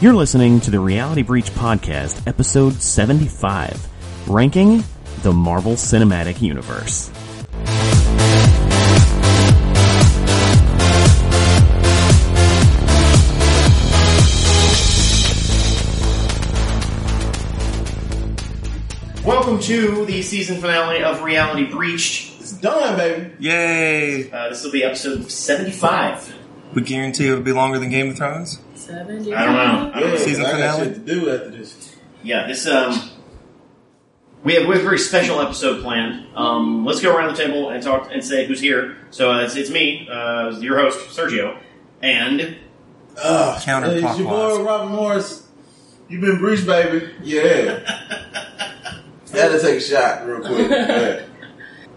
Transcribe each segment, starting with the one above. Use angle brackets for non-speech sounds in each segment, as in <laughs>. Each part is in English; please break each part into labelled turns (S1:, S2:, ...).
S1: You're listening to the Reality Breach Podcast, episode 75, ranking the Marvel Cinematic Universe. Welcome to the season finale of Reality Breached.
S2: It's done, baby.
S3: Yay!
S1: Uh, this will be episode 75.
S3: We guarantee it'll be longer than Game of Thrones.
S4: Seventy.
S1: I don't know. I don't know.
S3: Season
S2: I got
S3: finale.
S2: shit to do after this.
S1: Yeah, this um, we have we have a very special episode planned. Um, let's go around the table and talk and say who's here. So uh, it's, it's me, uh, your host Sergio, and
S2: Ugh.
S3: Counterclockwise.
S2: Hey, it's your boy Robert Morris. You've been breached, baby. <laughs> Yeah. Had to take a shot real quick. <laughs> Yeah.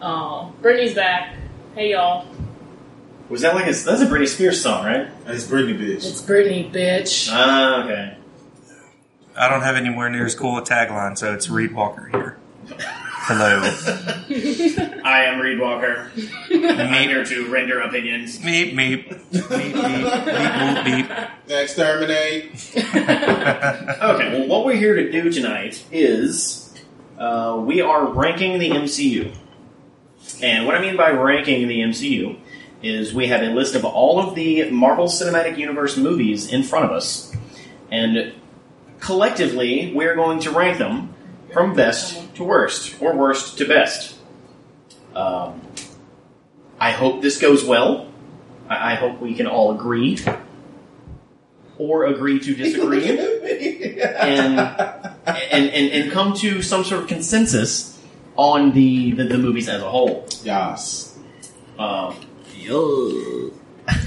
S4: Oh, Brittany's back. Hey y'all,
S1: was that like a, that's a Britney Spears song, right?
S2: It's Britney, bitch.
S4: it's Brittany, bitch.
S1: Ah, okay.
S3: I don't have anywhere near as cool a tagline, so it's Reed Walker here. Hello.
S1: <laughs> I am Reed Walker. I'm here to render opinions.
S3: meep, meep. Meep, meep. Meep, meep, meep.
S2: Exterminate.
S1: Okay, well, what we're here to do tonight is uh, we are ranking the MCU, and what I mean by ranking the MCU is we have a list of all of the Marvel Cinematic Universe movies in front of us, and collectively we're going to rank them from best to worst, or worst to best. Um, I hope this goes well. I, I hope we can all agree, or agree to disagree
S2: <laughs>
S1: and, and, and, and come to some sort of consensus on the, the, the movies as a whole.
S2: Yas.
S1: Um, <laughs>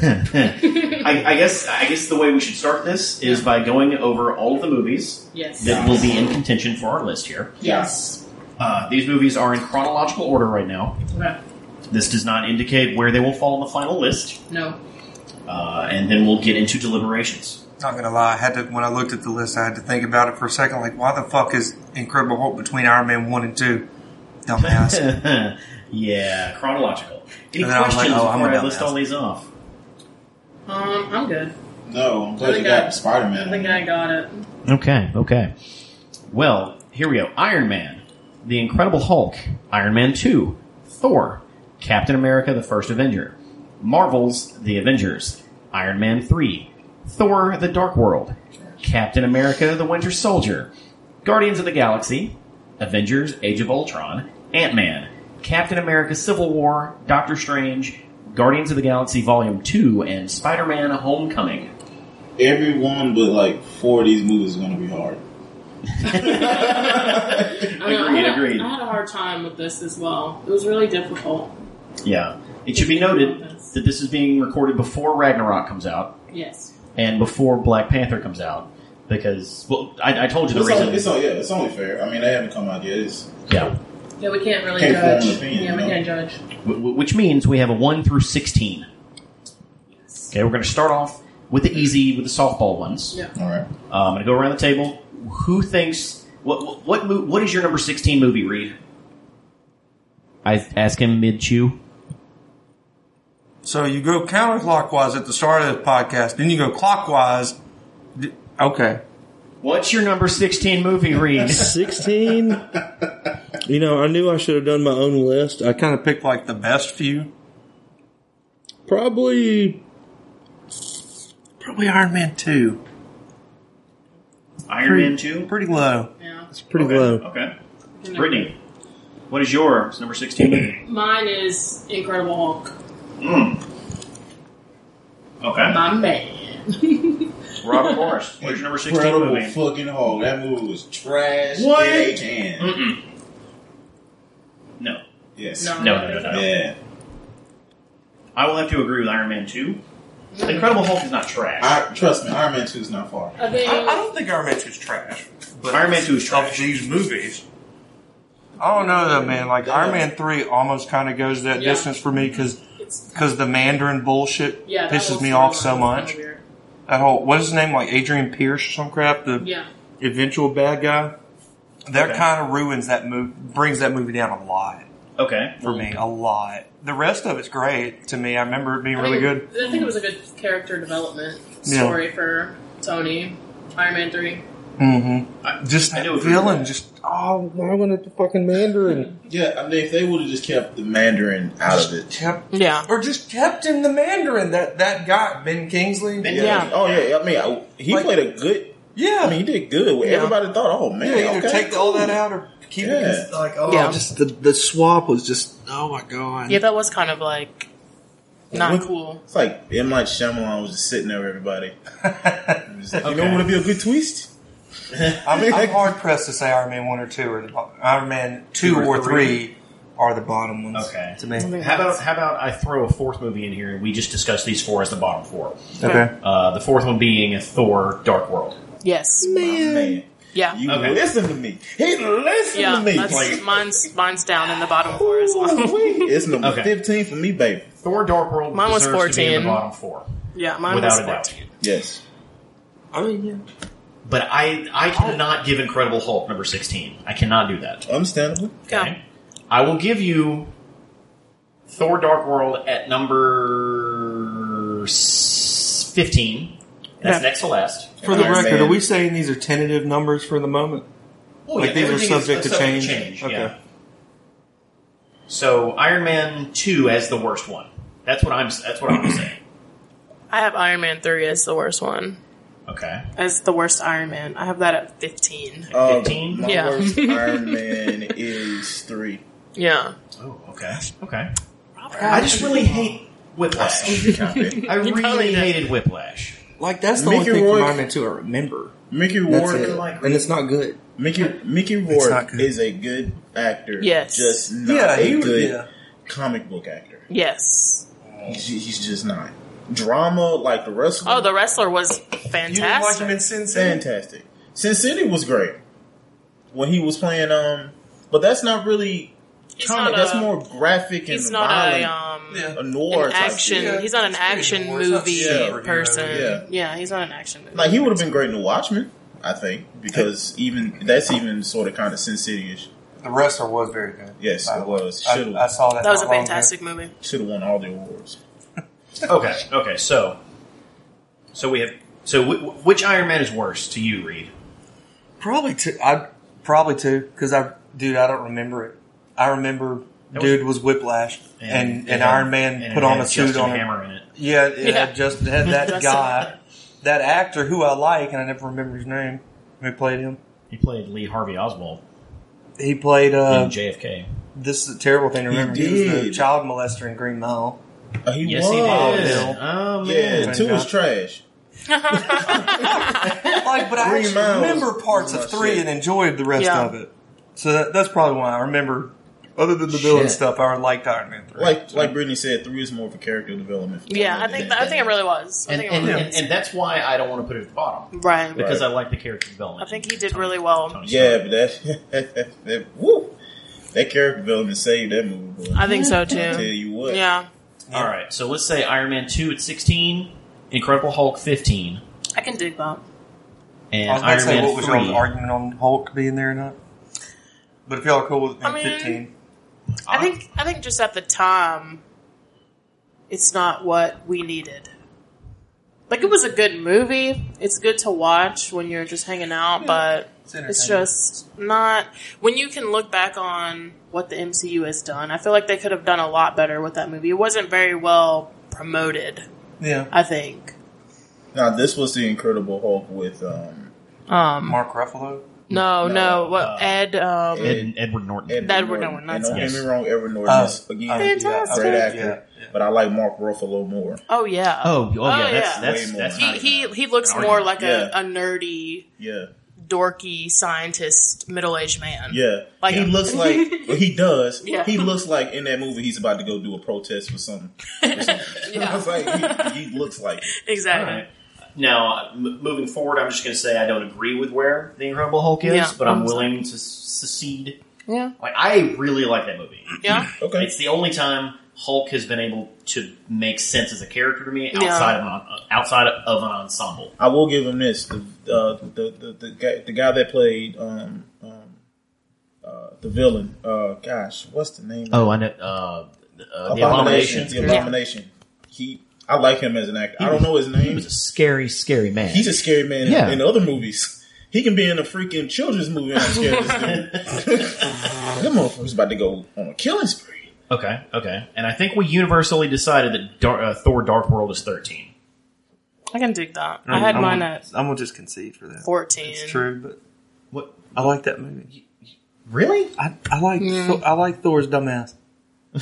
S1: I, I guess I guess the way we should start this is by going over all of the movies
S4: <laughs> Yes.
S1: that will be in contention for our list here.
S4: Yes.
S1: Uh, these movies are in chronological order right now.
S4: Okay.
S1: This does not indicate where they will fall in the final list,
S4: No.
S1: uh, and then we'll get into deliberations.
S3: Not gonna lie, I had to when I looked at the list, I had to think about it for a second. Like, why the fuck is Incredible Hulk between Iron Man one and two?
S1: <laughs>
S3: Dumbass.
S1: yeah, chronological. Any
S3: And then I was
S1: questions
S3: like, oh, I'm
S1: before
S3: a
S1: I list
S3: dumbass.
S1: all these off?
S4: Um, I'm good.
S2: No, I'm glad
S4: I
S2: you
S4: think I-
S2: got Spider
S4: I think
S2: Man.
S4: I got it.
S1: Okay, okay. Well, here we go. Iron Man, The Incredible Hulk, Iron Man 2, Thor, Captain America the First Avenger, Marvel's The Avengers, Iron Man 3, Thor the Dark World, Captain America the Winter Soldier, Guardians of the Galaxy, Avengers Age of Ultron, Ant-Man, Captain America Civil War, Doctor Strange, Guardians of the Galaxy Volume 2, and Spider-Man Homecoming. <laughs>
S2: Every one but like four of these movies is going to be <laughs> hard.
S4: I know, I
S1: Agreed,
S4: had a-
S1: agreed.
S4: I had a hard time with this as well. It was really difficult.
S1: Yeah. It should be noted that this is being recorded before Ragnarok comes out
S4: Yes.
S1: and before Black Panther comes out because, well, I, I told you the
S2: It's
S1: reason.
S2: only, it's only, yeah, it's only fair. I mean, they haven't come out yet. It's,
S1: yeah.
S4: Yeah, we can't really
S2: Can't form
S4: judge.
S2: an opinion,
S4: yeah, we
S2: no.
S4: can't judge.
S1: Wh- wh- Which means we have a 1 through 16. Okay, we're going to start off with the easy, with the softball ones.
S4: Yeah.
S2: all right.
S1: Uh, I'm going to go around the table. Who thinks, what, what, what, mo- what is your number 16 movie, Reed? I ask him mid chew.
S3: So you go counterclockwise at the start of this podcast, then you go clockwise. D- Okay.
S1: What's your number 16
S5: <laughs>
S1: movie, Reed?
S5: 16 you know i knew i should have done my own list i kind
S3: Kind of picked like the best few.
S5: of probably
S3: Probably Iron Man two.
S1: Iron Man 2?
S3: Pretty low.
S4: Yeah.
S5: it's pretty
S1: Okay,
S5: low
S1: Okay. Brittany, what is yours? Number 16 movie.
S4: Mine is Incredible Hulk.
S1: Hmm. Okay.
S4: My man.
S1: Robert Morris. What's your number 16
S2: Incredible
S1: movie?
S2: fucking Hulk. That movie was trash.
S1: What?
S2: Yeah, they can.
S1: Mm-mm. No.
S2: Yes.
S4: No.
S1: No, no, no, no.
S2: Yeah.
S1: I will have to agree with Iron Man 2. The Incredible Hulk is not trash.
S2: I, trust me, Iron Man 2 is not far.
S4: <laughs> I think.
S3: I, I don't think Iron Man 2 is trash. But
S1: Iron Man 2 is
S3: Of
S1: trash.
S3: these movies. I don't know though, man. Like Iron Man 3 almost kind of goes that
S4: Yeah.
S3: distance for me because
S4: it's,
S3: the Mandarin bullshit
S4: yeah, that
S3: pisses
S4: was
S3: me
S4: so
S3: off
S4: weird.
S3: so much.
S4: Kinda weird.
S3: That whole, what is his name? Like Adrian Pierce or some crap? The
S4: Yeah.
S3: eventual bad guy? That
S1: Okay.
S3: kind of ruins that movie, brings that movie down a lot
S1: Okay.
S3: for me. A lot. The rest of it's great to me. I remember it being
S4: I
S3: really
S4: think-
S3: good.
S4: I think it was a good character development
S3: Yeah.
S4: story for Tony.
S6: Iron Man 3.
S3: Mm-hmm. Just
S1: I
S3: that
S1: do agree
S3: villain.
S1: with that.
S3: Just oh, why went it the fucking Mandarin?
S2: Yeah, I mean, if they would have just kept the Mandarin out of it.
S3: kept,
S4: Yeah.
S3: or just kept him the Mandarin. That that guy, Ben Kingsley.
S1: Ben-
S2: Yeah.
S4: Yeah.
S2: Oh yeah. I mean, I, he
S3: Like-
S2: played a good.
S3: yeah,
S2: I mean, he did good.
S4: Yeah.
S2: Everybody thought, oh man,
S3: yeah. Either
S2: okay,
S3: take all that out or keep it.
S2: Yeah.
S3: 'cause, Like oh,
S4: Yeah.
S3: just the the swap was just oh my god.
S4: Yeah, that was kind of like not
S2: What-
S4: cool.
S2: It's like M Night Shyamalan was just sitting there with everybody. He was like, You
S3: Okay.
S2: don't want to be a good twist.
S3: <laughs> I'm, I'm hard pressed to say Iron Man one or two or the, bo- Iron Man two,
S1: Two or
S3: or three. are the bottom ones.
S1: Okay.
S3: to me.
S1: How about how about I throw a fourth movie in here and we just discuss these four as the bottom four?
S3: Okay.
S1: Uh, the fourth one being Thor: Dark World.
S4: Yes.
S2: Man,
S4: Yeah.
S2: you
S1: Okay.
S2: listen to me. He listen
S4: Yeah.
S2: to me.
S4: That's, mine's mine's down in the bottom four as well.
S2: Ooh-wee. it's number
S1: Okay.
S2: fifteen for me, baby.
S1: Thor: Dark World
S4: Mine was
S1: deserves to be in the
S4: 14.
S1: bottom four,
S4: yeah, mine
S1: without
S4: was
S1: a doubt.
S4: 14.
S2: Yes.
S3: I mean, yeah.
S1: But I I cannot give Incredible Hulk number sixteen. I cannot do that.
S2: Understandable.
S4: Yeah.
S1: I will give you Thor: Dark World at number s- fifteen. That's
S4: Okay.
S1: next to last.
S3: For the
S2: Iron
S3: record,
S2: Man.
S3: are we saying these are tentative numbers for the moment?
S1: Oh,
S3: Like, these are
S1: everything is
S3: subject to change? Okay.
S1: yeah. So Iron Man two as the worst one. That's what I'm. That's what
S4: <coughs>
S1: I'm saying.
S4: I have Iron Man 3 as the worst one.
S1: Okay.
S4: As the worst Iron Man. I have that at 15.
S2: Um,
S1: 15?
S2: my
S4: Yeah. <laughs>
S2: worst Iron Man is three.
S4: Yeah.
S1: Oh, okay. Okay. I just really hate
S4: <laughs>
S1: Whiplash. <laughs>
S2: Copy.
S1: I really
S4: probably did.
S1: hated Whiplash.
S3: Like that's the
S2: Mickey
S3: only thing
S2: Rourke-
S3: from Iron Man two I remember.
S2: Mickey
S3: That's
S2: Rourke.
S3: it.
S1: like-
S3: and it's not good.
S2: Mickey Mickey
S3: not
S2: Rourke
S3: good.
S2: is a good actor.
S4: Yes.
S2: Just not a good comic book actor.
S4: Yes.
S2: He's, he's just not. Drama like the wrestler.
S4: Oh, the wrestler was
S3: You didn't like him in
S4: fantastic.
S3: Sin City?
S2: fantastic. Sin City was great when he was playing. Um, but that's not really
S4: He's
S2: comic.
S4: not
S2: that's
S4: a-
S2: more graphic and
S4: He's not
S2: violent.
S4: a um
S3: Yeah.
S2: a noir
S4: an
S2: type
S4: action.
S2: shit.
S3: Yeah.
S4: He's not an
S3: It's pretty
S4: action
S3: more- it's not
S4: movie
S3: superhero,
S4: person.
S2: yeah.
S4: Yeah. he's not an action movie.
S2: Like he would have been great in The Watchmen, I think, because even that's even sort of kind of Sin City ish.
S3: The wrestler was very good.
S2: Yes,
S3: by
S2: it
S3: the way.
S2: was.
S3: I,
S2: Should've-
S3: I saw that.
S4: that was a
S3: not long ago.
S4: fantastic movie. <laughs>
S2: Should have won all the awards.
S1: Okay. Okay. So, so we have. So, wh- which Iron Man is worse to you, Reed?
S3: Probably two. I probably two because I, dude, I don't remember it. I remember,
S1: That was-
S3: dude, was Whiplash, and and, Iron Man
S1: and it
S3: put on
S1: had
S3: a suit
S1: Justin
S3: on him.
S1: Hammer in it.
S3: Yeah, it
S4: Yeah.
S3: had just it had
S4: <laughs>
S3: that
S4: Justin
S3: guy, that actor who I like, and I never remember his name. Who played him?
S1: He played Lee Harvey Oswald
S3: He played.
S1: in
S3: Uh,
S1: JFK.
S3: this is a terrible thing to
S2: He
S3: remember. He, was the
S2: did.
S3: child molester in Green Mile.
S2: Oh, he
S1: Yes,
S2: was.
S1: he did.
S3: Bill.
S1: Oh man.
S2: Yeah,
S3: man.
S2: two was trash.
S3: Like, but I
S2: Green
S3: actually
S2: Mile was-
S3: remember parts
S2: was
S3: of
S2: my
S3: three
S2: shit.
S3: and enjoyed the rest
S4: Yeah.
S3: of it. So that, that's probably why I remember. Other than the villain
S1: Shit.
S3: stuff, I liked Iron Man three.
S2: Like like Brittany said, three is more for character development.
S4: Yeah, I think that, I think it really was. I
S1: And,
S4: think
S1: and,
S4: it
S1: and,
S4: really
S1: and that's why I don't want to put it at the bottom
S4: was. Right.
S1: because I like the character development.
S4: I think he did really well.
S1: Tony Stark.
S2: Yeah, but that, <laughs> that woo, that character development saved that movie. Boy.
S4: I think so too.
S2: I tell you what.
S4: Yeah.
S1: All right, so let's say Iron Man two at sixteen, Incredible Hulk fifteen,
S4: I can dig that.
S1: and
S3: I was going
S1: Iron
S3: to say,
S1: Man
S3: what was
S1: three.
S3: your argument on Hulk being there or not? But if y'all are cool with
S4: I mean-
S3: 15,
S4: I think I think just at the time it's not what we needed. Like it was a good movie. It's good to watch when you're just hanging out, but It's just not when you can look back on what the MCU has done. I feel like they could have done a lot better with that movie. It wasn't very well promoted.
S3: yeah,
S4: I think.
S2: Now this was the Incredible Hulk with um,
S4: Um,
S3: Mark Ruffalo.
S4: no,
S2: No,
S4: no. What
S1: uh,
S4: Ed? Um,
S2: Ed-
S1: Ed, Edward Norton.
S2: Edward
S4: That we're
S2: Norton.
S4: going nuts.
S2: And don't
S1: Yes.
S2: get me wrong, Edward Norton
S3: Oh,
S2: is again
S3: oh,
S2: a
S4: Fantastic.
S2: great actor,
S3: Yeah, yeah.
S2: but I like Mark Ruffalo more.
S4: oh yeah.
S1: oh, oh, yeah,
S4: Oh,
S1: that's
S4: yeah.
S1: that's,
S2: Way more.
S1: that's not
S4: he
S1: even-
S4: he he looks
S1: An
S4: more
S1: argument.
S4: like
S2: Yeah.
S4: a, a nerdy,
S2: Yeah,
S4: dorky scientist, middle aged man. <laughs>
S2: yeah.
S4: Like-
S2: he looks like well, he does.
S4: Yeah.
S2: He looks like in that movie he's about to go do a protest for something. <laughs> Or something. I <laughs> was like, he, he looks like it.
S4: <laughs> Exactly.
S1: Alright. Now, m- moving forward, I'm just going to say I don't agree with where the Incredible Hulk is,
S4: Yeah,
S1: but I'm
S4: I'm
S1: willing to s- secede.
S4: Yeah.
S1: Like I really like that movie.
S4: Yeah.
S2: Okay,
S1: It's the only time Hulk has been able to make sense as a character to me
S4: Yeah.
S1: outside of an, outside of an ensemble.
S2: I will give him this. The uh, the, the the guy the guy that played um, um, uh, the villain. Uh, gosh, what's the name?
S7: Oh,
S1: Oh, I know. Uh, uh, the
S2: Abomination.
S1: Abomination.
S2: The abomination. He I like him as an actor. I don't know his
S1: He
S2: name.
S1: was a scary, scary man.
S2: He's a scary man in-
S1: Yeah.
S2: in other movies. He can be in a freaking children's movie. and I'm scared of this dude. <laughs> That motherfucker's about to go on a killing spree.
S7: Okay, okay. And I think we universally decided that Dar- uh, Thor Dark World is 13.
S4: I can dig that. I had
S3: I'm
S4: mine
S3: gonna-
S4: at
S3: I'm gonna just concede for that.
S4: 14.
S3: It's true, but
S7: What?
S3: I like that movie.
S7: Really?
S3: I, I like Thor- I like Thor's dumbass.
S7: Uh,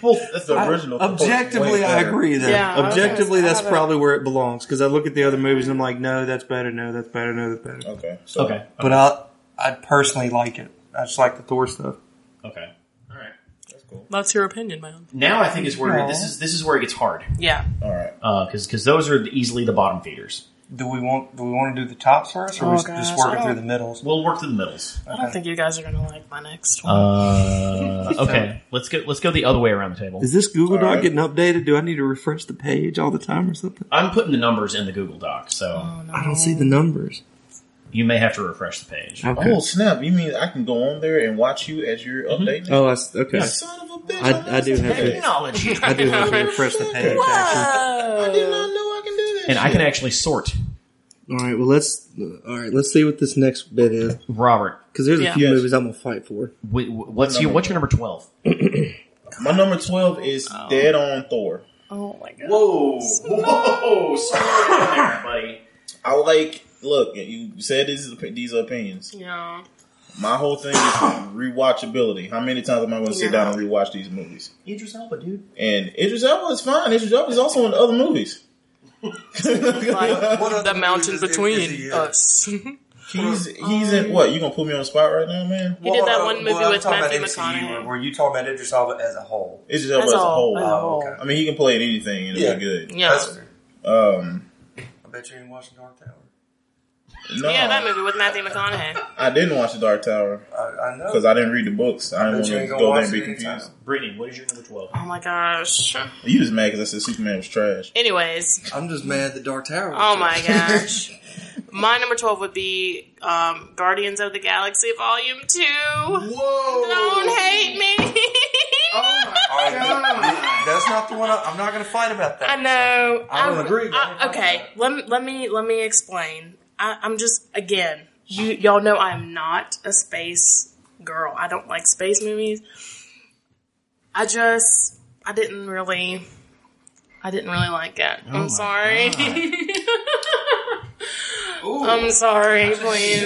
S7: Well,
S2: That's the
S3: I-
S2: original.
S3: objectively,
S2: Way
S3: I
S2: better.
S3: agree. Though
S4: Yeah, I was
S3: objectively,
S4: gonna say,
S3: that's
S4: I haven't-
S3: probably where it belongs. Because I look at the other movies and I'm like, no, that's better. No, that's better. No, that's better.
S2: Okay. So,
S7: okay,
S3: But I I personally like it. I just like the Thor stuff.
S7: okay. All right.
S4: That's your opinion, man.
S7: Now I think is where
S3: Aw.
S7: this is this is where it gets hard
S4: Yeah.
S2: All right.
S7: because because those are easily the bottom feeders.
S3: Do we want Do we want to do the tops first, or
S4: Oh,
S3: we s-
S4: gosh,
S3: just
S4: I
S3: work it
S4: don't-
S3: through the middles?
S7: We'll work through the middles.
S4: I don't think you guys are going to like my next one.
S7: Uh, okay, let's go. Let's go the other way around the table.
S3: Is this Google
S2: All
S3: Doc
S2: right.
S3: getting updated? Do I need to refresh the page all the time or something?
S7: I'm putting the numbers in the Google Doc, so
S4: oh, no.
S3: I don't see the numbers.
S7: you may have to refresh the page.
S3: Okay.
S2: Oh snap! You mean I can go on there and watch you as you're
S4: Mm-hmm.
S2: updating?
S5: Oh, I, s- okay.
S2: Son of a bitch!
S5: I-
S2: didn't
S5: I do have
S2: know
S5: it.
S7: <laughs> Technology,
S3: I do have to refresh the page. actually.
S2: I did not know I can do that.
S7: and I
S2: shit.
S7: can actually sort.
S5: All right. Well, let's. All right. Let's see what this next bit is
S7: Robert,
S5: because there's
S4: Yeah.
S5: a few
S2: Yes.
S5: movies I'm gonna fight for.
S7: wh- wh- what's you? What's your number twelve?
S2: My number twelve is
S7: Oh.
S2: Dead on Thor.
S4: Oh, my God.
S7: Whoa, whoa, <laughs> sorry, buddy.
S2: I like. Look, you said this is, these are opinions.
S4: Yeah.
S2: My whole
S4: <coughs>
S2: thing is rewatchability. How many times am I going to sit
S4: Yeah.
S2: down and rewatch these movies?
S7: Idris Elba, dude.
S2: And Idris Elba is fine. Idris Elba is also in other
S4: <laughs>
S2: movies.
S3: What
S4: the
S3: other
S4: mountain
S3: movies is- is uh, he
S4: between uh,
S3: in?
S4: us. <laughs> he
S2: <laughs> He's he's
S4: um,
S2: in what? You gonna put me on the spot right now, man?
S4: did that
S3: Well,
S4: one
S3: uh,
S4: movie
S3: well, I'm
S4: with
S3: talking
S4: Matthew
S3: about MCU,
S4: McConaughey.
S3: Were you talking about Idris Elba as a whole? Oh,
S2: Idris Elba
S4: That's
S2: as a
S4: all. As
S2: whole.
S4: a whole.
S3: okay.
S2: I mean, he can play in anything and it'll be
S3: Yeah.
S2: good.
S4: Yeah.
S3: That's-
S2: Um,
S3: I bet you didn't watch the Dark Tower.
S2: no,
S4: Yeah, that movie with Matthew McConaughey.
S2: I didn't watch The Dark Tower
S3: I, I know.
S2: because I didn't read the books. I didn't
S3: bet you
S2: want to
S3: ain't
S2: go
S3: gonna
S2: there
S3: watch
S2: and be
S3: it anytime.
S2: confused.
S7: Brittany, what is your number twelve?
S4: Oh, my gosh.
S2: You was mad because I said Superman was trash.
S4: Anyways.
S3: I'm just mad that Dark Tower. was
S4: Oh,
S3: trash.
S4: <laughs> my gosh. My number 12 would be um, Guardians of the Galaxy Volume 2.
S8: Whoa!
S4: Don't hate me. Oh,
S3: All right, th- that's not the one. I, I'm not going to fight about that.
S4: I know.
S3: I don't
S4: I'm-
S3: agree with
S4: I-
S3: anything
S4: okay,
S3: about
S4: let me, let me let me explain. I, I'm just again, you y'all know I'm not a space girl. I don't like space movies. I just I didn't really I didn't really like it. I'm sorry. <laughs> I'm sorry, please.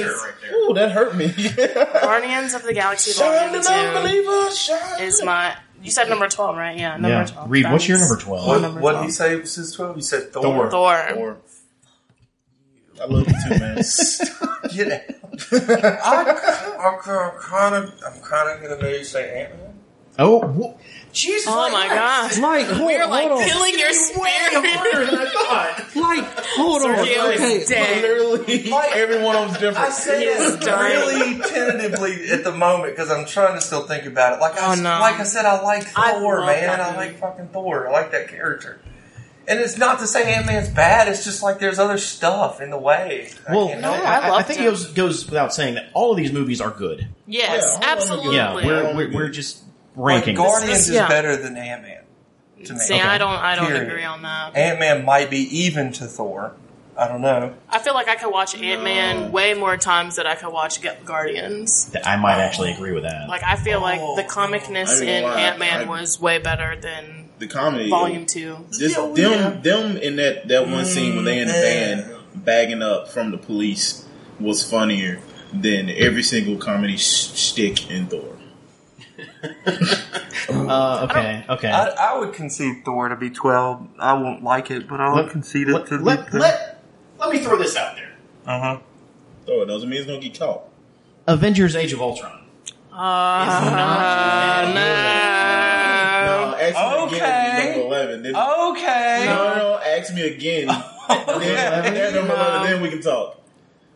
S2: Ooh, that hurt me. <laughs>
S4: Guardians of the Galaxy
S2: Shine the
S4: Volume Two
S2: non-believer. Shine.
S4: is my. You said number twelve, right? Yeah, number twelve.
S7: Reed, what's your
S4: That's
S7: number twelve?
S4: my
S3: What,
S4: number
S3: what did
S4: 12.
S3: he say was his 12? He said Thor.
S4: Thor.
S2: Or I love you too,
S4: <laughs>
S2: man.
S3: Get it. I'm, I'm, kind of, I'm kind of going to maybe say Ant-Man.
S7: Oh, wh- Jesus!
S4: Oh my gosh.
S5: Like, hold,
S4: You're like
S5: hold on.
S4: killing your spirit.
S7: than I thought.
S5: Like, hold on.
S4: Sergio
S5: Okay.
S4: is dead.
S2: Literally,
S3: Mike-
S2: every one of them's
S3: I
S2: different.
S3: say
S4: He's
S3: this
S4: dying.
S3: really tentatively <laughs> at the moment because I'm trying to still think about it. Like I,
S4: Oh, no.
S3: like I said, I like
S4: I
S3: Thor,
S4: love
S3: man.
S4: that
S3: I
S4: movie.
S3: like fucking Thor. I like that character. And it's not to say Ant Man's bad. It's just like there's other stuff in the way. I
S7: Well,
S3: can't
S7: no,
S3: help it.
S7: I, I,
S4: loved
S7: think
S4: it.
S7: it goes, goes without saying that all of these movies are good.
S4: Yes,
S2: Yeah,
S4: absolutely.
S7: Yeah, we're,
S2: Yeah.
S7: we're, we're just
S3: Like,
S7: ranking.
S3: Guardians
S4: This
S3: is,
S4: is- yeah.
S3: better than Ant Man to me.
S4: See, I don't, I don't
S3: Period.
S4: agree on that.
S3: Ant Man might be even to Thor. I don't know.
S4: I feel like I could watch Ant Man way more times than I could watch Gu- Guardians.
S7: I might actually agree with that.
S4: Like I feel like
S3: Oh,
S4: the comicness
S2: I ain't
S4: in
S2: gonna lie,
S4: Ant Man
S2: I-
S4: was way better than
S2: The comedy
S4: Volume Two.
S2: Just
S3: Yeah, Mm,
S2: them, them in that that one scene when they in the van bagging up from the police was funnier than every single comedy sh- shtick in Thor.
S7: Uh, okay, okay.
S3: I, I would concede Thor to be 12. I won't like it, but I would concede it
S7: let,
S3: to
S7: let,
S3: be.
S7: let, let me throw this out there.
S3: uh huh.
S2: Thor doesn't mean he's gonna get caught.
S7: Avengers: Age of Ultron.
S4: Uh, no.
S2: No, ask me again. if
S3: Okay.
S2: you Number eleven. Then,
S3: Okay.
S4: <laughs>
S2: No, no, ask me again. then,
S3: Okay.
S2: then number eleven. Then we can talk.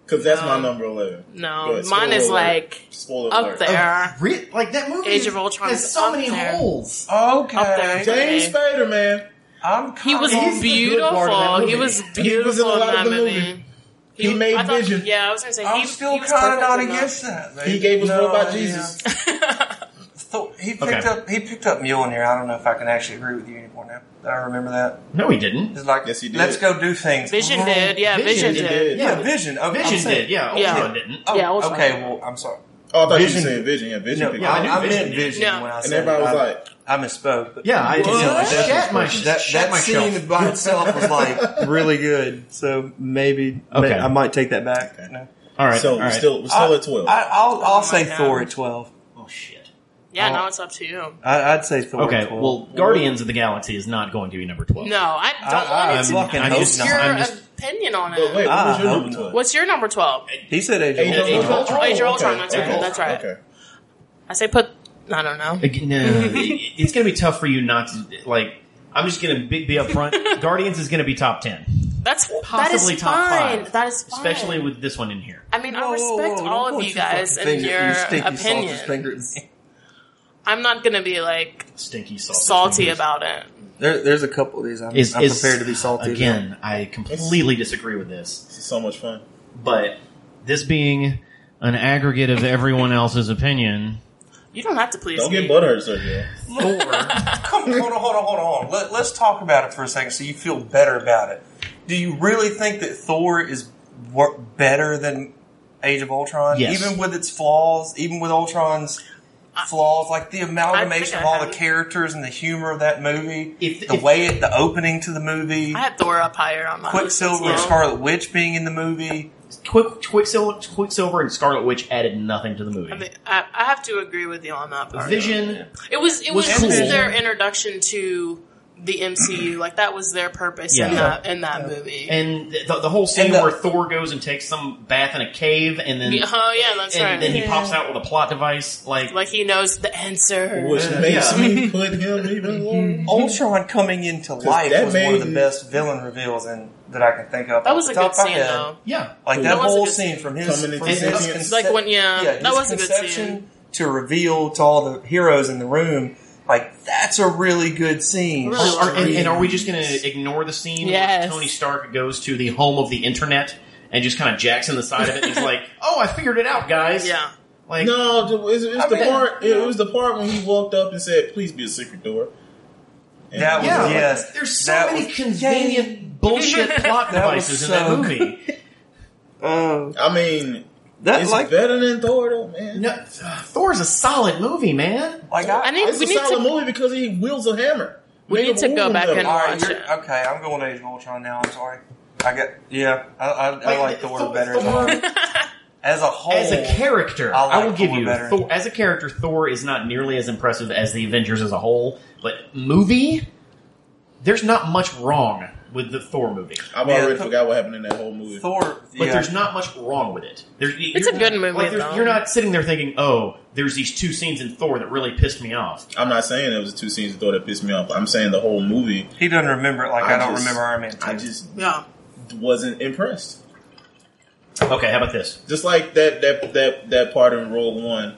S2: Because that's my number eleven. Go
S4: No,
S2: ahead,
S4: mine is
S2: spoiler alert.
S4: like
S2: spoiler
S4: up
S2: alert.
S4: there,
S7: Re- like that movie.
S4: Age
S7: is-
S4: of Ultron
S7: has
S4: is
S7: so
S4: up
S7: many
S4: there.
S7: holes.
S3: Okay.
S4: up there.
S2: James
S4: Okay.
S2: Spader, man.
S3: I'm
S4: He was
S7: He's the good part of that
S4: beautiful.
S7: movie.
S4: He was
S2: in a
S4: beautiful in
S2: lot of
S4: that
S2: the
S4: movie.
S2: movie. He made
S4: I thought-
S2: Vision.
S4: Yeah, I was gonna say
S3: I'm
S4: he,
S3: still
S4: he was
S3: kind of
S4: perfect
S3: not
S4: in that.
S3: against that. man.
S2: He gave us
S3: No,
S2: more about
S3: yeah.
S4: <laughs>
S2: Jesus.
S3: Thor- he picked
S7: Okay.
S3: up. He picked up Mjolnir. I don't know if I can actually agree with you anymore now. I remember that.
S1: No, he didn't.
S3: It's like,
S2: Yes, he did.
S3: let's go do things.
S4: Vision did, yeah,
S1: Vision
S2: did.
S4: Vision, did.
S3: Yeah, Vision. Oh, I'm
S1: Vision
S3: saying-
S1: did. Yeah,
S4: Yeah.
S1: Ultron didn't.
S3: Oh,
S4: Yeah, Ultron.
S3: okay. Well, I'm sorry.
S2: Oh, I thought you
S3: Vision-
S2: were saying Vision. Yeah, Vision.
S3: No,
S2: picked
S3: yeah,
S2: up.
S1: knew
S3: I, I
S1: Vision
S3: meant
S1: did.
S3: Vision
S4: No.
S3: when I
S2: and
S3: said
S2: everybody was
S3: I,
S2: like,
S3: I misspoke. But
S1: Yeah, I did.
S3: Well,
S1: Yeah,
S3: that-
S1: shat my
S3: that
S1: shat
S3: that
S1: myself.
S3: scene by itself was like <laughs> really good. So maybe
S1: Okay.
S3: may- I might take that back.
S2: Okay.
S3: No.
S1: All right.
S2: so
S1: all
S2: we're
S1: right.
S2: still, we're still at 12.
S3: I, I'll, I'll
S4: Oh
S3: say
S4: my God.
S3: Thor at twelve.
S1: Oh shit.
S4: Yeah,
S3: Oh.
S4: now it's up to you.
S3: I, I'd say Thor.
S1: Okay.
S3: at 12.
S1: Well, Guardians of the Galaxy is not going to be number twelve.
S4: No, I don't
S3: I-
S4: want it to
S3: I'm fucking
S1: I'm
S3: hope
S1: just-
S3: not.
S4: your
S1: I'm just-
S4: opinion on
S2: but
S4: it.
S2: wait, what was
S3: Ah,
S2: your number
S3: no.
S2: 12?
S4: What's your number 12?
S3: he said Age of
S2: Age of
S1: Age of
S3: Ultron.
S2: Ultron.
S4: Age of
S2: Okay,
S4: Ultron, that's right,
S2: okay,
S4: that's right.
S2: Okay.
S4: I say put, I don't know.
S1: Again,
S4: <laughs>
S1: No, it- it's going to be tough for you not to like. I'm just going to be, be
S4: <laughs>
S1: upfront. Guardians is going to be top ten,
S4: That's
S1: possibly
S4: that is
S1: top
S4: fine.
S1: five,
S4: That is fine.
S1: especially with this one in here.
S4: I mean, I
S3: Whoa, whoa,
S4: respect
S3: whoa, don't
S4: all of
S3: point
S4: you
S3: your fucking
S4: guys and
S3: finger-
S4: your
S3: you stinky sausage
S4: opinion.
S3: finger at me.
S4: I'm not gonna be like
S1: Stinky sausage
S4: salty
S1: fingers.
S4: about it.
S3: There, there's a couple of these I'm,
S1: Is,
S3: I'm
S1: is-
S3: prepared to be salty about.
S1: again. I completely disagree with this,
S2: This is so much fun.
S1: but this being an aggregate of everyone else's opinion,
S4: You don't have to please
S2: Don't
S4: me.
S2: get butthurt, Sergio.
S3: Come, hold on, hold on, hold on. Let, let's talk about it for a second so you feel better about it. Do you really think that Thor is wor- better than Age of Ultron?
S1: Yes.
S3: Even with its flaws, even with Ultron's flaws, like the amalgamation
S4: I
S3: of all
S4: have-
S3: the characters and the humor of that movie,
S1: If-
S3: the
S1: if-
S3: way it, the opening to the movie,
S4: I had Thor up higher on my list as
S3: Quicksilver and
S4: well.
S3: Scarlet Witch being in the movie.
S1: Quick, Quicksilver, Quicksilver and Scarlet Witch added nothing to the movie.
S4: I, mean, I, I have to agree with you on that part.
S1: Vision,
S4: It was it was,
S1: was cool.
S4: their introduction to the MCU. Like that was their purpose in
S1: Yeah.
S4: that in that movie.
S1: and the, the whole scene
S3: And the-
S1: where Thor goes and takes some bath in a cave, and then
S4: Yeah, oh yeah, that's
S1: and
S4: right.
S1: then he pops out with a plot device. Like,
S4: <laughs> like he knows the answer.
S2: Which
S1: Yeah.
S2: makes
S1: Yeah.
S2: me put him
S4: <laughs>
S2: even lower.
S3: Ultron coming into life
S2: that
S3: was one of
S2: made-
S3: the best villain reveals in, that I can think of.
S4: that
S3: off
S4: was
S3: the
S4: a
S3: top
S4: good
S3: of my
S4: scene
S3: head.
S4: though.
S1: yeah,
S2: That
S3: Like that,
S4: was a
S3: whole
S4: good
S3: scene
S4: scene.
S3: from his
S2: Coming into
S3: from his
S2: sentience.
S4: Like when- yeah,
S3: his
S4: that was a good
S3: conception
S4: scene.
S3: to reveal to all the heroes in the room. Like that's a really good scene.
S4: Really
S1: Are- and, and are we just going to ignore the scene
S4: Yes.
S1: where Tony Stark goes to the home of the internet and just kind of jacks in the side of it? and He's like, <laughs> "Oh, I figured it out, guys."
S4: Yeah.
S1: Like,
S2: No, it was, it was
S3: I
S2: the
S3: mean-
S2: part. It was the part when he walked up and said, "Please be a secret door." And-
S3: That was
S1: yeah. like,
S3: yes.
S1: there's so
S3: That
S1: many
S3: was-
S1: convenient
S4: <laughs>
S1: bullshit plot
S3: That was
S1: devices
S3: so
S1: in that movie.
S3: Oh,
S2: I mean,
S3: that
S2: it's
S3: like
S2: better than Thor, though, man.
S1: No, Thor's a solid movie, man.
S3: like
S4: I
S3: I.
S4: need
S2: it's
S4: we
S2: a
S4: need
S2: solid
S4: to
S2: movie because he wields a hammer.
S4: We
S2: Make
S4: need to
S2: a
S4: go
S2: wound
S4: back
S2: of it.
S4: and-
S3: all right,
S4: watch
S3: you're,
S4: it.
S3: okay, I'm going Age of Ultron now. I'm sorry. I got yeah. I, I, I like Thor
S1: Thor-
S3: better as a
S1: Thor-
S3: whole. As a whole,
S1: <laughs> As a character,
S3: I
S1: I,
S3: like
S1: will give
S3: Thor
S1: you
S3: better.
S1: Thor, as a character, Thor is not nearly as impressive as the Avengers as a whole. But movie, there's not much wrong with the Thor movie.
S2: I've
S3: Yeah,
S2: already
S3: Thor-
S2: forgot what happened in that whole movie.
S3: Thor.
S1: But
S3: yeah.
S1: there's not much wrong with it. There's,
S4: It's a good movie,
S1: Like, there's-
S4: though.
S1: you're not sitting there thinking, "Oh, there's these two scenes in Thor that really pissed me off."
S2: I'm not saying it was two scenes of Thor that pissed me off. I'm saying the whole movie.
S3: he doesn't remember it like I, don't
S2: just-
S3: remember Iron Man. 2.
S2: I just
S4: Yeah.
S2: wasn't impressed.
S1: Okay, how about this?
S2: Just like that that that that part in Rogue One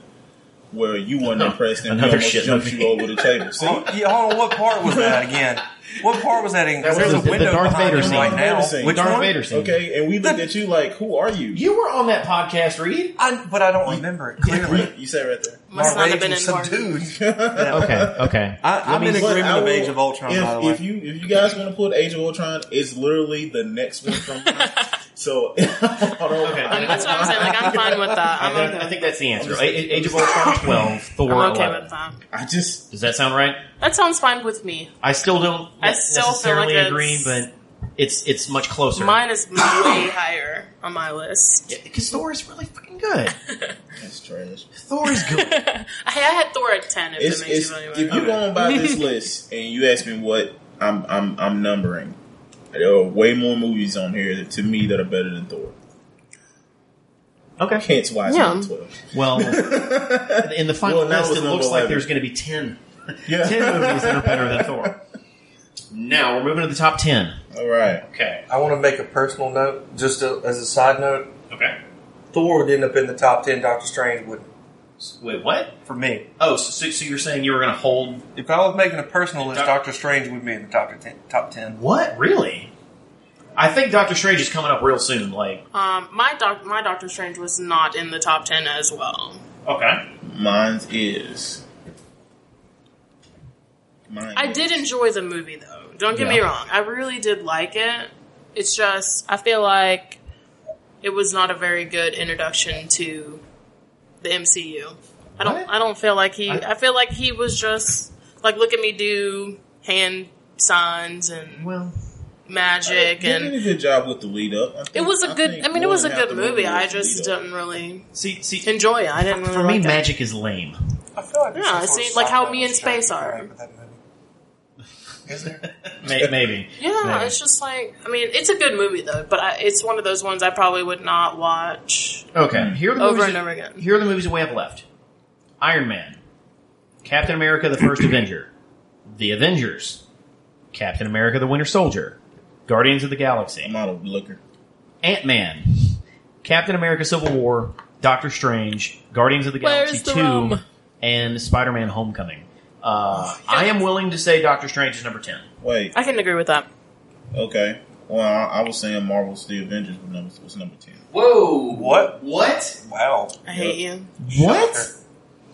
S2: where you weren't impressed and we
S1: Another
S2: almost
S1: shit
S2: jumped
S1: movie.
S2: you over the
S1: <laughs>
S2: table. See,
S3: Oh, yeah, hold on. What part was that again? What part was that in? 'Cause
S1: That was
S3: there's
S1: the- the
S3: a window
S1: Darth
S3: behind
S1: Vader
S3: him
S1: scene.
S3: right now.
S2: Darth Vader scene.
S3: Which
S1: Darth
S3: one?
S1: Vader scene.
S2: okay, and we looked at you like, "Who are you?"
S1: You were on that podcast, Reed.
S3: I, but I don't remember it clearly.
S2: Right, you said right there.
S4: Must
S3: My
S4: not
S3: rage
S4: have been
S3: was
S4: important.
S3: subdued.
S2: <laughs>
S1: <laughs> Okay, okay.
S3: I, I'm in
S2: But
S3: agreement
S2: I
S3: with
S2: will-
S3: Age of Ultron.
S2: If,
S3: by the way,
S2: if you if you guys want to put Age of Ultron, it's literally the next one <laughs> from. mine. so <laughs>
S1: Okay.
S4: I mean, that's what I'm saying. Like I'm fine
S1: <laughs>
S4: with that.
S1: I,
S4: I'm
S1: think-
S4: okay.
S1: I think that's the answer. A- A- Age of Ultron twelve, Thor
S4: I'm okay
S1: eleven.
S4: with that.
S2: I just
S1: Does that sound right?
S4: That sounds fine with me.
S1: I still don't
S4: I still feel
S1: necessarily
S4: like
S1: agree,
S4: it's-
S1: but it's it's much closer.
S4: Mine is way <laughs> higher on my list.
S1: Because Thor is really fucking good. <laughs>
S2: that's trash.
S1: Thor is good.
S4: I, <laughs> I had Thor at ten. If
S2: It's,
S4: it
S2: it's,
S4: makes you
S2: if
S4: feel any
S2: you're
S4: better.
S2: going by
S4: <laughs>
S2: this list and you ask me what I'm I'm I'm numbering, there are way more movies on here that, to me that are better than Thor.
S1: Okay.
S2: Hence why it's
S4: Yeah.
S2: not <laughs> twelve.
S1: Well, in the final
S2: Well, now
S1: list,
S2: it's
S1: it
S2: number
S1: looks like
S2: 11.
S1: there's going to be ten.
S2: Yeah.
S1: <laughs> ten movies that are better than Thor. Now we're moving to the top ten.
S2: All right.
S1: Okay.
S3: I want to make a personal note, just to, as a side note.
S1: Okay.
S3: Thor would end up in the top ten. Doctor Strange would
S1: Wait, what?
S3: for me.
S1: Oh, so, so you're saying you were going to hold
S3: If I was making a personal list,
S1: Doc-
S3: Doctor Strange would be in the top ten. Top ten.
S1: what? Really? I think Doctor Strange is coming up real soon. Like,
S4: Um, my doc, my Doctor Strange was not in the top ten as well.
S1: okay,
S2: Mine is Mine
S4: I did enjoy the movie though. Don't get me
S9: Yeah.
S4: wrong. I really did like it. It's just I feel like it was not a very good introduction to the MCU. I don't I don't feel like he I, feel like he was just like look at me do hand signs and
S1: Well,
S4: magic
S2: They did
S4: and
S2: a good job with the lead up. I think-
S4: it was a
S2: I
S4: good
S2: think
S4: I mean it was a
S2: more than half
S4: good
S2: the movie
S4: movie.
S2: was
S4: I
S2: the
S4: just
S2: lead up.
S4: didn't really
S1: see, see,
S4: enjoy it. I didn't really
S1: for me,
S4: like it.
S1: magic is lame.
S3: I feel like there's
S4: Yeah,
S3: some sort
S4: see,
S3: of
S4: like how
S3: sci-fi
S4: me and
S3: distraction
S4: space are.
S3: with that movie. Is there?
S1: <laughs> May- Maybe.
S4: Yeah,
S1: Maybe.
S4: it's just like I mean, it's a good movie though, but I, it's one of those ones I probably would not watch.
S1: Okay. Here are the
S4: Over
S1: movies
S4: and
S1: that-
S4: over again.
S1: Here are the movies that we have left: Iron Man, Captain America: The First Avenger, The Avengers, Captain America: The Winter Soldier, Guardians of the
S2: I'm
S1: Galaxy,
S2: out of liquor.
S1: Ant Man, Captain America: Civil War, Doctor Strange, Guardians of the
S4: Where's
S1: Galaxy
S4: the
S1: Two,
S4: room?
S1: and Spider Man: Homecoming. Uh,
S2: Oh,
S1: I am willing to say Doctor Strange is number ten.
S2: Wait,
S4: I can agree with that.
S2: okay. Well, I, I was saying Marvel's The Avengers was number, was number 10.
S10: Whoa!
S3: What?
S10: What?
S3: Wow,
S4: I hate you.
S3: What?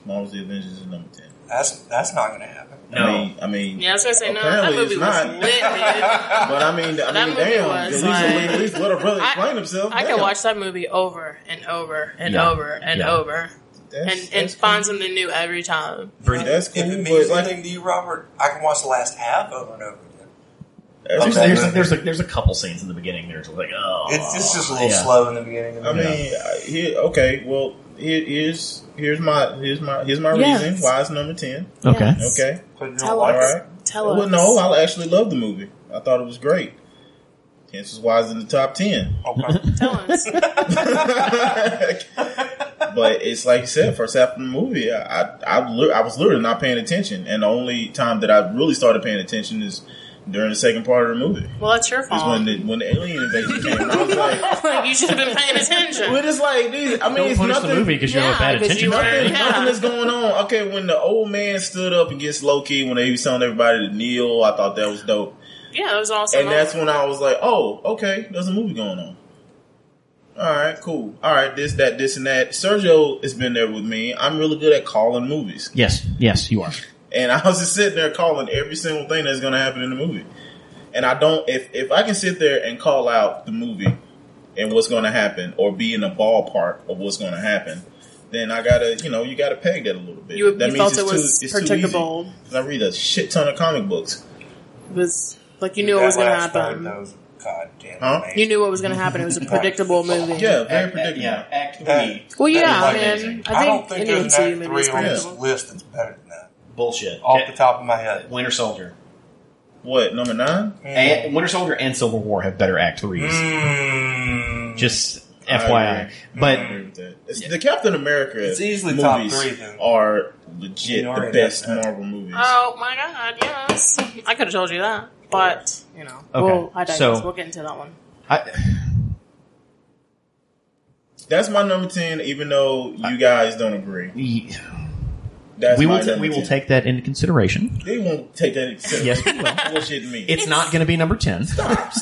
S2: Marvel's The Avengers is number 10.
S3: that's that's not going to happen.
S1: No.
S2: I mean, I mean
S4: Yeah, I was gonna say no. That
S2: Apparently
S4: movie
S2: it's
S4: was
S2: not.
S4: lit. Dude.
S2: <laughs>
S4: I,
S2: but I mean, I
S4: That
S2: mean,
S4: movie
S2: damn.
S4: was
S2: At least,
S4: like-
S2: at least let her brother
S4: I-
S2: explain himself.
S4: could
S2: Damn.
S4: watch that movie over and over and
S1: Yeah.
S4: over and
S1: Yeah.
S4: over,
S2: That's-
S4: and and
S2: that's
S4: find something new every time.
S2: cool. That's cool,
S3: if it means
S2: but like,
S3: anything to you, Robert, I can watch the last half over and over again.
S2: that's-
S3: Okay.
S1: There's, there's, a, there's a couple scenes in the beginning. There's like, oh,
S3: It's, it's just a little
S1: yeah.
S3: slow in the beginning. Of the
S2: I
S3: movie.
S2: mean, I- here, okay. Well, here, here's here's my here's my here's my
S4: Yes.
S2: reason why it's number ten.
S1: Okay.
S4: Yes.
S2: Okay,
S3: Put it on
S4: Tell
S2: all
S3: watch.
S4: us.
S2: right.
S4: Tell us.
S2: Well, no, I actually loved the movie. I thought it was great. Hence is why it's in the top ten. <laughs>
S3: Okay.
S4: Tell us.
S2: but it's like you said, first half of the movie, I, I, I, li- I was literally not paying attention, and the only time that I really started paying attention is during the second part of the movie.
S4: Well, that's your
S2: Is when
S4: fault.
S2: the when the alien invasion came. And I was like, <laughs>
S4: <laughs> like you should have been paying
S2: well,
S4: attention.
S2: it's like these. I mean,
S1: Don't
S2: it's
S1: punish
S2: nothing.
S1: the movie because you have a
S4: Yeah,
S1: bad
S4: 'cause you
S1: attention.
S4: were-
S1: span.
S2: Nothing,
S4: Yeah.
S2: nothing is going on. Okay, when the old man stood up against Loki when they was telling everybody to kneel, I thought that was dope.
S4: Yeah, it was an awesome.
S2: And that's
S4: moment.
S2: when I was like, oh, okay, there's a movie going on. All right, cool. All right, this, that, this, and that. Sergio has been there with me. I'm really good at calling movies.
S1: Yes, yes, you are.
S2: And <laughs> I was just sitting there calling every single thing that's going to happen in the movie. And I don't, if, if I can sit there and call out the movie and what's going to happen or be in the ballpark of what's going to happen, then I gotta, you know, you gotta peg that a little bit.
S4: you,
S2: that
S4: you felt it
S2: it's
S4: was
S2: too, it's too easy.
S4: predictable.
S2: 'Cause I read a shit ton of comic books.
S4: It was like you knew what was
S3: That
S4: gonna
S3: last
S4: happen.
S3: third, those goddamn
S2: Huh?
S3: things.
S4: You knew what was going to happen. It was a predictable movie.
S2: Yeah, very
S1: Act-
S2: predictable.
S1: yeah, Act Three.
S3: That-
S4: Well, yeah,
S3: That
S4: I
S3: is
S4: mean,
S1: amazing.
S3: I,
S4: I
S3: don't
S4: think E
S3: think
S4: any
S3: there's an
S4: MCU
S3: act
S4: movie is
S3: three on this
S4: predictable.
S3: list that's better than that.
S1: Bullshit.
S3: Off
S1: Okay.
S3: the top of my head.
S1: Winter Soldier.
S2: What, number nine?
S1: And Winter Soldier and Civil War have better act threes.
S3: Mm.
S1: Just
S2: I
S1: FYI.
S2: agree.
S1: But
S2: I agree with that. It's- The Captain America
S3: It's easily
S2: movies
S3: top three, then.
S2: are legit
S3: You
S2: the
S3: already
S2: best
S3: know that.
S2: Marvel movies.
S4: Oh my god, yes. I could have told you that, but you know, well, I digress.
S1: so-
S4: we'll get into that one.
S1: I,
S2: That's my number ten, even though you guys don't agree.
S1: we
S2: That's
S1: will
S2: my
S1: ta-
S2: number
S1: we will
S2: 10.
S1: take that into consideration.
S2: They won't take that. except-
S1: Yes, we will.
S2: bullshit me.
S1: It's, not going to be number ten.
S2: Stop.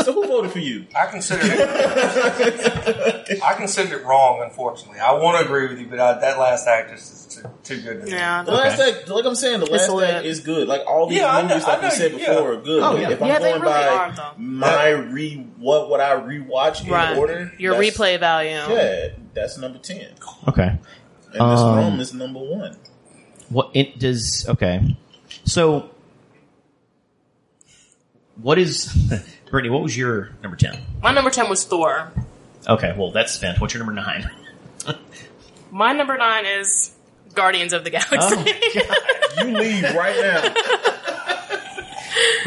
S2: so who voted for you?
S3: I considered it. I considered it wrong. Unfortunately, I want to agree with you, but I, that last actress is too, too good. To
S4: Yeah,
S2: The last act, like I'm saying, the last
S4: lit.
S2: act is good. Like all these
S3: Yeah, I know-
S2: movies, like
S3: I
S2: we
S3: know,
S2: said
S3: yeah.
S2: before, are good.
S1: Oh,
S2: But
S1: yeah.
S2: If I'm
S4: Yeah, they
S2: going
S4: really
S2: by
S4: are, though.
S2: my re, what would I rewatch in
S4: right.
S2: order?
S4: Your
S2: that's-
S4: replay value.
S2: Yeah, that's number ten,
S1: Okay.
S2: and this
S1: Um,
S2: room is number one.
S1: What it does? Okay. So, what is <laughs> Brittany? What was your number ten?
S4: My number ten was Thor.
S1: Okay. Well, that's spent. What's your number nine?
S4: My number nine is Guardians of the Galaxy.
S1: Oh, <laughs>
S2: You leave right now.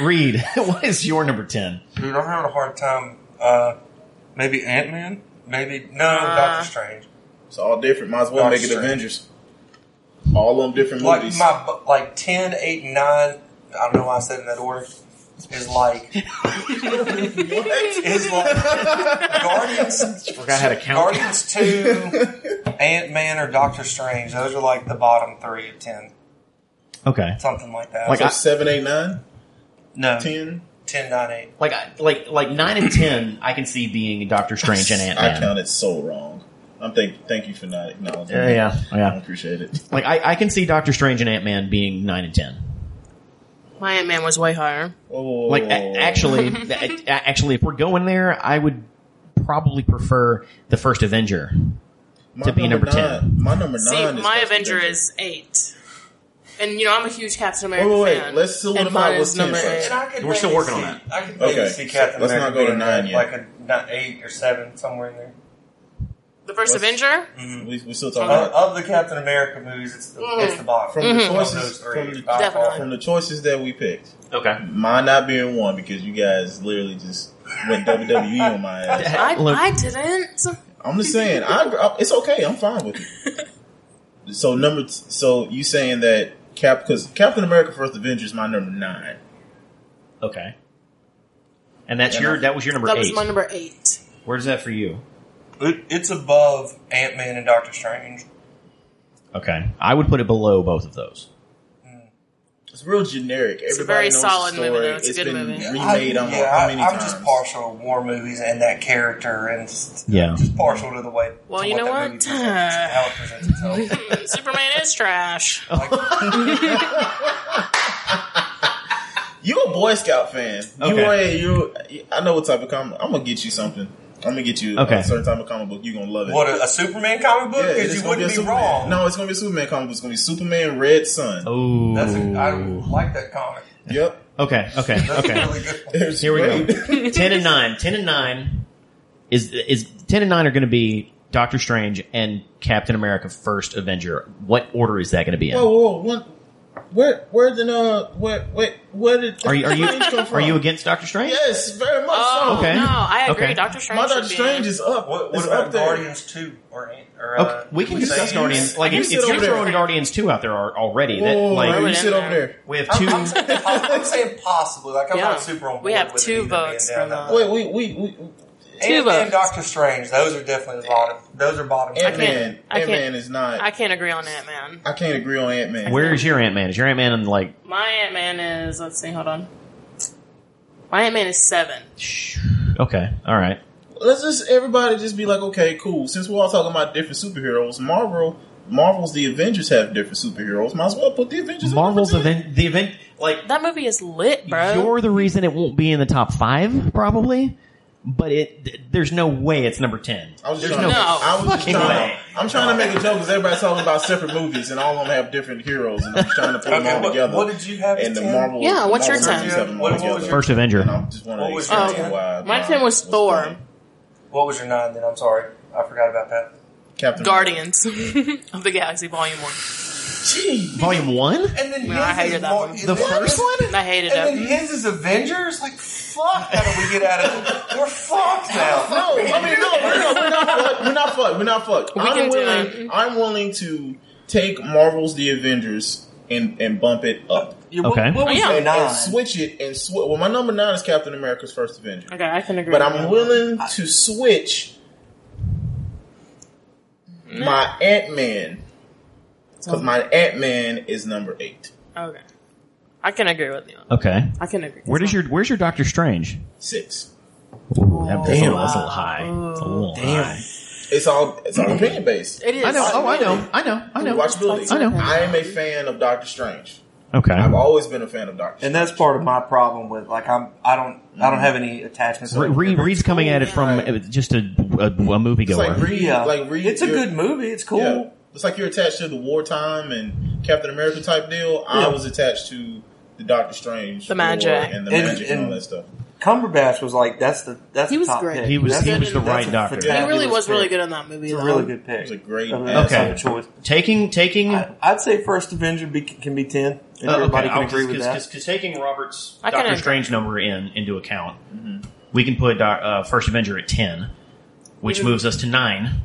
S1: Reed, <laughs> what is your number ten?
S3: Dude, I'm having a hard time. Uh, maybe Ant Man. Maybe no
S11: Uh.
S3: Doctor Strange.
S2: It's all different. Might as well
S3: Doctor
S2: make it
S3: Strange.
S2: Avengers. All them different
S3: Like
S2: movies.
S1: <laughs>
S2: <laughs>
S3: my bu- like 10, 8, and nine. I don't know why I said in that order. Is like is like Guardians.
S1: Forgot how to count.
S3: Guardians two, Ant Man, or Doctor Strange. Those are like the bottom three of ten,
S1: Okay.
S3: something like that.
S1: Like
S2: so
S1: I-
S2: seven, eight, nine,
S3: no, 10,
S2: ten.
S3: 10 9, 8.
S1: like I- like like nine and ten, I can see being Doctor Strange and Ant
S2: I
S1: Man.
S2: counted so wrong. I'm thank thank you for not acknowledging.
S1: Yeah,
S2: that.
S1: yeah,
S2: I
S1: yeah.
S2: appreciate it.
S1: Like I, I can see Doctor Strange and Ant Man being nine and ten.
S4: <laughs> My Ant Man was way higher.
S2: Oh,
S1: Like a-
S4: <laughs>
S1: actually, a- a- actually, if we're going there, I would probably prefer the first Avenger.
S2: my
S1: to be number 10.
S2: nine- My number nine.
S4: See,
S2: is
S4: my
S2: Captain
S4: Avenger is eight, and you know I'm a huge Captain
S2: Wait,
S4: America
S2: wait, wait.
S4: fan.
S2: Let's see what
S4: And mine
S2: about
S4: is
S2: what's ten
S4: number
S2: first.
S4: eight.
S11: We're still working on that.
S3: I could maybe
S2: Okay,
S3: see Captain
S2: let's not
S3: America
S2: go to
S3: being
S2: nine yet.
S3: like- Like a not eight or seven, somewhere in there.
S4: The first
S1: <laughs>
S2: Let's-
S4: Avenger.
S2: We, we still talking
S3: Of,
S2: about
S3: of the Captain America movies, it's the, it's
S4: Mm-hmm.
S3: the bottom.
S2: from the
S3: Of those
S2: choices
S3: three,
S2: from the,
S3: by far.
S4: Definitely.
S2: from the choices that we picked.
S11: Okay.
S2: Mine not being one because you guys literally just went WWE on my
S4: <laughs>
S2: ass.
S4: I,
S1: Look,
S4: I didn't.
S2: I'm just saying, I, I- it's okay. I'm fine with it. So number, t- so you saying that Cap because Captain America: First Avenger is my number nine.
S1: okay. And that's
S2: Yeah,
S1: your
S2: no.
S1: that was your number
S4: That was
S1: eight.
S4: my number eight.
S1: Where's that for you?
S3: It, it's above Ant Man and Doctor Strange.
S1: Okay, I would put it below both of those.
S2: It's real generic. Everybody
S4: a very
S2: knows
S4: solid
S2: the story.
S4: movie, though. It's a good
S2: been
S4: movie.
S2: remade.
S3: I,
S2: on
S3: yeah,
S2: how many
S3: I, am
S2: times?
S3: just partial to war movies and that character, and just,
S1: Yeah.
S3: just partial to the way.
S4: Well,
S3: to
S4: you know
S3: that
S4: what?
S3: movie presents, how it presents itself.
S4: Hmm, <laughs> Superman is trash.
S2: You a Boy Scout fan? You are.
S1: Okay.
S2: A, you. I know what type of comic. I'm gonna get you something. I'm gonna get you
S1: Okay.
S2: a certain type of comic book. You are gonna love it.
S3: What a, a Superman comic book?
S2: Yeah,
S3: Because
S2: it's
S3: you
S2: gonna
S3: wouldn't
S2: a
S3: be,
S2: Superman.
S3: wrong.
S2: No, it's gonna be a Superman comic book. It's gonna be Superman Red Sun.
S1: Oh.
S3: that's a, I like that comic.
S2: Yep.
S1: okay. Okay.
S3: That's a
S1: Okay.
S3: really good. one.
S2: It's
S1: Here we go.
S2: <laughs> great.
S1: ten and nine. Ten and nine is is ten and nine are going to be Doctor Strange and Captain America: First Avenger. What order is that going to be in?
S2: Whoa, whoa, what? Where, where did uh, where, where, where did
S1: Are you are you
S2: <laughs> Strange come from?
S1: are you against Doctor Strange?
S2: Yes, very much
S4: <laughs>
S2: so.
S4: Oh
S1: Okay.
S4: no, I agree.
S1: Okay.
S4: Doctor Strange.
S2: My
S4: should
S2: Doctor
S4: be
S2: Strange
S4: in.
S2: is up.
S3: What,
S2: It's
S3: what
S2: up
S3: about
S2: there.
S3: Guardians Two or, Ant- or
S1: Okay,
S3: uh,
S1: we can
S3: was it
S1: discuss
S3: Ant-Man?
S1: Guardians. Like
S2: you
S1: if, if
S2: sit
S1: you're
S2: over there.
S1: throwing Guardians two out there al- already, that
S2: Whoa,
S1: like
S2: you
S4: it
S2: sit
S4: in
S2: over
S4: there.
S2: there.
S1: we have
S3: I'm, I'm,
S1: two.
S3: saying, I'm saying possibly. Like I'm
S4: Yeah.
S3: not super on board
S4: We have
S3: with it
S4: two
S3: either being
S4: votes
S3: down
S4: for
S3: that
S4: that.
S3: low.
S2: Wait, we, we, we
S3: Ant-Man
S4: votes.
S3: and Doctor Strange. Those are definitely the bottom. Those are bottom.
S2: Ant
S3: tier.
S2: Man,
S4: I
S2: Ant
S4: can't-
S2: Man is not.
S4: I
S2: I,
S4: can't agree on Ant Man.
S2: can't agree on Ant Man.
S1: Where is your Ant Man? Is your Ant Man in like?
S4: My Ant Man is. Let's see. Hold on. My Ant Man is seven.
S1: sh- Okay, all right.
S2: Let's just everybody just be like, okay, cool. Since we're all talking about different superheroes, Marvel, Marvel's the Avengers have different superheroes. Might as well put the Avengers. in
S1: Marvel's
S2: number 10.
S1: event, the event, like
S4: That movie is lit, bro.
S1: you're the reason it won't be in the top five probably, but it th- there's no way it's number ten.
S2: I was just
S1: There's no
S2: trying to, I was just
S1: fucking
S2: trying
S1: way.
S2: I'm trying to make a joke because everybody's talking about separate movies and all of them have different heroes and I'm just trying to put them
S3: Okay,
S2: all
S3: what-
S2: together.
S3: what did you have
S2: And
S3: as
S2: the
S3: 10?
S2: Marvel.
S4: Yeah, what's your
S2: Marvel
S4: 10?
S2: movies have them all
S3: What- what was
S2: together.
S3: your-
S1: First Avenger.
S2: And I just want
S3: What
S2: to
S3: was
S2: explain
S4: your 10?
S2: why.
S4: Oh, My
S2: why
S4: 10 was
S2: what's
S4: Thor.
S2: funny.
S3: What was your nine? Then I'm sorry, I forgot about that.
S2: Captain
S4: Guardians <laughs> of the Galaxy Volume One.
S2: Gee,
S1: Volume one.
S3: And then
S4: No,
S3: his
S4: I hated
S3: is
S4: that
S3: Mar-
S4: one.
S3: is
S1: The
S3: that
S1: first
S3: one.
S4: I hated
S3: And then
S4: it.
S3: his is Avengers. Like fuck, how do we get out of it? We're fucked now.
S2: no, I mean no, we're not, we're not fucked. We're not fucked. We're not fucked.
S4: We
S2: I'm
S4: can do
S2: willing. I'm willing to take Marvel's The Avengers and and bump it up.
S3: <laughs> Yeah, what-
S1: Okay.
S3: What was
S4: Oh, yeah.
S3: your
S2: And
S3: nine?
S2: switch it and switch. Well, my number nine is Captain America's First Avenger.
S4: Okay, I can agree.
S2: but
S4: with
S2: I'm
S4: you.
S2: willing to switch my Ant Man because my Ant Man is number eight.
S4: Okay, I can agree with you.
S1: Okay.
S4: I can agree.
S1: Where does your Where's your Doctor Strange?
S2: Six.
S1: Ooh, that, that's,
S2: Damn.
S1: A, that's a little high. It's a little high.
S2: It's all it's all opinion based.
S4: It is.
S1: I know. Oh, I know. I know. I know.
S2: Watchability.
S1: I know.
S2: I am a fan of Doctor Strange.
S1: Okay.
S2: I've always been a fan of Doctor.
S3: and that's part of my problem with like I'm I don't I don't have any attachments. to
S1: Re-
S3: it.
S1: Re- Reed's coming at it from
S2: Right.
S1: uh, just a, a, a
S2: It's like
S1: moviegoer.
S2: read,
S3: yeah,
S2: like read.
S3: it's a
S2: your-
S3: good movie. It's cool.
S2: Yeah, it's like you're attached to the wartime and Captain America type deal. I
S3: Yeah.
S2: was attached to the Doctor Strange,
S4: The magic.
S2: lore and the
S3: And-
S2: magic and all
S3: and-
S2: that stuff.
S3: Cumberbatch was like that's the that's
S4: He
S3: the
S4: was
S3: top
S4: great.
S3: pick.
S1: He was-
S3: That's
S1: he
S3: a-
S1: was the
S3: that's
S1: right
S3: a
S1: doctor. He
S4: He
S3: fabulous
S4: really was
S3: pick.
S4: really good in that movie.
S3: It's a
S4: though.
S3: really good pick.
S2: It was a great
S3: I mean, that's
S1: Okay.
S3: not a choice.
S1: Taking taking.
S3: I, I'd say First Avenger be, can be ten. And
S1: Uh,
S3: Uh, everybody
S1: okay,
S3: can
S1: I'll
S3: agree
S1: just-
S3: with
S1: cause,
S3: that.
S1: Because taking Robert's
S4: I Mm-hmm.
S1: Doctor
S4: kinda-
S1: Strange number in into account, we can put Doc- uh, First Avenger at ten, which
S4: Mm-hmm.
S1: moves us to nine.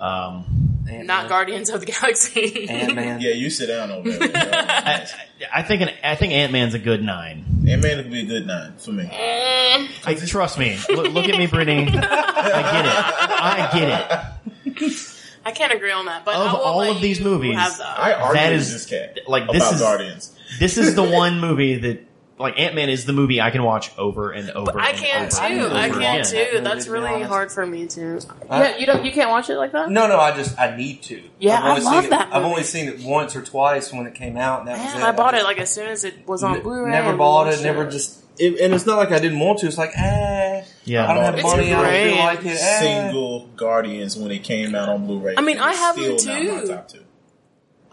S1: Um,
S4: Not Guardians of the Galaxy.
S3: Ant
S2: <laughs>
S3: Man.
S2: Yeah, you sit down over there.
S1: I,
S2: Ant
S1: I think an, I think Ant Man's a good
S2: <laughs>
S1: nine.
S2: Man could be a good nine for me.
S4: Mm,
S1: I, trust me. Look, look at me,
S4: <laughs>
S1: Brittany. I get it. I get it.
S4: I can't agree on that. But
S1: Of
S4: I will
S1: all
S4: let
S1: of these
S4: you
S1: movies,
S4: have that.
S2: I argue
S1: That
S2: with
S1: is-
S2: this cat
S1: like,
S2: about
S1: this is-
S2: Guardians.
S1: This is the one movie that like Ant Man is the movie I can watch over and over.
S4: But I
S1: and
S4: can
S1: over
S4: too.
S1: and over
S4: I
S1: again.
S4: can too. That's really hard for me too.
S3: I-
S4: yeah, you don't. You can't watch it like that.
S3: Uh, No, no, I just I need to.
S4: Yeah, I
S3: seen
S4: love
S3: it,
S4: that
S3: I've
S4: movie.
S3: only seen it once or twice when it came out, and that was
S4: Man,
S3: it.
S4: I bought
S3: just-
S4: it like as soon as it was
S3: Ne-
S4: on Blu-ray.
S3: Never
S4: and
S3: bought it.
S4: watched
S3: Never just. It, and it's not like I didn't want to. It's like, eh,
S1: Yeah.
S3: I don't have
S4: It's
S3: money. I don't
S4: great.
S3: feel like it. Eh.
S2: single Guardians when it came out on Blu-ray.
S4: I mean, I have them
S2: still not
S4: too.
S2: my top two.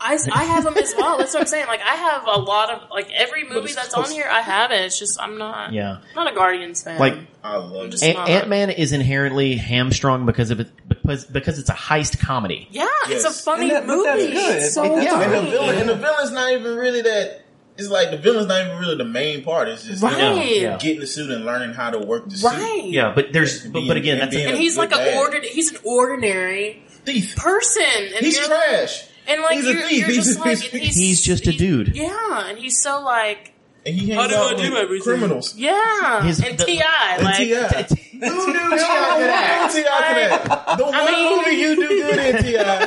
S4: I, I have them as well. That's what I'm saying. Like I have a lot of like every movie
S2: it's
S4: that's
S2: close.
S4: on here. I have it. It's just I'm not.
S1: Yeah.
S4: Not a Guardians fan.
S1: Like-
S2: I love
S4: Just-
S2: it.
S1: Ant-
S4: not.
S1: Ant-Man is inherently hamstrung because of it, because because it's a heist comedy.
S4: yeah, it's a
S2: Yes.
S4: funny
S3: And that- but
S4: movie.
S3: that's good.
S4: It's so
S3: It- that's
S2: And the
S4: funny.
S2: villain, and the villain's not even really that. It's like the villain's not even really the main part. It's just him
S4: Right.
S1: Yeah.
S2: getting the suit and learning how to work the
S4: Right.
S2: suit.
S1: Yeah, but there's
S2: And
S1: but,
S2: being-
S1: but again
S2: and
S1: that's a-
S2: being
S4: And
S2: a
S4: he's
S2: good
S4: like a
S2: dad.
S4: ordered. He's an ordinary
S2: thief.
S4: person. And
S2: He's
S4: you're-
S2: trash,
S4: And like
S2: He's a
S4: you're,
S2: thief.
S4: you're
S2: He's-
S4: just like
S2: he's-
S4: he's,
S1: He's just a
S4: he-
S1: dude.
S4: Yeah, and he's so like
S2: and he
S3: How
S2: hangs
S3: do I
S2: out
S3: do everything?
S2: with criminals.
S4: yeah,
S1: His-
S4: and
S1: the-
S4: Ti
S2: And
S1: <laughs>
S4: like
S2: Ti, who do Ti for that? Ti for that. The one
S4: mean-
S2: movie you do good in Ti.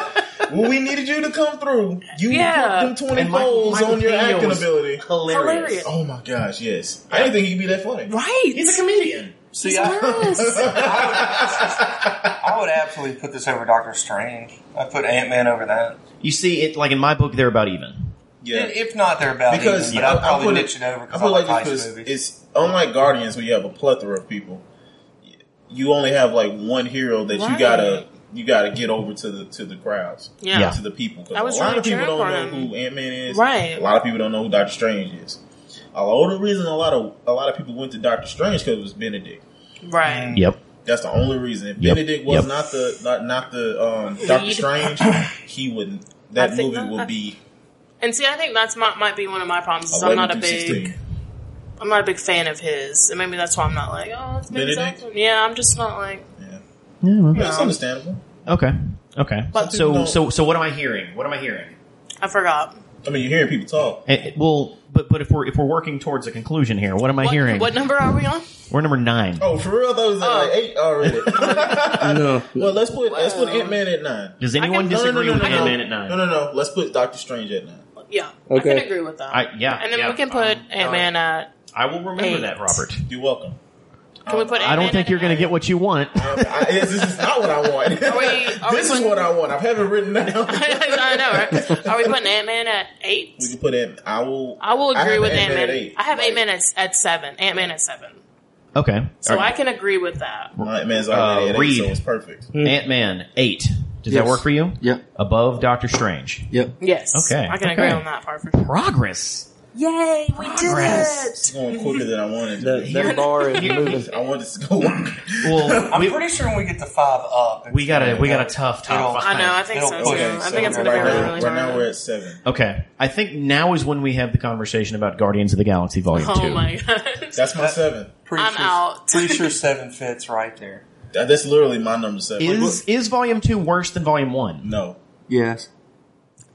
S2: When we needed you to come through, you
S4: Yeah.
S2: put them twenty
S1: and Michael-
S2: holes
S1: Michael
S2: on your
S1: Pena
S2: acting
S1: was
S2: ability.
S1: Hilarious.
S4: Hilarious.
S2: Oh my gosh, yes. I didn't think he'd be that funny.
S4: right.
S1: He's a comedian.
S3: See, I,
S2: <laughs>
S4: yes.
S3: I would absolutely put this over Doctor Strange. I put Ant Man over that.
S1: You see it like in my book they're about even.
S2: Yeah.
S3: If if not, they're about
S2: because
S3: even, but
S2: I,
S3: I'd
S2: I,
S3: probably
S2: put
S3: niche
S2: it,
S3: it over
S2: I
S3: because I,
S2: put it like
S3: like
S2: this
S3: heist
S2: 'cause
S3: movies.
S2: it's unlike Guardians where you have a plethora of people. You only have like one hero that
S4: Right.
S2: you gotta you gotta get over to the to the crowds,
S4: Yeah.
S1: Yeah.
S2: to the people. 'Cause
S4: I was
S2: a lot
S4: really
S2: of people
S4: cheering
S2: don't
S4: for
S2: know
S4: him.
S2: who Ant Man is.
S4: Right.
S2: A lot of people don't know who Doctor Strange is. A lot of the reason a lot of a lot of people went to Doctor Strange because it was Benedict.
S4: right.
S1: Yep.
S2: That's the only reason. If
S1: Yep.
S2: Benedict was
S1: Yep.
S2: not the not, not the um, Doctor
S4: <laughs>
S2: Strange, he wouldn't. That
S4: I think
S2: movie
S4: not.
S2: would be
S4: And see, I think that's my, might be one of my problems. Is I'm
S2: 11
S4: not a
S2: through
S4: big,
S2: 16.
S4: I'm not a big fan of his, and maybe that's why I'm not like, oh, it's maybe
S2: Benedict?
S4: something. Yeah, I'm just not like,
S2: Yeah.
S1: Yeah, well,
S2: That's understandable.
S1: Okay. Okay.
S4: But-
S1: so so so what am I hearing? What am I hearing?
S4: I forgot.
S2: I mean, you're hearing people talk.
S1: Eh, eh, well, but but if we're if we're working towards a conclusion here, what am I
S4: What,
S1: hearing?
S4: what number are we on?
S1: We're number nine.
S2: Oh, for real? Those are like eight
S4: <laughs>
S2: already.
S5: No.
S2: well, let's put let's put
S4: Wow.
S2: Ant Man at nine.
S1: Does
S4: can-
S1: anyone
S4: No,
S2: no,
S1: disagree
S2: no,
S1: with
S2: no,
S1: Ant Man
S2: no.
S1: at nine?
S2: No, no, no. Let's put Doctor Strange at nine.
S4: Yeah, I
S5: Okay.
S4: can agree with that.
S1: I, yeah.
S4: and then
S1: yeah. Um,
S4: we can put Ant Man at.
S1: I will remember
S4: Eight.
S1: that, Robert.
S2: You're welcome.
S4: Can we put?
S1: I don't
S4: Ant-Man
S1: think
S4: at
S1: you're going to
S4: nine?
S1: get what you want.
S2: I, I, this is not what I want.
S4: Are
S2: <laughs>
S4: we- are we
S2: this is
S4: putting-
S2: what I want. I have it written down.
S4: <laughs> I know, right? Are we putting Ant Man at eight?
S2: We can put Ant. I will.
S4: I will
S2: have
S4: agree with Ant
S2: Ant-Man at
S4: Man.
S2: eight.
S4: I have
S2: Like,
S4: Ant Man at, at seven. Ant Man at seven.
S1: Okay.
S4: So I can agree with that.
S2: my Ant-Man's already
S1: Uh,
S2: at eight,
S1: Reed.
S2: so it's perfect.
S4: Mm.
S1: Ant Man eight. Does that
S5: Yes.
S1: work for you?
S5: Yep.
S1: Above Doctor Strange.
S5: Yep.
S4: Yes.
S1: Okay,
S4: I can
S1: okay.
S4: agree on that part for sure.
S1: Progress.
S4: Yay, we
S1: Progress.
S2: It's going quicker than I wanted.
S5: That,
S2: To be.
S5: that bar is moving.
S2: I want this to go. <laughs>
S1: Well,
S3: <laughs> I'm
S1: we,
S3: pretty sure when we get to five up,
S1: we got a we got a tough top
S4: I
S1: five.
S4: know, I think so
S3: It'll
S4: too.
S3: push it,
S4: I
S3: so
S4: think it's
S3: we're
S4: gonna be
S3: right
S4: really,
S3: there.
S4: really
S2: right now we're
S4: hard.
S2: at seven.
S1: Okay, I think now is when we have the conversation about Guardians of the Galaxy Volume
S4: Oh
S1: Two.
S4: my gosh.
S2: That's my seven.
S3: Pretty
S4: I'm
S3: sure,
S4: out.
S3: Pretty sure seven fits right
S4: <laughs>
S3: there.
S2: That- That's literally my number seven.
S1: Is is Volume Two worse than Volume One?
S2: no.
S5: Yes.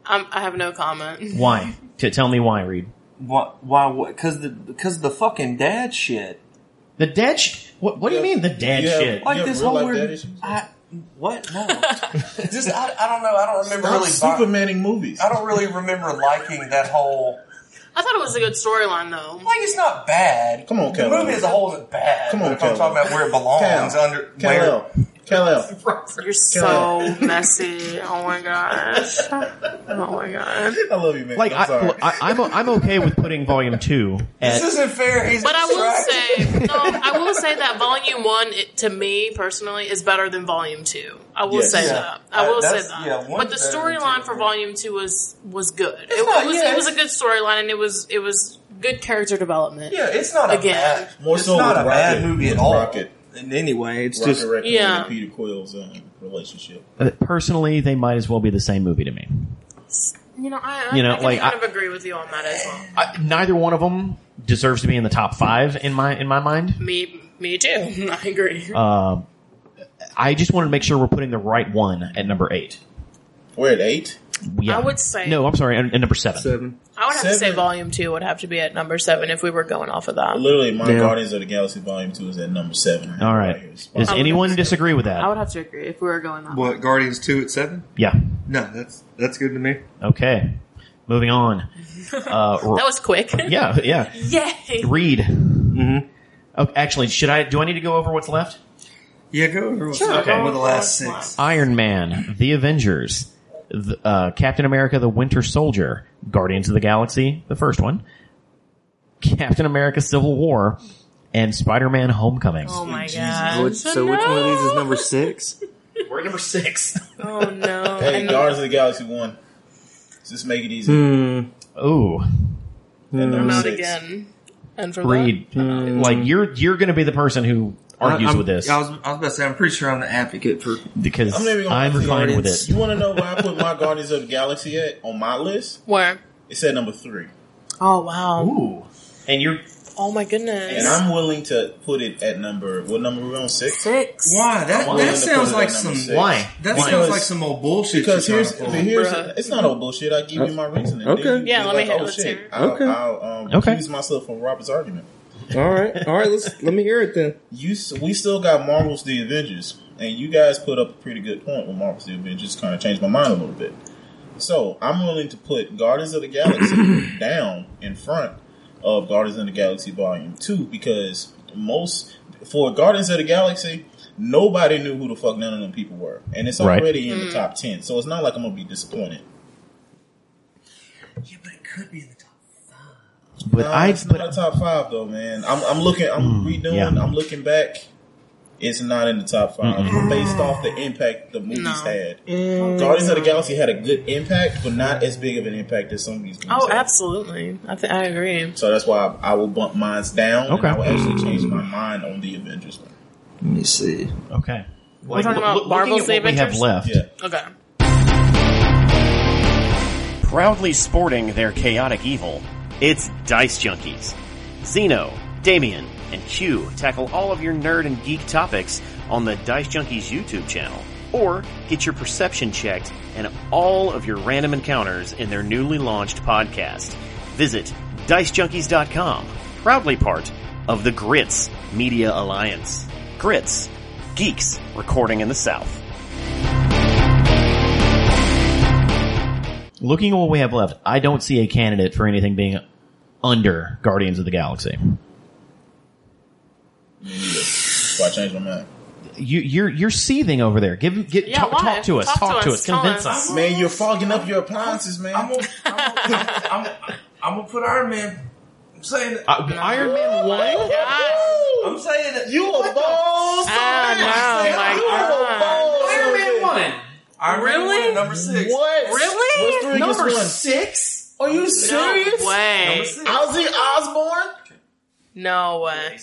S4: I'm, I have no comment.
S1: Why? T- tell me why, Reed.
S3: Why? Why? Because the because the fucking dad shit.
S1: The dead. Sh- what, what do you mean the dead
S2: Yeah.
S1: shit?
S3: Like
S2: You have
S3: this
S2: real
S3: whole
S2: life dad
S3: weird.
S2: issues?
S3: I, what? No. Just I, I don't know. I don't remember
S2: Stop
S3: really.
S2: Supermaning movies.
S3: I don't really remember liking that whole.
S4: I thought it was a good storyline though.
S3: Like it's not bad.
S2: Come on,
S3: the
S2: Kevin.
S3: movie as a whole isn't bad.
S2: Come on,
S3: but if I'm
S2: Kevin.
S3: talking about where it belongs
S2: Cal.
S3: under where. <laughs>
S2: Kal-El. Kal-El.
S4: You're so messy. Oh my gosh. Oh my god.
S2: I love you, man.
S1: Like
S2: I'm
S1: I,
S2: sorry.
S1: look, I, I'm o- I'm okay with putting Volume Two at
S3: This isn't fair. He's
S4: But I will
S3: distracted.
S4: say, no, I will say that Volume One, it, to me personally, is better than Volume Two. I will
S2: Yes.
S4: say
S3: Yeah.
S4: that. I
S3: I-
S4: will say
S3: that's-
S4: that.
S3: yeah, one's
S4: but the
S3: better than
S4: storyline
S3: two.
S4: for Volume Two was was good. It,
S3: not-
S4: was
S3: yeah,
S4: it was a
S3: it's-
S4: good storyline, and it was it was good character development.
S3: Yeah, it's not
S4: Again.
S3: a bad.
S2: More
S3: it's
S2: so
S3: not
S2: with
S3: a bad
S2: Rocket-
S3: movie at
S2: with
S3: all.
S2: Rocket.
S3: <laughs> And anyway, it's
S2: Rocket
S3: just
S2: Raccoon
S4: Yeah.
S2: and Peter Quill's um, relationship.
S1: Uh, personally, they might as well be the same movie to me.
S4: You know, I, I,
S1: You know,
S4: I can
S1: like,
S4: kind
S1: I-
S4: of agree with you on that as well.
S1: I, neither one of them deserves to be in the top five in my in my mind.
S4: Me, me too. <laughs> I agree.
S1: Uh, I just wanted to make sure we're putting the right one at number eight.
S2: We're at eight.
S1: Yeah.
S4: I would say-
S1: no. I'm sorry, at, at number seven.
S5: Seven.
S4: I would have to say
S2: seven.
S4: Volume Two would have to be at number seven if we were going off of that.
S2: Literally, my
S5: Yeah.
S2: Guardians of the Galaxy Volume Two is at number seven.
S1: All right.
S2: here. It's fine.
S1: Does anyone disagree with that?
S4: I would have to agree if we were going that. way.
S11: What Guardians two at seven?
S1: yeah.
S11: No, that's that's good to me.
S1: Okay. Moving
S4: <laughs>
S1: on. Uh,
S4: That was quick.
S1: yeah, yeah.
S4: <laughs> Yay!
S1: Read. Mm-hmm. Oh, actually, should I? Do I need to go over what's left?
S3: Yeah, go over what's
S4: Sure,
S3: up
S4: go over
S3: with the last
S4: what's
S3: six.
S1: Iron Man, The Avengers, the, uh, Captain America, The Winter Soldier, Guardians of the Galaxy, the first one, Captain America, Civil War, and Spider-Man: Homecoming.
S4: Oh my
S11: So,
S4: god.
S11: which- so which one of these is number six?
S1: We're number six. <laughs>
S4: Oh no.
S2: Hey,
S4: And-
S2: Guardians of the Galaxy one. Just make it easy.
S11: Hmm.
S1: Ooh, Mm-hmm.
S2: And
S4: I'm
S2: number
S4: out
S2: six.
S4: again. And for
S1: Reed, like you're you're going to be the person who argues
S11: I, I'm-
S1: with this
S11: I was, I was about to say, I'm pretty sure I'm the advocate for.
S1: because
S2: I'm not even gonna
S1: I'm
S2: argue
S1: fine with
S11: Guardians.
S1: it.
S2: You want to know where I put my Guardians of the Galaxy at on my list?
S4: that. Where?
S2: It said number three,
S4: Oh wow.
S1: Ooh, and you're
S4: Oh my goodness.
S2: and I'm willing to put it at number. What number we on? Six.
S4: Six.
S11: Why? That
S2: I'm willing
S11: that
S2: to put
S11: sounds
S2: it at
S11: like
S2: number
S11: some.
S2: six.
S1: why?
S11: That
S1: Why?
S11: sounds like some old bullshit.
S2: Because
S11: you're
S2: here's,
S11: trying to
S2: but
S11: pull.
S2: here's
S4: Bruh.
S2: it's not all bullshit. I give you my reasoning.
S5: Okay.
S2: Then you
S4: Yeah,
S2: be
S4: let me hear-
S2: oh
S4: let's
S2: shit,
S4: hear it.
S2: I'll,
S5: Okay.
S2: I'll um,
S1: Okay.
S2: accuse myself from Robert's argument.
S5: All right, all right. Let's let me hear it then.
S2: You, s- we still got Marvel's The Avengers, and you guys put up a pretty good point with Marvel's The Avengers. Kind of changed my mind a little bit. So I'm willing to put Guardians of the Galaxy <coughs> down in front of Guardians of the Galaxy Volume Two because most for Guardians of the Galaxy, nobody knew who the fuck none of them people were, and it's
S1: Right.
S2: already in the top ten. So it's not like I'm gonna be disappointed.
S11: Yeah, but it could be in the top.
S1: But
S2: No,
S1: I
S2: it's
S1: but Mm,
S2: not a top five though, man. I'm, I'm looking, I'm redoing,
S1: yeah.
S2: I'm looking back. It's not in the top 5 based off the impact the movies
S4: No.
S2: had. Guardians of the Galaxy had a good impact, but not as big of an impact as some of these. Movies
S4: Oh,
S2: had.
S4: absolutely. I th- I agree.
S2: So that's why I, I will bump mine's down.
S1: Okay.
S2: Okay,
S1: Mm.
S2: and I will actually change my mind on the Avengers one.
S11: Let me see.
S1: okay. Like,
S4: talking about
S1: look- looking
S4: Marvel's
S1: at
S4: The
S1: what we have
S4: Avengers?
S1: left.
S2: Yeah,
S4: Okay.
S12: Proudly sporting their chaotic evil, it's Dice Junkies. Zeno, Damien, and Q tackle all of your nerd and geek topics on the Dice Junkies YouTube channel, or get your perception checked and all of your random encounters in their newly launched podcast. Visit DiceJunkies.com, proudly part of the Grits Media Alliance. Grits, geeks recording in the South.
S1: Looking at what we have left, I don't see a candidate for anything being under Guardians of the Galaxy.
S2: so I changed my mind.
S1: You, you're you're seething over there. Give get,
S4: Yeah,
S1: talk,
S4: why?
S1: talk to us. Talk, to us. Convince
S4: Tell
S1: us.
S2: Man, you're fogging up your appliances, man.
S11: I'm gonna, I'm gonna, I'm gonna- I'm gonna put Iron Man. I'm saying.
S1: Uh, Iron Man one.
S11: I'm saying that
S2: you a balls.
S4: Ah,
S11: Iron Man won. Iron
S4: Really?
S11: Man won, number six.
S2: What?
S4: Really?
S2: What's three against
S1: Number
S2: one?
S1: six.
S11: Are you
S4: no, no
S11: Number
S4: way.
S11: six.
S2: Ozzy Osbourne.
S4: No way.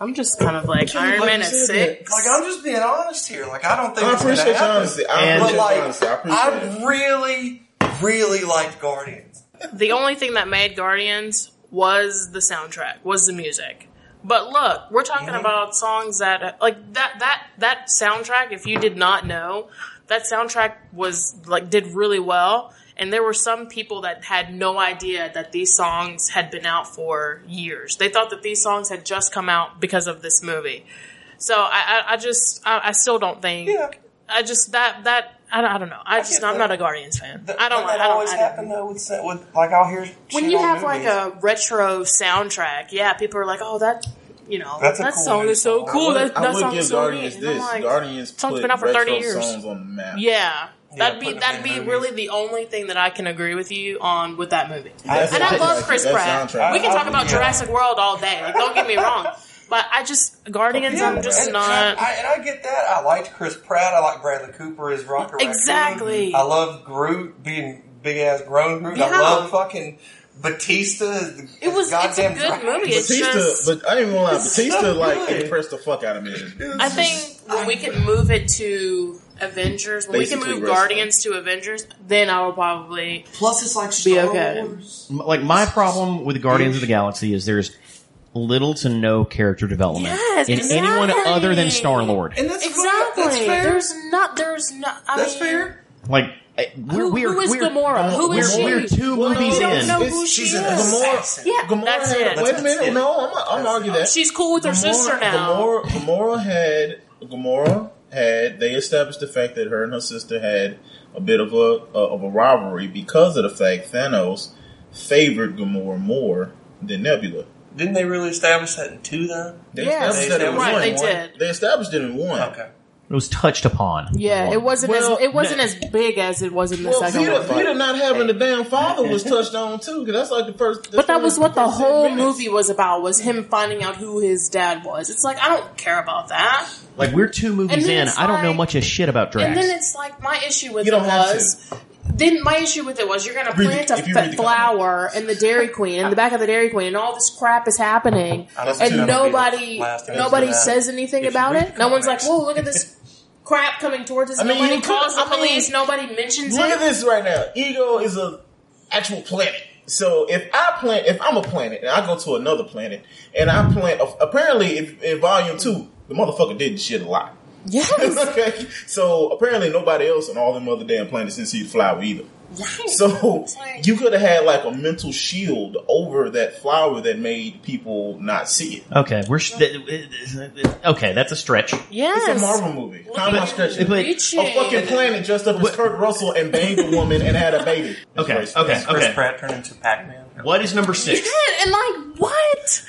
S4: I'm just kind of like Iron Man at six.
S11: Like I'm just being honest here. Like I don't think
S2: I
S11: it's gonna
S2: appreciate your
S11: happen.
S2: honesty. I
S1: And-
S11: But
S2: appreciate
S11: like
S2: your honesty. I appreciate
S11: I
S2: it.
S11: really, really liked Guardians.
S4: The only thing that made Guardians was the soundtrack, was the music. But look, we're talking about songs that like that that that soundtrack. If you did not know, that soundtrack was like did really well, and there were some people that had no idea that these songs had been out for years. They thought that these songs had just come out because of this movie. So I, I, I just I, I still don't think
S11: Yeah.
S4: I just that that I don't, I don't know. I just
S11: get
S4: I'm
S11: that.
S4: not a Guardians fan.
S11: That,
S4: I don't.
S11: That
S4: I don't.
S11: always
S4: I don't
S11: happen though with, with like I'll hear
S4: when
S11: shit
S4: you
S11: on
S4: have like
S11: movies.
S4: a retro soundtrack, yeah, people are like, "Oh, that, you know,
S11: That's a
S4: that
S11: cool
S4: song
S11: new
S4: is so
S11: song.
S4: cool.
S2: I would,
S4: That,
S2: I
S4: that
S2: would
S4: song
S2: give
S4: is so neat."
S2: Guardians
S4: And I'm
S2: this.
S4: like,
S2: Guardians
S4: song's
S2: put
S4: been out for
S2: retro
S4: 30 years.
S2: songs on the map.
S4: yeah, that'd be
S11: putting them
S4: that'd
S11: in
S4: be
S11: movies.
S4: really the only thing that I can agree with you on with that movie.
S2: That's
S4: and I
S2: soundtrack.
S4: love Chris
S2: That
S4: Pratt.
S2: soundtrack.
S4: we can
S11: I-
S4: talk
S11: I-
S4: about
S11: yeah.
S4: Jurassic World all day. Like, don't get me wrong, but I just Guardians, I'm just
S11: and,
S4: not.
S11: And I, and I get that. I liked Chris Pratt. I like Bradley Cooper as Rocket Raccoon.
S4: Exactly.
S11: I love Groot being big ass grown Groot. I
S4: Yeah.
S11: love fucking Batista. As the,
S4: it was it's a
S11: goddamn
S4: good
S11: dragon.
S4: movie. It's
S2: Batista,
S4: just
S2: but I didn't even lie. Batista
S11: so
S2: like
S11: good.
S2: impressed the fuck out of me. It
S4: I think when we can move it to Avengers, when we can
S2: Basically
S4: move
S2: wrestling.
S4: Guardians to Avengers, then I will probably
S11: Plus, it's like Star
S4: Be okay.
S11: Wars.
S1: M- Like my problem with Guardians of the Galaxy is there's little to no character development
S4: Yes,
S1: in anyone
S4: exactly.
S1: other than Star Lord.
S11: And that's fair.
S4: Exactly.
S11: That's fair.
S4: There's not. There's not. I
S11: that's
S4: mean,
S11: fair.
S1: Like I- we're,
S4: Who-
S1: we're,
S4: who is
S1: we're,
S4: Gamora? Who is
S1: we're, we're
S4: she?
S1: two
S2: Well,
S1: movies
S2: we don't
S1: in.
S4: know
S2: It's-
S4: who
S2: she's
S4: she
S2: a-
S4: is.
S2: Gamora,
S4: Yeah,
S2: Gamora
S4: that's
S2: had,
S4: it.
S2: Wait a minute. No, I'm I'm gonna argue that.
S4: She's cool with her sister now.
S2: Gamora, Gamora had Gamora had. They established the fact that her and her sister had a bit of a of a rivalry because of the fact Thanos favored Gamora more than Nebula.
S3: Didn't they really establish that in two though?
S2: They
S4: Yes.
S2: established that in
S4: Right,
S2: one.
S4: they did.
S2: They established it in one.
S3: Okay.
S1: It was touched upon.
S4: Yeah, it wasn't
S2: Well,
S4: as it wasn't as big as it was in the
S2: Well,
S4: second
S2: Peter,
S4: one.
S2: Peter not having the damn father
S4: <laughs>
S2: was touched on too, because that's like the first. the
S4: But that
S2: first-
S4: was what the
S2: first ten
S4: whole
S2: minutes.
S4: movie was about was him finding out who his dad was. It's like I don't care about that.
S1: Like we're two movies
S4: And
S1: in.
S4: then it's
S1: I don't know
S4: like-
S1: much of shit about Drax.
S4: And then it's like my issue with
S2: You
S4: it
S2: don't have
S4: was then my issue with it was you're going to
S2: Read it.
S4: plant a
S2: If you read
S4: f-
S2: the
S4: flower in the Dairy Queen in the back of the Dairy Queen, and all this crap is happening,
S3: I listened to
S4: and
S3: that on
S4: nobody
S3: the last episode.
S4: nobody
S3: Yeah.
S4: says anything
S3: If you
S4: about
S3: read
S4: it.
S3: the
S4: No one's like,
S3: comics.
S4: "Whoa, look
S2: <laughs>
S4: at this crap coming towards us."
S2: I mean,
S4: nobody
S2: you could-
S4: calls the
S2: I mean,
S4: police. Nobody mentions
S2: Look
S4: it.
S2: at this right now. Ego is a actual planet. So if I plant, if I'm a planet and I go to another planet and I plant, apparently if, in volume two, the motherfucker did shit a lot. <laughs>
S4: Yes,
S2: okay, so apparently nobody else on all them other damn planets didn't see the flower either.
S4: right. <laughs>
S2: So
S4: It's like-
S2: you could have had like a mental shield over that flower that made people not see it.
S1: okay, we're sh- th- th- th- th- okay. That's a stretch.
S4: yes,
S2: It's a Marvel movie. How am I stretching?
S1: But-
S4: reaching.
S2: A fucking planet dressed up as Kurt Russell and banged a woman and had a baby. That's
S1: <laughs> Okay,
S2: racist.
S1: okay,
S3: Chris
S1: okay.
S3: Pratt turned into Pac Man.
S1: What is number six?
S4: Yeah, and like what?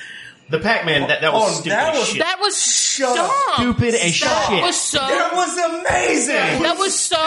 S1: The Pac-Man. That, that was
S3: Oh,
S1: stupid
S3: that
S1: as
S3: was-
S1: shit.
S4: That was dumb.
S1: Stupid as
S4: That
S1: shit.
S4: was so.
S3: That was amazing.
S4: That was so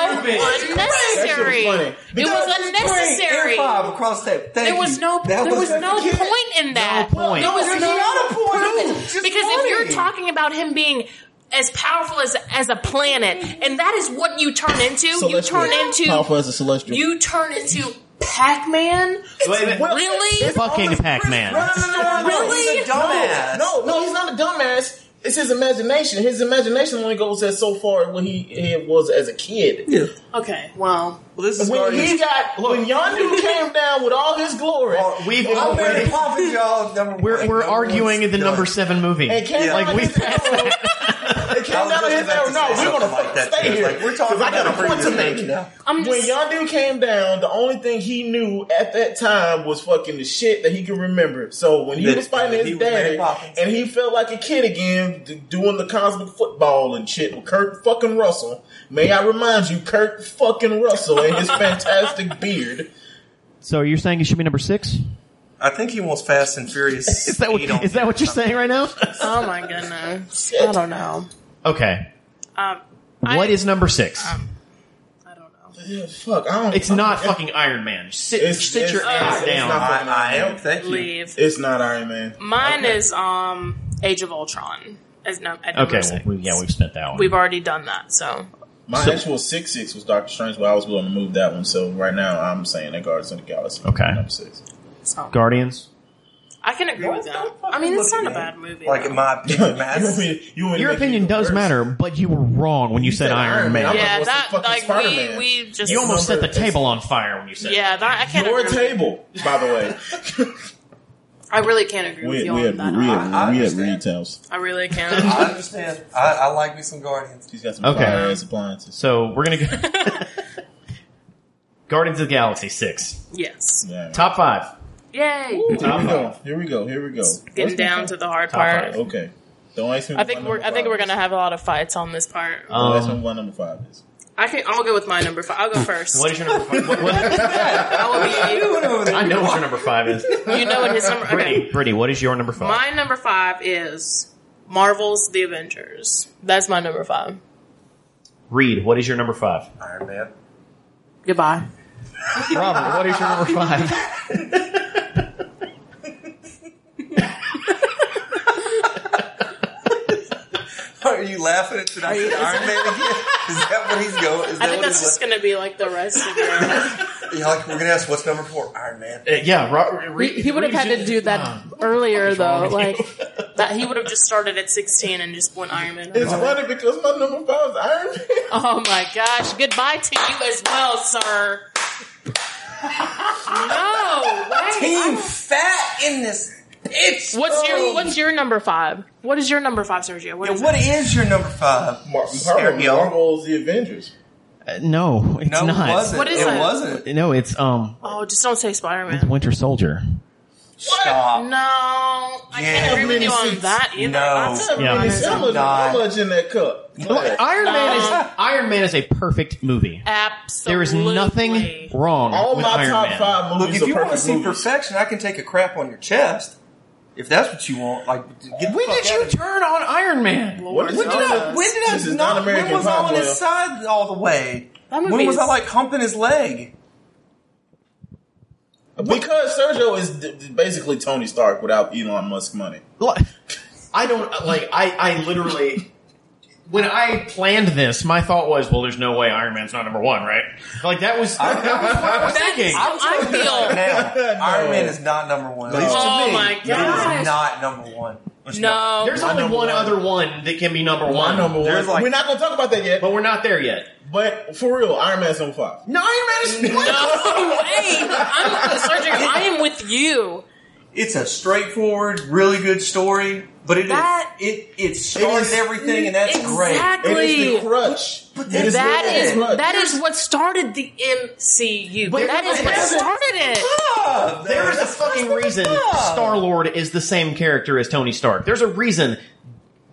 S2: That shit was
S4: unnecessary.
S2: funny.
S4: It
S2: Because-
S4: was unnecessary.
S3: Five across that. Thank
S4: There was
S3: you.
S4: no.
S3: That
S4: There was
S3: was <laughs>
S4: no point in that.
S1: point.
S4: There was
S3: There's
S4: no
S3: not a point.
S4: purpose.
S3: Just
S4: because
S3: funny.
S4: if you're talking about him being as powerful as as a planet, and that is what you turn into. you
S2: Celestial.
S4: turn into.
S2: powerful as a celestial.
S4: You turn into Pac-Man.
S1: Wait a minute.
S4: Really?
S1: Fucking
S3: No,
S1: Pac-Man.
S3: no, no, no, no.
S4: Really?
S3: He's a dumbass.
S2: no, no, he's not a dumbass. It's his imagination. His imagination only goes as so far when he, he was as a kid.
S4: Okay. Well,
S3: Well, this is
S2: When
S3: Guardians.
S2: he got when Yondu came down with all his glory
S1: We've
S3: I'm Mary
S1: already,
S3: Poppins, y'all. Number
S1: we're
S3: one.
S1: we're
S3: Number
S1: arguing
S3: one's
S1: the number
S3: done.
S1: seven movie.
S2: and came
S3: Yeah.
S2: down <laughs>
S1: Like we
S2: his arrow. It came
S3: I was
S2: down
S3: just
S2: his
S3: about
S2: arrow.
S3: to
S2: No,
S3: say
S2: we're gonna fucking
S3: something like that.
S2: stay
S3: It's
S2: here.
S3: like, we're talking
S2: 'cause I
S3: about
S2: got a
S3: the
S2: point to
S3: previous
S2: make.
S3: movie now.
S4: I'm
S2: when
S4: just.
S2: Yondu came down, the only thing he knew at that time was fucking the shit that he could remember. So when he
S3: That-
S2: was fighting
S3: that
S2: his
S3: he was Mary
S2: daddy,
S3: Poppins.
S2: and he felt like a kid again, d- doing the cosmic football and shit with Kurt fucking Russell. May I remind you, Kurt fucking Russell and his fantastic <laughs> beard.
S1: So you're saying it should be number six?
S3: I think he wants Fast and
S1: <laughs>
S3: Furious.
S1: Is that what,
S3: eight on
S1: is that
S3: there.
S1: what you're saying right
S3: <laughs>
S1: now?
S4: oh my goodness. I don't know.
S1: Okay.
S4: Um, I-
S1: What is number six?
S4: I don't know.
S2: Yeah, fuck, I don't.
S1: It's
S2: <laughs>
S1: not fucking Iron Man. Sit,
S2: It's-
S1: sit
S2: it's-
S1: your ass
S2: it's
S1: down.
S2: not
S3: I, I am. Thank you.
S4: Leave.
S2: It's not Iron Man.
S4: Mine is um Age of Ultron. As no, at number
S1: okay, well,
S4: six.
S1: we, yeah, we've spent that one.
S4: We've already done that, so
S2: My
S1: So-
S2: actual six six was Doctor Strange, but I was willing to move that one. So right now, I'm saying that Guardians of the Galaxy.
S1: Okay.
S2: number six.
S4: so
S1: Guardians.
S4: I can agree with that. I mean, it's not a bad movie.
S3: Like
S4: though.
S3: in my
S2: <laughs>
S1: <laughs>
S3: opinion,
S2: You
S3: Matt's
S2: want me to- you want me to
S1: Your
S2: make it
S1: opinion
S2: even
S1: does
S2: worse?
S1: matter, but you were wrong when you, said, Iron Man.
S2: I'm like,
S4: yeah,
S2: what's the
S4: that
S2: fucking
S4: like
S2: Spider-Man?
S4: we we just
S1: You almost set the
S2: Number-
S1: table on fire when you said
S4: yeah that I can't
S2: Your
S4: agree. with-
S2: table, by the
S4: <laughs>
S2: way.
S4: I really can't agree with you on that.
S3: I
S4: I-
S3: understand.
S2: retails.
S4: I really
S3: I <laughs>
S4: can't.
S3: understand. I, I like me some Guardians.
S2: He's got some
S1: Okay.
S2: fire-ass appliances.
S1: So we're gonna go.
S4: <laughs>
S1: <laughs> Guardians of the Galaxy six,
S4: yes.
S2: Yeah.
S1: top five.
S4: Yay.
S2: Here we go. Here we go. Here we go.
S4: Getting
S2: What's my
S4: down
S2: top-
S4: to the hard
S1: Top
S4: part.
S1: five.
S2: Okay. Don't ask me.
S4: I think we're I think we're gonna have a lot of fights on this part.
S2: Don't ask me
S1: Um,
S2: what number five
S4: <laughs>
S2: is.
S4: I can. I'll go with my number five. I'll go first.
S1: what is your number? Five? What, what,
S4: I will
S3: Doing over there.
S1: I know what your number five is.
S4: be. You know what his number. Okay.
S1: Brittany, Brittany, what is your number five?
S4: My number five is Marvel's The Avengers. That's my number five.
S1: Reed, what is your number five?
S3: Iron Man.
S4: Goodbye.
S1: Robert, what is your number five?
S3: Are you laughing at tonight? Iron Man again? Is that what he's going? Is that
S4: I think
S3: what
S4: that's
S3: he's
S4: just going to be like the rest of the.
S3: like? Yeah, like we're gonna ask what's number four? Iron Man.
S1: Uh, yeah, Robert. Reed,
S4: he would have had to do that earlier, though.
S1: wrong
S4: Like that, he would have just started at sixteen and just went Iron Man.
S2: It's funny because my number five is Iron Man.
S4: Oh my gosh! Goodbye to you as well, sir. No. wait.
S3: Team fat in this bitch.
S4: What's your
S3: Oh.
S4: What's your number five? What is your number five, Sergio? What
S3: Yeah,
S4: is
S3: what
S4: it?
S3: is your number five?
S2: Mar- Marvel,
S3: Sergio?
S2: Marvel's The Avengers.
S1: Uh, no, it's
S3: No, it
S1: not.
S3: wasn't.
S4: What is
S3: it?
S4: it?
S3: wasn't.
S1: No, it's um,
S4: Oh, just don't say Spider
S1: it's
S4: Man.
S1: Winter Soldier.
S3: Stop.
S4: No, I
S3: Yeah.
S4: can't agree with you on
S8: Seats.
S4: that either.
S3: No.
S4: That's a
S1: Yeah.
S4: really
S1: It's
S8: How much, how
S3: Not-
S8: much in that cup?
S1: Look, Iron Man <laughs> is Iron Man is a perfect movie.
S4: Absolutely.
S1: There is nothing wrong
S8: All
S1: with
S8: my
S1: Iron
S8: top
S1: Man.
S8: five
S3: Look,
S8: movies
S3: if you
S8: are
S3: want to
S8: perfect
S3: see
S8: movies.
S3: perfection, I can take a crap on your chest. If that's what you want, like, get the
S1: When
S3: fuck
S1: did
S3: out
S1: you
S3: of here.
S1: turn on Iron Man?
S8: What is
S3: When did I? When did I?
S8: This is
S3: not,
S8: not American
S3: when was I on
S8: Pie,
S3: his side all the way?
S4: That movie
S3: When was
S4: is-
S3: I like humping his leg?
S2: Because Sergio is d- d- basically Tony Stark without Elon Musk money.
S1: Look, I don't like. I I literally. When I planned this, my thought was, "Well, there's no way Iron Man's not number one, right?" Like that was that was what I was thinking.
S4: <laughs> I feel.
S3: Now, Iron Man is not number one.
S8: No.
S3: It
S4: Oh my
S3: is
S4: gosh.
S3: not number one. It's not.
S4: No.
S1: There's only
S2: number
S1: one
S2: one.
S1: other one that can be number
S2: My
S1: one,
S2: number one.
S3: There's like-
S2: We're not going to talk about that yet.
S1: but we're not there yet.
S2: But for real, Iron Man's number five.
S1: No, Iron Man is <laughs>
S4: No way. I'm Sergio. I am with you.
S3: It's a straightforward, really good story, but it is
S4: That-
S3: it it started everything, and that's great.
S4: exactly.
S2: It is the crutch. It is
S4: That
S2: the
S4: is
S2: crutch.
S4: that is what started the MCU.
S1: But-
S4: that is what started it.
S3: Ah,
S1: There is a
S3: that's-
S1: fucking reason
S3: up.
S1: Star Lord is the same character as Tony Stark. There's a reason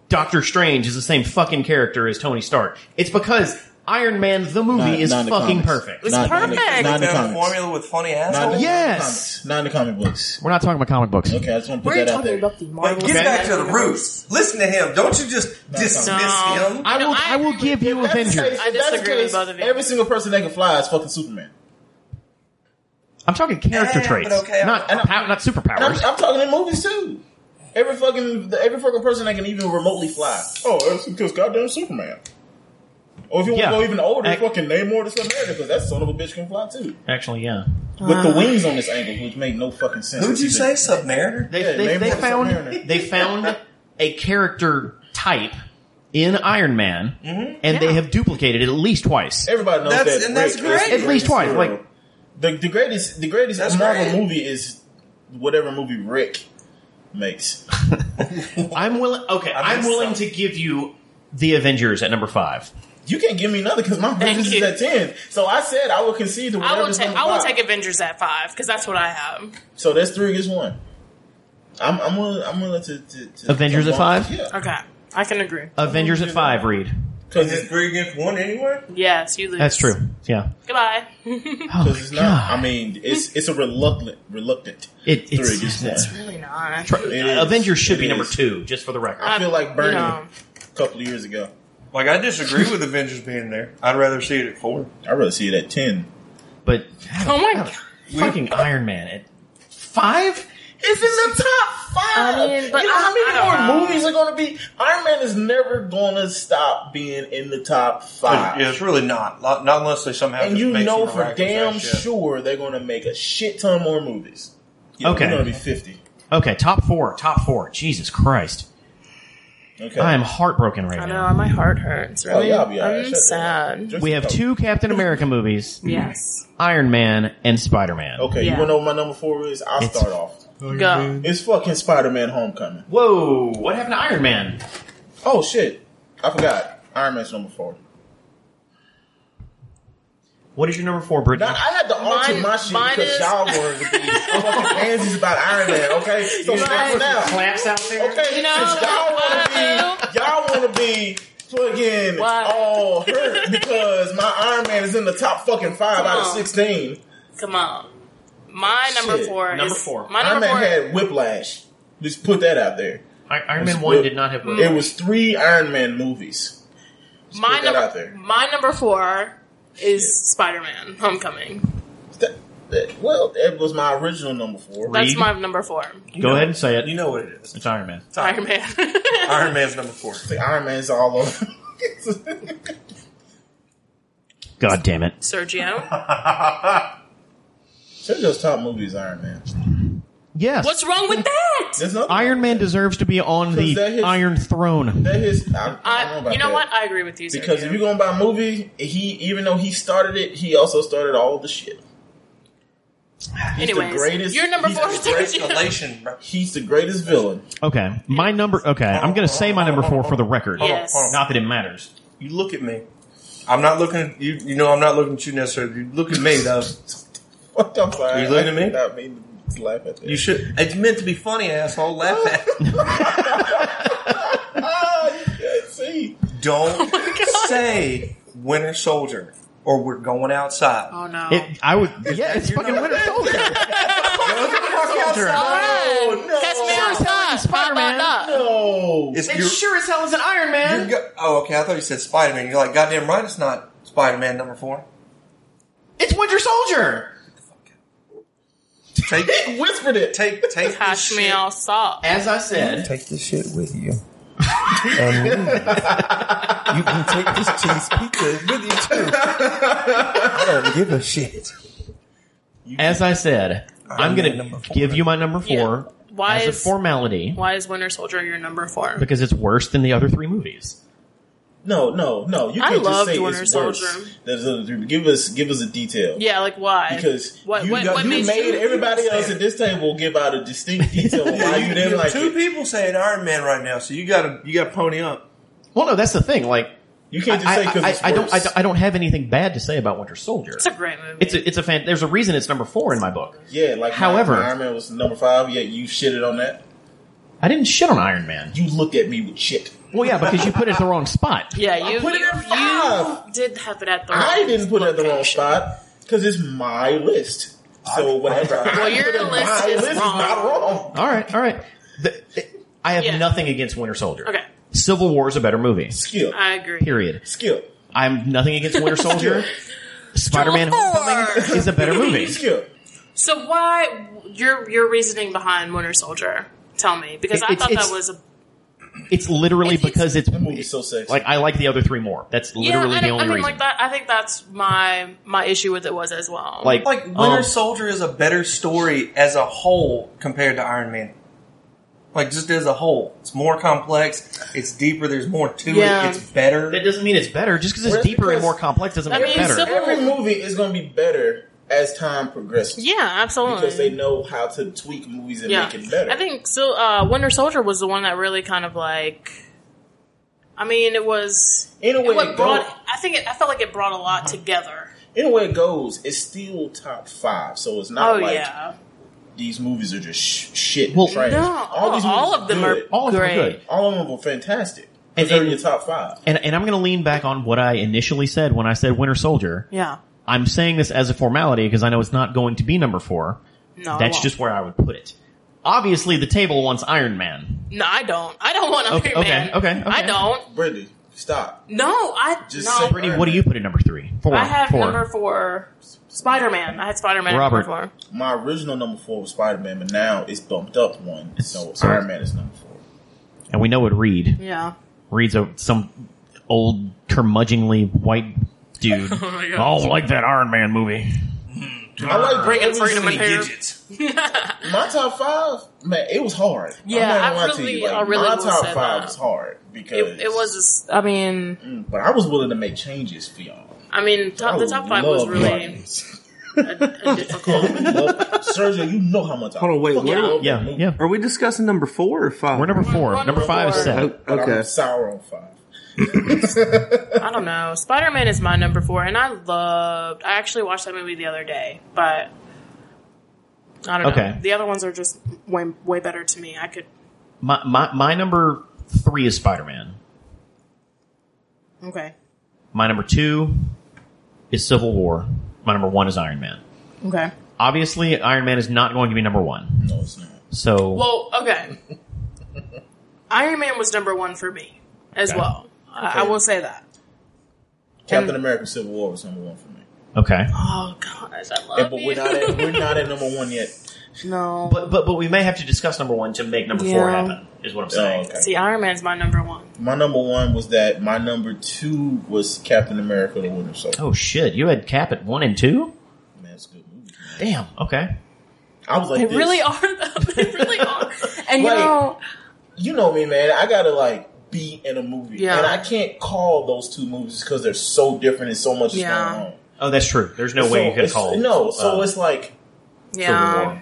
S1: Doctor Strange is the same fucking character as Tony Stark. It's because Iron Man the movie
S2: Not-
S1: is
S2: not in the
S1: fucking
S2: comics.
S1: perfect.
S4: It's
S2: Not- not in the-
S4: perfect.
S2: not in the
S3: Found a
S2: comics.
S3: formula with funny
S2: Not in
S3: assholes.
S2: the
S1: Yes.
S2: comics. Not in the comic books.
S1: We're not talking about comic books.
S2: Okay, I just want to put
S4: We're
S2: that out
S4: talking
S2: there.
S4: about the Marvel.
S3: But get
S1: Okay.
S3: back to the roots. Listen to him. Don't you just dismiss
S4: No.
S3: him.
S1: I
S4: You know,
S1: will.
S4: I
S1: I, will
S4: agree
S1: give you Avengers.
S4: I disagree with both of you.
S2: Every single person that can fly is fucking Superman.
S1: I'm talking character
S3: Yeah, but
S1: traits,
S3: okay,
S1: not
S2: I'm-
S1: pow- not
S2: And I'm,
S1: superpowers.
S2: I'm talking in movies too. Every fucking every fucking person that can even remotely fly. Oh, it's because goddamn Superman. Or if you want
S1: Yeah.
S2: to go even older,
S1: Ac-
S2: fucking Namor the Submariner, because that son of a bitch can fly too.
S1: Actually, yeah.
S2: With the wings on this angle, which made no fucking sense.
S3: Who'd you
S2: It's
S3: say,
S2: even-
S3: Submariner?
S1: They,
S2: Yeah,
S1: they,
S2: name
S1: they
S2: one
S1: found
S2: Submariner.
S1: they found a character type in Iron Man, and they have duplicated it at least twice.
S2: Everybody knows
S3: That's-
S2: that.
S3: and that's
S2: Drake
S3: great.
S2: is the
S3: At least
S2: greatest
S1: twice,
S2: hero.
S1: like-
S2: the, the greatest, the greatest
S3: That's
S2: Marvel
S3: great.
S2: movie is whatever movie Rick makes.
S1: I'm willing. Okay,
S3: I
S1: I'm
S3: missed
S1: willing
S3: some.
S1: to give you the Avengers at number five.
S2: You can't give me another because my Avengers is
S4: you.
S2: at ten. So I said I will concede to
S4: I
S2: whatever.
S4: will take I will take Avengers at five because that's what I have.
S2: So that's three against one. I'm I'm willing, I'm willing to, to, to
S1: Avengers
S2: to
S1: at five?
S2: Yeah,
S4: Okay, I can agree.
S1: Avengers at five. Reed.
S3: Is
S2: because
S3: it
S2: it's,
S3: three against one anyway?
S4: Yes, you lose.
S1: That's true. Yeah.
S4: <laughs> Goodbye.
S2: 'cause it's not. I mean, it's it's a reluctant reluctant.
S1: Oh It,
S2: Three
S1: it's,
S2: against
S1: it's-
S2: one.
S4: really not.
S2: It is.
S1: Avengers should
S2: It
S1: be number
S2: is. Uh,
S1: two, just for the record.
S2: I feel like Bernie
S4: No.
S2: a couple of years ago.
S3: Like I disagree with Avengers being there. I'd rather see it at four.
S2: I really see it at ten.
S1: but
S4: Oh my god.
S1: fucking Iron Man at five is in the top five.
S4: I mean, but
S2: you know
S4: I,
S2: how many
S4: I don't
S2: more
S4: know.
S2: movies are going to be? Iron Man is never going to stop being in the top five.
S3: Yeah, it's really not. Not not unless they somehow.
S2: And
S3: just
S2: you
S3: make
S2: know
S3: some
S2: for
S3: miraculous
S2: damn
S3: ass shit.
S2: sure they're going to make a shit ton more movies. Yeah,
S1: Okay.
S2: We're going to be 50.
S1: Okay, top four, top four. Jesus Christ,
S2: Okay.
S1: I am heartbroken right
S4: I
S1: now.
S4: know my heart hurts.
S2: Oh,
S4: Really,
S2: yeah, I'll be all right.
S4: I'm
S2: Shut that
S4: sad.
S2: down.
S1: We have two Captain America movies:
S4: Yes,
S1: Iron Man and Spider Man.
S2: Okay,
S4: Yeah.
S2: you want to know what my number four is? I'll
S1: It's-
S2: start off.
S4: go.
S2: It's fucking Spider Man Homecoming.
S1: Whoa, what happened to Iron Man?
S2: Oh, shit. I forgot. Iron Man's number four.
S1: What is your number four, Brittany?
S2: Now, I had to alter
S4: Mine-
S2: my shit
S4: mine
S2: because
S4: is-
S2: y'all were the
S4: <laughs>
S2: fucking pansies about Iron Man, okay? So stop now.
S1: Claps out there.
S2: Okay,
S4: You know,
S2: since y'all want to
S4: why
S2: be, y'all want to be fucking
S4: Why?
S2: all hurt because my Iron Man is in the top fucking five out of
S4: Come on.
S2: sixteen.
S4: Come on. My number
S2: Shit.
S4: four.
S1: Number
S4: is,
S1: four.
S4: My
S2: Iron Man
S4: number four.
S2: had Whiplash. Just put that out there.
S1: I- Iron
S2: It's
S1: Man one
S2: whip-
S1: did not have.
S2: It was three Iron Man movies.
S4: my
S2: put that
S4: number.
S2: out there.
S4: My number four is Spider-Man: Homecoming.
S2: That, that- well, that was my original number four.
S4: That's
S1: Reed?
S4: my number four.
S1: Go ahead and say it.
S3: You know what it is.
S1: It's Iron Man.
S3: Iron-
S4: Iron Man.
S3: Iron Man's number four.
S2: The Iron Man's all over. <laughs>
S1: God damn it.
S4: <laughs> Sergio.
S2: <laughs> Sergio's top movie is Iron Man.
S1: Yes.
S4: What's wrong with that?
S2: There's nothing.
S1: Iron Man deserves to be on
S2: Because that
S1: the
S2: his-
S1: Iron Throne.
S2: That is. I, I don't know
S4: I,
S2: about
S4: Uh, you know
S2: that.
S4: what? I agree with you,
S2: Because
S4: Sergio.
S2: if you're going by movie, he even though he started it, he also started all the shit. He's
S4: Anyways,
S2: the greatest.
S4: you're number
S2: he's
S4: four,
S2: the
S4: Sergio.
S2: great-
S3: Relation, bro.
S2: he's the greatest villain. <laughs>
S1: Okay. My number. Okay. I'm going to say my number four for the record.
S3: Hold on,
S4: Yes.
S3: hold on.
S1: Not that it matters.
S3: You look at me. I'm not looking at you. You know, I'm not looking at you necessarily. You look at me, though.
S2: Fuck, I'm sorry.
S3: You looking at me?
S2: I did not mean laugh at that.
S3: You should. It's meant to be funny, asshole. Laugh
S2: <laughs>
S3: at.
S2: Ah, you can't see. Oh
S3: Don't say Winter Soldier, or we're going outside.
S4: Oh no.
S1: It, I would. Yeah, it's fucking Winter Soldier.
S3: Go the fuck outside.
S4: Run! Catch me outside. Spider-Man. Up.
S2: No.
S3: It's,
S4: It
S3: you're-
S4: sure as hell is an Iron
S3: you're
S4: Man.
S3: go- oh, okay. I thought you said Spider Man. You're like, goddamn right, it's not Spider Man number four.
S1: It's Winter Soldier.
S3: <laughs> Take
S2: Whispered it.
S3: take take this
S4: Catch me
S3: shit.
S4: outside.
S1: As I said,
S3: Take this shit with <laughs> you. And leave. you can take this cheese pizza with you too. I don't give a shit.
S1: as I said, I'm
S3: I'm
S1: going
S3: at number
S1: to
S3: four.
S1: give you my number four
S4: Why
S1: as a
S4: is
S1: formality
S4: Why is Winter Soldier your number four?
S1: because it's worse than the other three movies.
S2: No, no, no. You
S4: I
S2: can't just
S4: loved
S2: say
S4: Winter
S2: it's worse.
S4: Soldier.
S2: There's a- Give us, give us a detail.
S4: Yeah, like why?
S2: Because
S4: what
S2: you,
S4: what,
S2: got-
S4: what
S2: you
S4: made
S2: made
S4: you?
S2: everybody else at this table give out a distinct detail of why you
S3: You
S2: didn't
S3: have
S2: like
S3: two
S2: it.
S3: people saying Iron Man right now, so you gotta you gotta pony up.
S1: Well, no, that's the thing. Like,
S2: You
S1: I,
S2: can't just say because
S1: I-
S2: it's
S1: I- I don't,
S2: worse.
S1: I, don't- I don't have anything bad to say about Winter Soldier.
S4: It's a great movie.
S1: It's a, it's a fan. There's a reason it's number four in my book.
S2: yeah, like my-
S1: However-
S2: my Iron Man was number five. Yet you shitted on that.
S1: I didn't shit on Iron Man.
S2: You looked at me with shit.
S1: Well, yeah, because you put it at the wrong spot.
S4: yeah, you
S2: put it
S4: you,
S2: at five.
S4: you did have it at the.
S2: I
S4: wrong
S2: didn't put it at the wrong
S4: location.
S2: spot because it's my list. So whatever.
S1: <laughs>
S2: I
S4: Well, your
S2: put in
S4: list
S2: my
S4: is
S2: list
S4: wrong.
S2: is not wrong.
S1: <laughs> All right, all right. The, I have
S4: Yeah.
S1: nothing against Winter Soldier.
S4: Okay.
S1: Civil War is a better movie.
S2: Skill,
S4: I agree.
S1: Period.
S2: skill,
S1: I'm nothing against Winter Soldier. Spider-Man
S4: Sure.
S1: Homecoming <laughs> is a better movie.
S2: skill.
S4: So why your your reasoning behind Winter Soldier? Tell me because
S1: It-
S4: I
S1: it's-
S4: thought
S1: it's-
S4: that was a
S1: It's literally
S4: It's- it's-
S1: because it's
S2: That movie's so sexy.
S1: like I like the other three more. That's literally
S4: yeah. I,
S1: the
S4: don't-
S1: only
S4: I mean,
S1: reason.
S4: like that. I think that's my my issue with it was as well.
S1: Like,
S3: Like
S1: um,
S3: Winter Soldier is a better story as a whole compared to Iron Man. Like just as a whole, it's more complex. It's deeper. There's more to
S4: Yeah.
S3: it. It's better.
S1: that doesn't mean it's better. Just because it's
S2: Well,
S1: deeper and
S2: because-
S1: more complex doesn't
S4: I
S1: mean
S4: mean,
S1: it's better.
S4: Civil-
S2: Every movie is going to be better as time progresses
S4: yeah, absolutely.
S2: because they know how to tweak movies and
S4: yeah,
S2: make it better.
S4: I think so. Uh, Winter Soldier was the one that really kind of like. I mean, it was.
S2: In a way,
S4: what
S2: it
S4: brought.
S2: don't-
S4: I think it, I felt like it brought a lot together.
S2: anywhere it goes, it's still top five. So it's not
S4: Oh
S2: like
S4: yeah,
S2: these movies are just sh- shit
S1: Well,
S2: trash.
S4: no,
S2: all, these movies
S4: oh, all of them
S2: good.
S4: are
S1: All of them are
S4: great.
S1: good.
S2: All of them are fantastic.
S1: And-
S2: Because they're
S1: and-
S2: in your top five.
S1: And, and I'm going to lean back on what I initially said when I said Winter Soldier.
S4: Yeah,
S1: I'm saying this as a formality because I know it's not going to be number four.
S4: no, I
S1: That's
S4: won't.
S1: just where I would put it. Obviously, the table wants Iron Man.
S4: no. I don't. I don't want Iron
S1: Okay, okay,
S4: Man.
S1: okay, okay.
S4: I don't.
S2: Brittany, stop.
S4: No, I
S2: Just
S4: no.
S2: say-
S1: Brittany, what do you put at number three? Four.
S4: I have
S1: four.
S4: number four. Spider Man. I had Spider Man.
S1: Robert.
S4: Four.
S2: My original number four was Spider Man, but now it's bumped up one. so
S1: so-
S2: Iron Man is number four.
S1: and we know it Reed.
S4: Yeah.
S1: Reed's a, some old curmudgeonly white
S4: <laughs>
S1: dude.
S4: Oh
S1: I don't like that Iron Man movie.
S2: I like
S4: Bringing
S2: bringing
S4: freedom and hair. <laughs>
S2: my top five. Man, it was hard.
S4: Yeah,
S2: I'm not
S4: I
S2: gonna lie to you.
S4: really-
S2: Like,
S4: I really
S2: my
S4: will
S2: top
S4: say
S2: five
S4: that.
S2: was hard because
S4: It, it was. Just, I mean.
S2: Mm, But I was willing to make changes for y'all.
S4: I mean, top,
S2: I
S4: the top five was
S2: love
S4: really
S2: Guardians.
S4: a,
S2: <laughs>
S4: a difficult.
S2: Love- Sergio, you know how much I
S5: Hold on, wait,
S2: fucking
S5: where-
S2: love
S1: Yeah,
S2: that movie.
S1: yeah.
S5: Are we discussing number four or five?
S1: We're number four.
S4: Number
S1: number five
S4: four.
S1: is Seth.
S5: Oh,
S2: But
S5: okay.
S2: I'm sour on five.
S4: I don't know. Spider Man is my number four, and I loved. I actually watched that movie the other day, but I don't know.
S1: Okay.
S4: The other ones are just way way better to me. I could.
S1: My, my, my number three is Spider Man.
S4: Okay.
S1: My number two is Civil War. My number one is Iron Man.
S4: Okay.
S1: Obviously, Iron Man is not going to be number one.
S2: No, it's not.
S1: So
S4: Well, okay. <laughs> Iron Man was number one for me as
S1: Okay.
S4: well. I, I will say that.
S2: Captain America: Civil War was number one for me.
S1: okay,
S4: Oh gosh, I love
S2: Yeah, but we're not
S4: you.
S2: at, we're not at number one yet.
S4: <laughs> no.
S1: but but but we may have to discuss number one to make number four
S4: Yeah.
S1: happen. Is what I'm
S2: Oh,
S1: saying.
S2: okay.
S4: See, Iron Man's my number one.
S2: My number one was that. My number two was Captain America: The Winter Soldier.
S1: Oh shit! You had Cap at one and two.
S2: Man, it's a good movie.
S1: Damn. Okay.
S2: I was like,
S4: They
S2: this.
S4: really are. though. <laughs> They
S2: <laughs>
S4: really are. And you
S2: Like,
S4: know,
S2: you know me, man. I gotta like be in a movie,
S4: Yeah.
S2: and I can't call those two movies because they're so different and so much is
S4: Yeah.
S2: going on.
S1: Oh, that's true. There's no
S2: so
S1: way you could
S2: it's-
S1: call.
S2: No, so
S1: uh,
S2: it's like
S4: yeah.
S2: Civil War.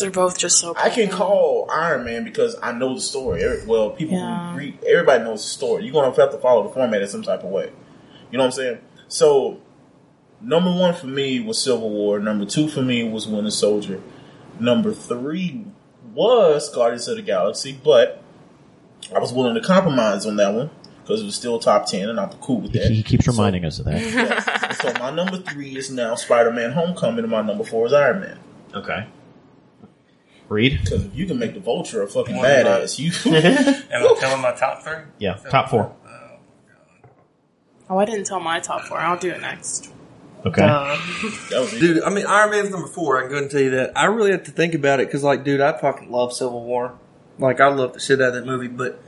S4: They're both just so.
S2: I can
S4: cool.
S2: call Iron Man because I know the story. Every- Well, people
S4: Yeah.
S2: who read, everybody knows the story. You're gonna have to follow the format in some type of way. You know what I'm saying? So number one for me was Civil War. Number two for me was Winter Soldier. Number three was Guardians of the Galaxy, but I was willing to compromise on that one because it was still top ten, and I'm cool with
S1: <laughs>
S2: that.
S1: He keeps reminding us of that.
S2: Yes. so my number three is now Spider-Man: Homecoming, and my number four is Iron Man.
S1: <laughs> Okay. Reed? <laughs>
S2: Because if you can make the Vulture a fucking
S3: One of my-
S2: badass, you <laughs>
S3: And I'm telling my top three.
S1: Yeah, top four.
S4: Oh, I didn't tell my top four. I'll do it next.
S1: Okay.
S3: Dude, I mean, Iron Man's number four. I couldn't tell you that. I really have to think about it because, like, dude, I fucking love Civil War. Like, I love the shit out of that movie, but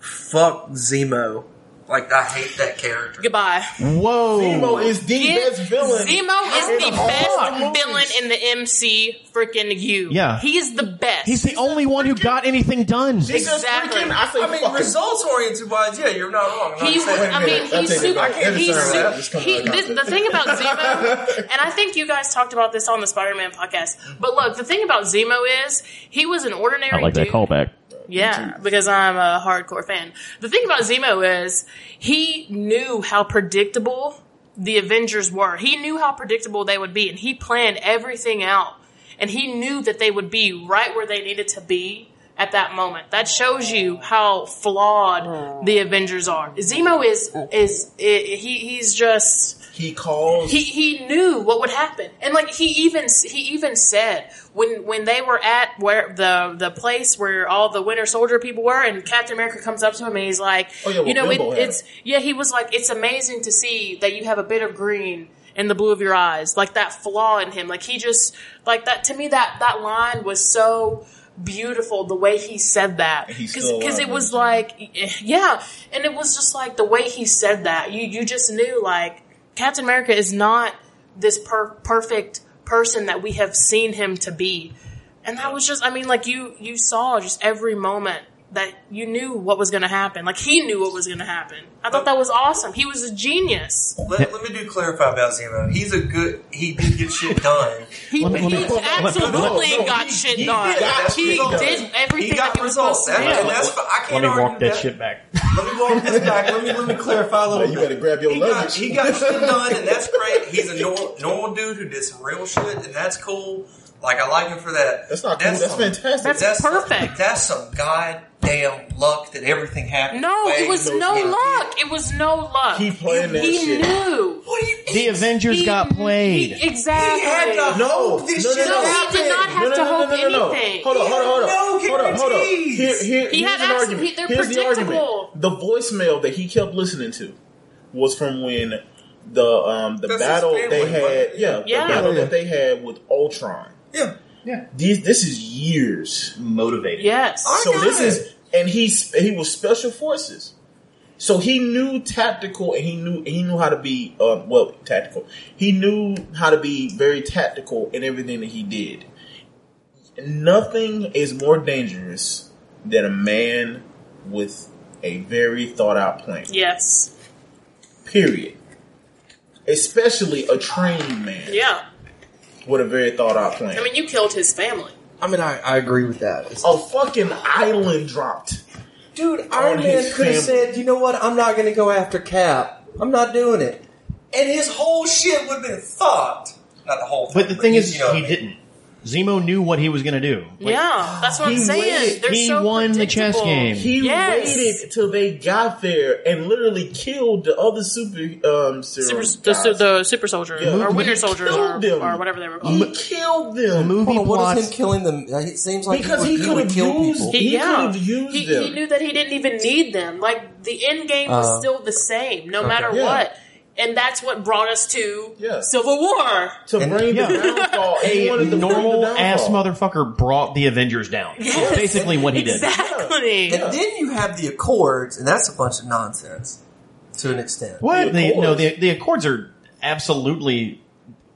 S3: fuck Zemo. Like, I hate that character.
S4: Goodbye.
S1: Whoa.
S2: Zemo is the
S4: Get-
S2: best villain.
S4: Zemo is
S2: in
S4: the
S2: all
S4: best
S2: the movies.
S4: villain in the MC freaking U.
S1: Yeah.
S4: He's the best.
S1: He's the only one who got anything done.
S2: He's just
S4: Exactly.
S2: freaking- I say
S3: I mean,
S2: fucking-
S3: results oriented wise, yeah, you're not wrong. I'm not
S4: He,
S3: saying-
S4: I mean,
S2: I'll
S4: he's
S2: take it
S4: super.
S2: back. Every
S4: He's
S2: time
S4: super.
S2: I just come
S4: He,
S2: around.
S4: the, the thing
S2: <laughs>
S4: about Zemo, and I think you guys talked about this on the Spider-Man podcast. But look, the thing about Zemo is he was an ordinary.
S1: I like that
S4: dude.
S1: callback.
S4: Yeah, because I'm a hardcore fan. The thing about Zemo is he knew how predictable the Avengers were. He knew how predictable they would be, and he planned everything out. And he knew that they would be right where they needed to be at that moment. That shows you how flawed the Avengers are. Zemo is is i he he's just
S2: He calls.
S4: he he knew what would happen, and like he even he even said when when they were at where the the place where all the Winter Soldier people were, and Captain America comes up to him and he's like,
S2: Oh, yeah, well,
S4: you know, it,
S2: Bimbo had
S4: it's yeah. He was like, it's amazing to see that you have a bit of green in the blue of your eyes, like that flaw in him. Like he just like that to me that that line was so beautiful the way he said that
S2: he's
S4: because
S2: still
S4: because
S2: alive,
S4: it was
S2: isn't he?
S4: like yeah and it was just like the way he said that you you just knew like Captain America is not this per- perfect person that we have seen him to be. And that was just, I mean, like you, you saw just every moment that you knew what was going to happen. Like he knew what was going to happen. I thought that was awesome. He was a genius.
S3: let, let me do clarify about Zemo. He's a good. He did
S2: <laughs>
S3: get shit done.
S4: He,
S1: Let me- let me-
S4: he
S1: let me-
S4: absolutely
S2: Oh, no, no,
S4: got
S2: he-
S4: shit
S2: he
S4: done.
S2: did got
S4: he
S2: shit done.
S4: did everything
S3: He got
S4: that he was
S3: results.
S4: supposed to
S3: That,
S4: do.
S3: that's, I can't
S1: Let me
S3: argue
S1: walk that
S3: that
S1: shit back.
S3: Let me walk
S2: <laughs>
S3: this back. Let me let me clarify a little.
S2: Well, you
S3: bit.
S2: better grab your
S3: he got,
S2: luggage.
S3: he got
S2: <laughs>
S3: shit done, and that's great. He's a normal, normal dude who did some real shit, and that's cool. Like I like him for that.
S2: That's not cool. That's
S3: some-
S2: fantastic.
S4: That's perfect.
S3: that's some goddamn luck that everything happened.
S4: No,
S3: the way
S4: it was
S3: he
S4: no
S3: did.
S4: luck. It was no luck.
S2: He planned that
S4: he
S2: shit.
S4: knew.
S3: What do you mean?
S1: The Avengers
S4: He-
S1: got played.
S4: he- exactly.
S3: He had to
S2: No,
S3: hope this
S2: no, no,
S3: shit
S2: no.
S4: he did not have
S2: no, no,
S4: to
S2: no,
S4: hope
S2: no, no, no,
S4: anything.
S2: No. Hold on, hold on, hold on.
S3: No
S2: hold on, hold on.
S3: guarantees.
S2: Here, here,
S4: He
S2: here's
S4: had
S2: an
S4: abs-
S2: argument.
S4: he- they're
S2: here's
S4: predictable.
S2: the argument. The voicemail that he kept listening to was from when the um the
S3: That's his
S2: battle they
S3: family,
S2: had.
S3: wasn't it?
S2: Yeah,
S4: Yeah.
S2: the battle
S5: Yeah.
S2: that they had with Ultron.
S3: Yeah.
S2: These, this is years.
S7: Motivated.
S4: Yes.
S2: so
S3: got
S2: this
S3: it.
S2: is and he's he was special forces. So he knew tactical, and he knew he knew how to be um, well tactical. He knew how to be very tactical in everything that he did. Nothing is more dangerous than a man with a very thought out plan.
S4: Yes.
S2: Period. Especially a trained man
S4: Yeah.
S2: with a very thought out plan.
S4: I mean, you killed his family.
S3: I mean, I, I agree with that. It's-
S2: a fucking island dropped.
S3: Dude, Iron
S2: On
S3: Man
S2: his
S3: could have
S2: family.
S3: said, you know what, I'm not going to go after Cap. I'm not doing it. And his whole shit would have been fucked. Not the whole thing.
S1: But the thing
S3: you-
S1: is,
S3: you know what
S1: he
S3: I mean.
S1: didn't. Zemo knew what he was going to do. Like,
S4: yeah, that's what I'm
S2: he
S4: saying.
S2: waited.
S4: They're
S1: He
S4: so
S1: won the chess
S4: predictable.
S1: game.
S2: He
S4: Yes.
S2: waited till they got there and literally killed the other super um serum
S4: Super, the,
S2: guys.
S4: su- the super soldier
S2: Yeah.
S4: or winter
S2: He
S4: soldiers
S2: killed
S4: or,
S2: them.
S4: or whatever they were
S2: He
S4: called.
S2: killed
S1: The
S2: them
S1: movie
S13: Hold on, what is
S1: plots.
S13: him killing them? Like, It seems like
S2: because
S13: he,
S2: he
S13: would,
S2: could
S13: would
S2: have
S13: kill
S2: used.
S13: people.
S2: He
S4: yeah,
S2: could have used
S4: he,
S2: them.
S4: he knew that he didn't even need them. Like the end game was
S13: Uh,
S4: still the same, no matter
S2: Yeah.
S4: what. And that's what brought us to
S2: Yeah.
S4: Civil War.
S2: to
S13: And-
S2: bring
S1: yeah.
S2: the downfall. he
S1: a
S2: wanted to bring the
S1: normal ass
S2: downfall.
S1: motherfucker brought the Avengers down.
S4: Yes.
S1: Basically, what he did.
S4: Exactly.
S13: And then you have the Accords, and that's a bunch of nonsense to an extent.
S1: What?
S2: The
S1: The, no,
S2: Accords.
S1: the the Accords are absolutely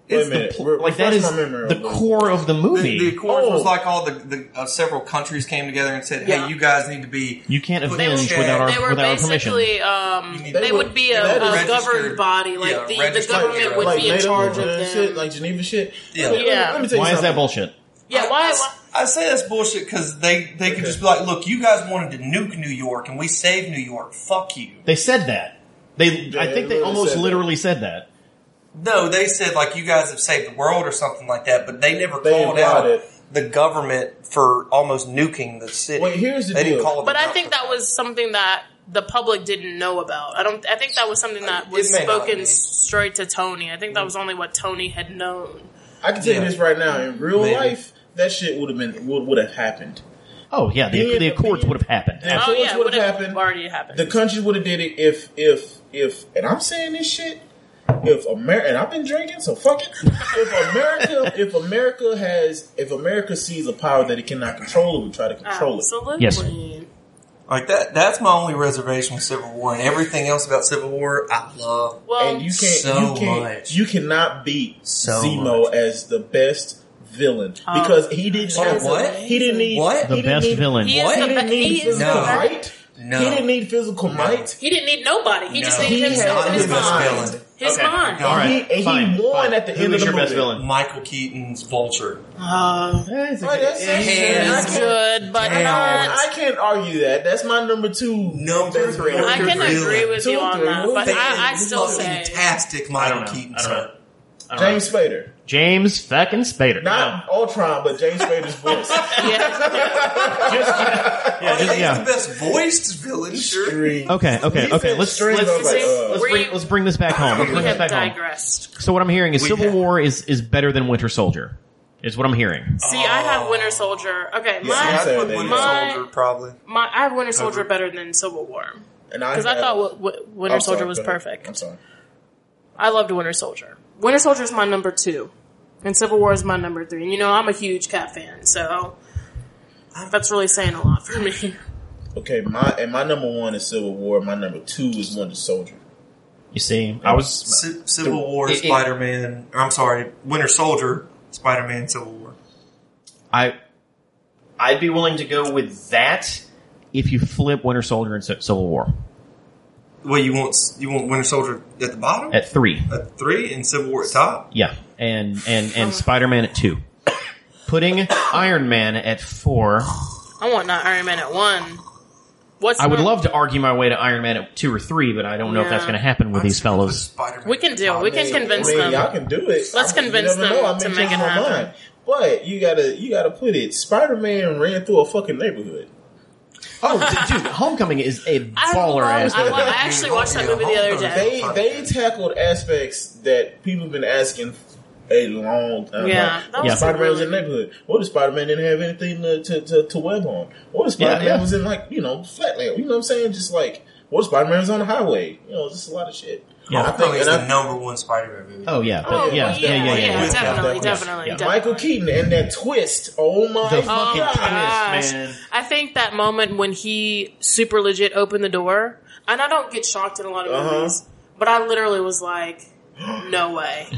S2: Wait a
S1: it's the
S2: minute.
S1: pl-
S2: Re-
S1: like that
S2: refresh
S1: is
S2: my memory
S1: the
S2: a little.
S1: core of the movie.
S3: The, the Accords was
S2: Oh.
S3: like all the, the uh, several countries came together and said,
S4: Yeah.
S3: hey, you guys need to be.
S1: you can't
S3: But they
S1: avenge
S3: were-
S1: without our
S4: they were
S1: without our permission.
S4: basically um,
S3: mean
S4: they,
S2: they were-
S4: would be a,
S3: they were
S4: a governed
S3: registered-
S4: body,
S3: yeah,
S4: like the, the
S3: registered
S4: government would
S3: like
S4: be in
S2: NATO
S4: charge of
S2: and
S4: them.
S2: shit, like Geneva shit.
S3: Yeah.
S2: Let me-
S4: Yeah.
S2: Let me tell you
S1: Why is
S2: something.
S1: that bullshit?
S4: yeah, why?
S3: I,
S4: why
S3: I say that's bullshit because they, they could just be like, look, you guys wanted to nuke New York and we saved New York. Fuck you.
S1: They said that. They, I
S2: they
S1: think they
S2: literally
S1: almost
S2: said that.
S1: literally said that.
S13: No, they said like you guys have saved the world or something like that, but they never
S2: They
S13: called
S2: implied
S13: out
S2: it.
S13: the government for almost nuking the city. Well,
S2: here's the
S13: they didn't
S2: deal.
S13: call them
S4: But
S13: out.
S4: I think that was something that the public didn't know about. I don't. I think that was something that was
S13: may not
S4: spoken straight to Tony. I think that was only what Tony had known.
S2: I can tell you
S1: Yeah.
S2: this right now. In real
S1: Maybe.
S2: life, that shit would have been would, would have happened.
S1: Oh yeah, the, the accords would have happened.
S2: The accords would have happened.
S4: Already happened.
S2: The country would have did it if if if. And I'm saying this shit. If America and I've been drinking, so fuck it. If America, if America has, if America sees a power that it cannot control, it would try to
S4: Ah,
S2: control
S13: Absolutely. Yes. Like that. That's my only reservation with Civil War, and everything else about Civil War, I love.
S4: Well,
S2: and you can't,
S13: so
S2: you can't,
S13: much.
S2: you cannot beat
S13: So
S2: Zemo as the best villain
S13: Oh.
S2: because he didn't.
S13: Oh,
S2: have
S13: what?
S2: He didn't need
S13: What?
S2: he
S13: The
S2: didn't
S13: best
S2: need-
S13: villain.
S2: He,
S13: He is the
S2: didn't
S4: be-
S2: need
S4: he is the
S2: physical
S4: best.
S2: might.
S13: No.
S2: He didn't need physical might.
S4: He didn't need nobody. He just
S13: No.
S4: needed
S13: He
S4: himself
S13: had
S4: and his
S13: the best
S4: mind.
S13: villain.
S4: His
S13: Okay.
S4: mind.
S13: All right.
S2: And
S13: Fine,
S2: he won at the
S13: Who
S2: end of
S13: is
S2: the
S13: your
S2: movie.
S13: best villain? Michael Keaton's Vulture.
S4: Uh,
S2: Right, that's
S13: good-
S2: that's
S13: Hands
S4: good, but
S2: I,
S4: not-
S2: I can't argue that. That's my number two. Number three.
S4: I can agree with you on that, but I, I still say
S13: Fantastic Michael Keaton.
S1: I don't know. I don't
S2: James Spader,
S1: know. James fucking Spader.
S2: not Ultron, but James Spader's <laughs> voice.
S1: yeah, just- yeah.
S13: Best voiced villain, sure.
S1: Okay, okay, okay. Let's
S13: straight
S1: let's,
S13: up,
S1: let's,
S13: like, uh,
S1: bring, let's bring this back home. Let's
S4: we
S1: bring this back
S4: have
S1: home.
S4: digressed.
S1: So what I'm hearing is
S4: We
S1: Civil War is is better than Winter Soldier. Is what I'm hearing.
S4: See, I have Winter Soldier. Okay,
S1: I'd put
S4: my,
S1: Winter
S4: my,
S13: probably.
S4: my, I have Winter Soldier
S1: Over-
S4: better than Civil War
S2: And I
S4: because I
S2: have-
S4: thought w- w- Winter
S2: I'm sorry,
S4: Soldier was
S2: go ahead.
S4: perfect.
S2: I'm sorry.
S4: I loved Winter Soldier. Winter Soldier is my number two, and Civil War is my number three. And you know, I'm a huge Cap fan, so that's really saying a lot for me. <laughs>
S2: Okay, my and my number one is Civil War. My number two is Winter Soldier.
S1: You see, I was
S13: Ci- Civil War, Spider Man. I'm sorry, Winter Soldier, Spider Man, Civil War.
S1: I
S7: I'd be willing to go with that.
S1: if you flip Winter Soldier and Ci- Civil War
S13: Well, you want you want Winter Soldier at the bottom,
S1: at three,
S13: at three, and Civil War at top.
S1: yeah, and and and Spider Man at two, putting Iron Man at four.
S4: I want not Iron Man at one. What's
S1: I would
S4: my-
S1: love to argue my way to Iron Man at two or three, but I don't know if that's
S4: Yeah.
S1: going to happen with these fellows.
S4: We can do it. We can convince
S2: I mean,
S4: them.
S2: Y'all can do it.
S4: Let's
S2: I- you
S4: convince
S2: never
S4: them
S2: know. I may
S4: to
S2: change
S4: make it
S2: my
S4: happen.
S2: mind. But you gotta you gotta put it. Spider Man ran through a fucking neighborhood.
S1: Oh, d- dude, Homecoming is a baller ass.
S4: I, wa-
S1: movie.
S4: I actually watched that movie the other day.
S2: They they tackled aspects that people have been asking a long time.
S4: Yeah, that
S2: like,
S4: was
S2: Spider Man was
S4: really-
S2: in the neighborhood. What if Spider Man didn't have anything to to, to, to web on? What if
S1: Yeah,
S2: Spider Man
S1: yeah.
S2: was in like you know flatland? You know what I'm saying? Just like what if Spider Man was on the highway? You know, just a lot of shit.
S13: Yeah, I think it's
S2: and
S13: the number one Spider Man movie.
S1: Oh yeah, but-
S2: Oh,
S1: yeah,
S2: well,
S1: yeah, yeah, yeah,
S2: yeah,
S1: yeah.
S2: yeah,
S4: Definitely,
S2: Yeah.
S4: definitely,
S2: Yeah.
S4: definitely.
S2: Michael Keaton and that twist. Oh my
S1: The
S2: god.
S1: fucking
S4: Gosh. I think that moment when he super legit opened the door, and I don't get shocked in a lot of
S2: Uh-huh.
S4: movies, but I literally was like, no way.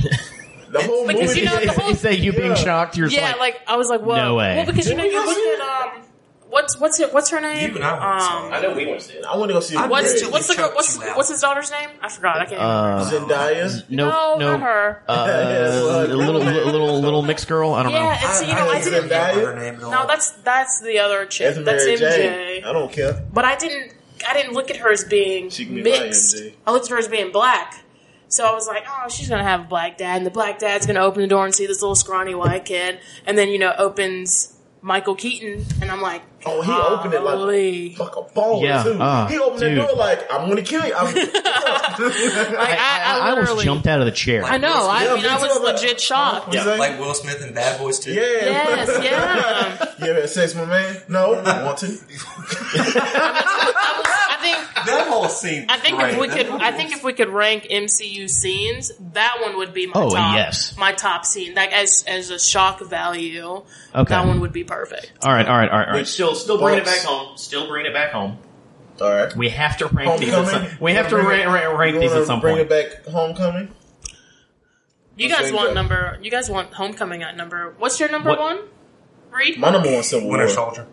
S2: The whole
S4: Because
S2: movie.
S4: you know, the whole
S1: Say you being shocked, you're just
S4: yeah,
S1: like,
S4: like, I was like, well,
S1: No way.
S4: well, because you know,
S2: Did we
S4: you
S2: go
S4: look
S2: see
S4: at um, what's what's her, what's her name?
S13: You and I went and saw
S4: um,
S7: I know we want to see it.
S2: I want to go see. it with
S4: what's
S2: Greg.
S4: what's the girl, what's what's his daughter's name? I forgot. I can't.
S1: uh,
S2: Zendaya?
S1: no,
S4: no,
S1: no,
S4: not her.
S7: <laughs>
S1: Uh, little little little mixed girl. I don't
S4: yeah,
S1: know.
S4: and so you know, I, didn't.
S2: Zendaya?
S13: Her name and all.
S4: No, that's that's the other chick.
S2: That's
S4: That's
S2: Mary Oh.
S4: MJ.
S2: Jane. I don't care.
S4: But I didn't. I didn't look at her as being
S2: She can be
S4: mixed.
S2: lying, dude.
S4: I looked at her as being black. So I was like, oh, she's gonna have a black dad, and the black dad's gonna open the door and see this little scrawny white kid, and then you know opens Michael Keaton, and I'm like,
S2: Oh, he opened it like-
S4: "Golly."
S2: Fuck a baller
S1: Yeah,
S2: too.
S1: uh,
S2: he opened
S1: dude.
S2: the door like I'm gonna kill you.
S4: <laughs>
S2: I'm,
S4: Like, I, I,
S1: I almost
S4: literally-
S1: jumped out of the chair.
S4: I know. I
S2: Yeah,
S4: mean,
S2: me
S4: I
S2: too.
S4: was
S2: I'm like, <laughs>
S4: legit shocked.
S2: Yeah.
S13: like Will Smith and Bad Boys too.
S2: yeah. <laughs>
S4: Yes, yeah.
S2: You ever had sex, my man? No, I want to.
S4: I, was, I think
S13: That whole scene.
S4: I think if
S13: great.
S4: we could, I think if we could rank MCU scenes, that one would be my
S1: Oh,
S4: top.
S1: yes.
S4: my top scene. Like as as a shock value,
S1: Okay.
S4: that one would be perfect.
S1: All right, all right, all right, all
S7: But
S1: right.
S7: still, still bring it
S2: Folks.
S7: back home. Still bring it back home.
S2: All right.
S1: We have to rank these. At
S2: Homecoming.
S1: some, we have to
S2: Bring
S1: rank,
S2: it-
S1: rank, rank
S2: you
S1: these at
S2: wanna
S1: some
S2: bring
S1: point.
S2: it back. Homecoming.
S4: You
S2: Let's
S4: guys
S2: rank
S4: want
S2: that.
S4: number? You guys want Homecoming at number? What's your number
S1: What-
S4: one? Reed.
S2: My number one Civil
S13: Winter
S2: War.
S13: Soldier.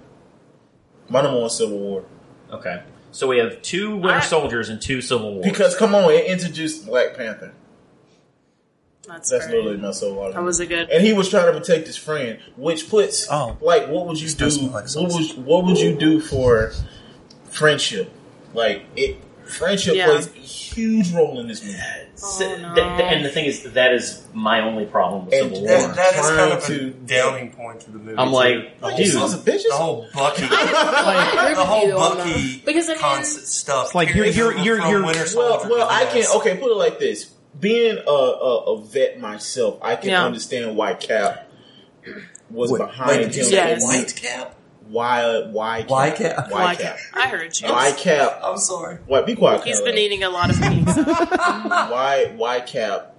S2: My number one Civil War.
S7: Okay. So we have two Winter
S4: Alright.
S7: Soldiers and two Civil Wars.
S2: Because come on, it introduced Black Panther.
S4: That's,
S2: That's
S4: fair.
S2: literally my Civil War.
S4: That was a good.
S2: and he was trying to protect his friend, which puts
S13: Oh.
S2: like what would you
S13: This
S2: do?
S13: does smell like
S2: what
S13: sauce.
S2: would what would you do for friendship? Like it, Friendship
S7: Yeah.
S2: plays a huge role in this movie.
S13: Oh,
S4: Oh,
S7: Th- th- and the thing is, that is my only problem with
S2: And
S7: Civil
S2: that-
S7: War.
S2: that is kind of a
S13: downing point to the movie.
S7: I'm like,
S13: too.
S7: dude,
S13: the whole Bucky,
S14: I
S13: the whole
S14: agree with you on
S13: Bucky
S14: Because I mean,
S13: concept stuff.
S1: It's like you're you're you're
S13: from
S1: you're.
S13: Winter
S2: <laughs> Well,
S13: Soldier.
S2: well, I can okay. Put it like this: being a, a, a vet myself, I can
S13: Yeah.
S2: understand why Cap was
S13: Wait,
S2: behind
S13: wait, did you
S2: him.
S13: say
S2: and
S13: White Cap?
S2: Why? Why? Cap?
S13: Why Cap?
S2: Why
S4: Why
S2: Cap?
S4: I heard you.
S2: Why Cap?
S13: I'm sorry.
S2: Why? Be quiet.
S4: He's
S2: Kylo.
S4: been eating a lot of
S1: <laughs>
S4: pizza.
S2: why? Why Cap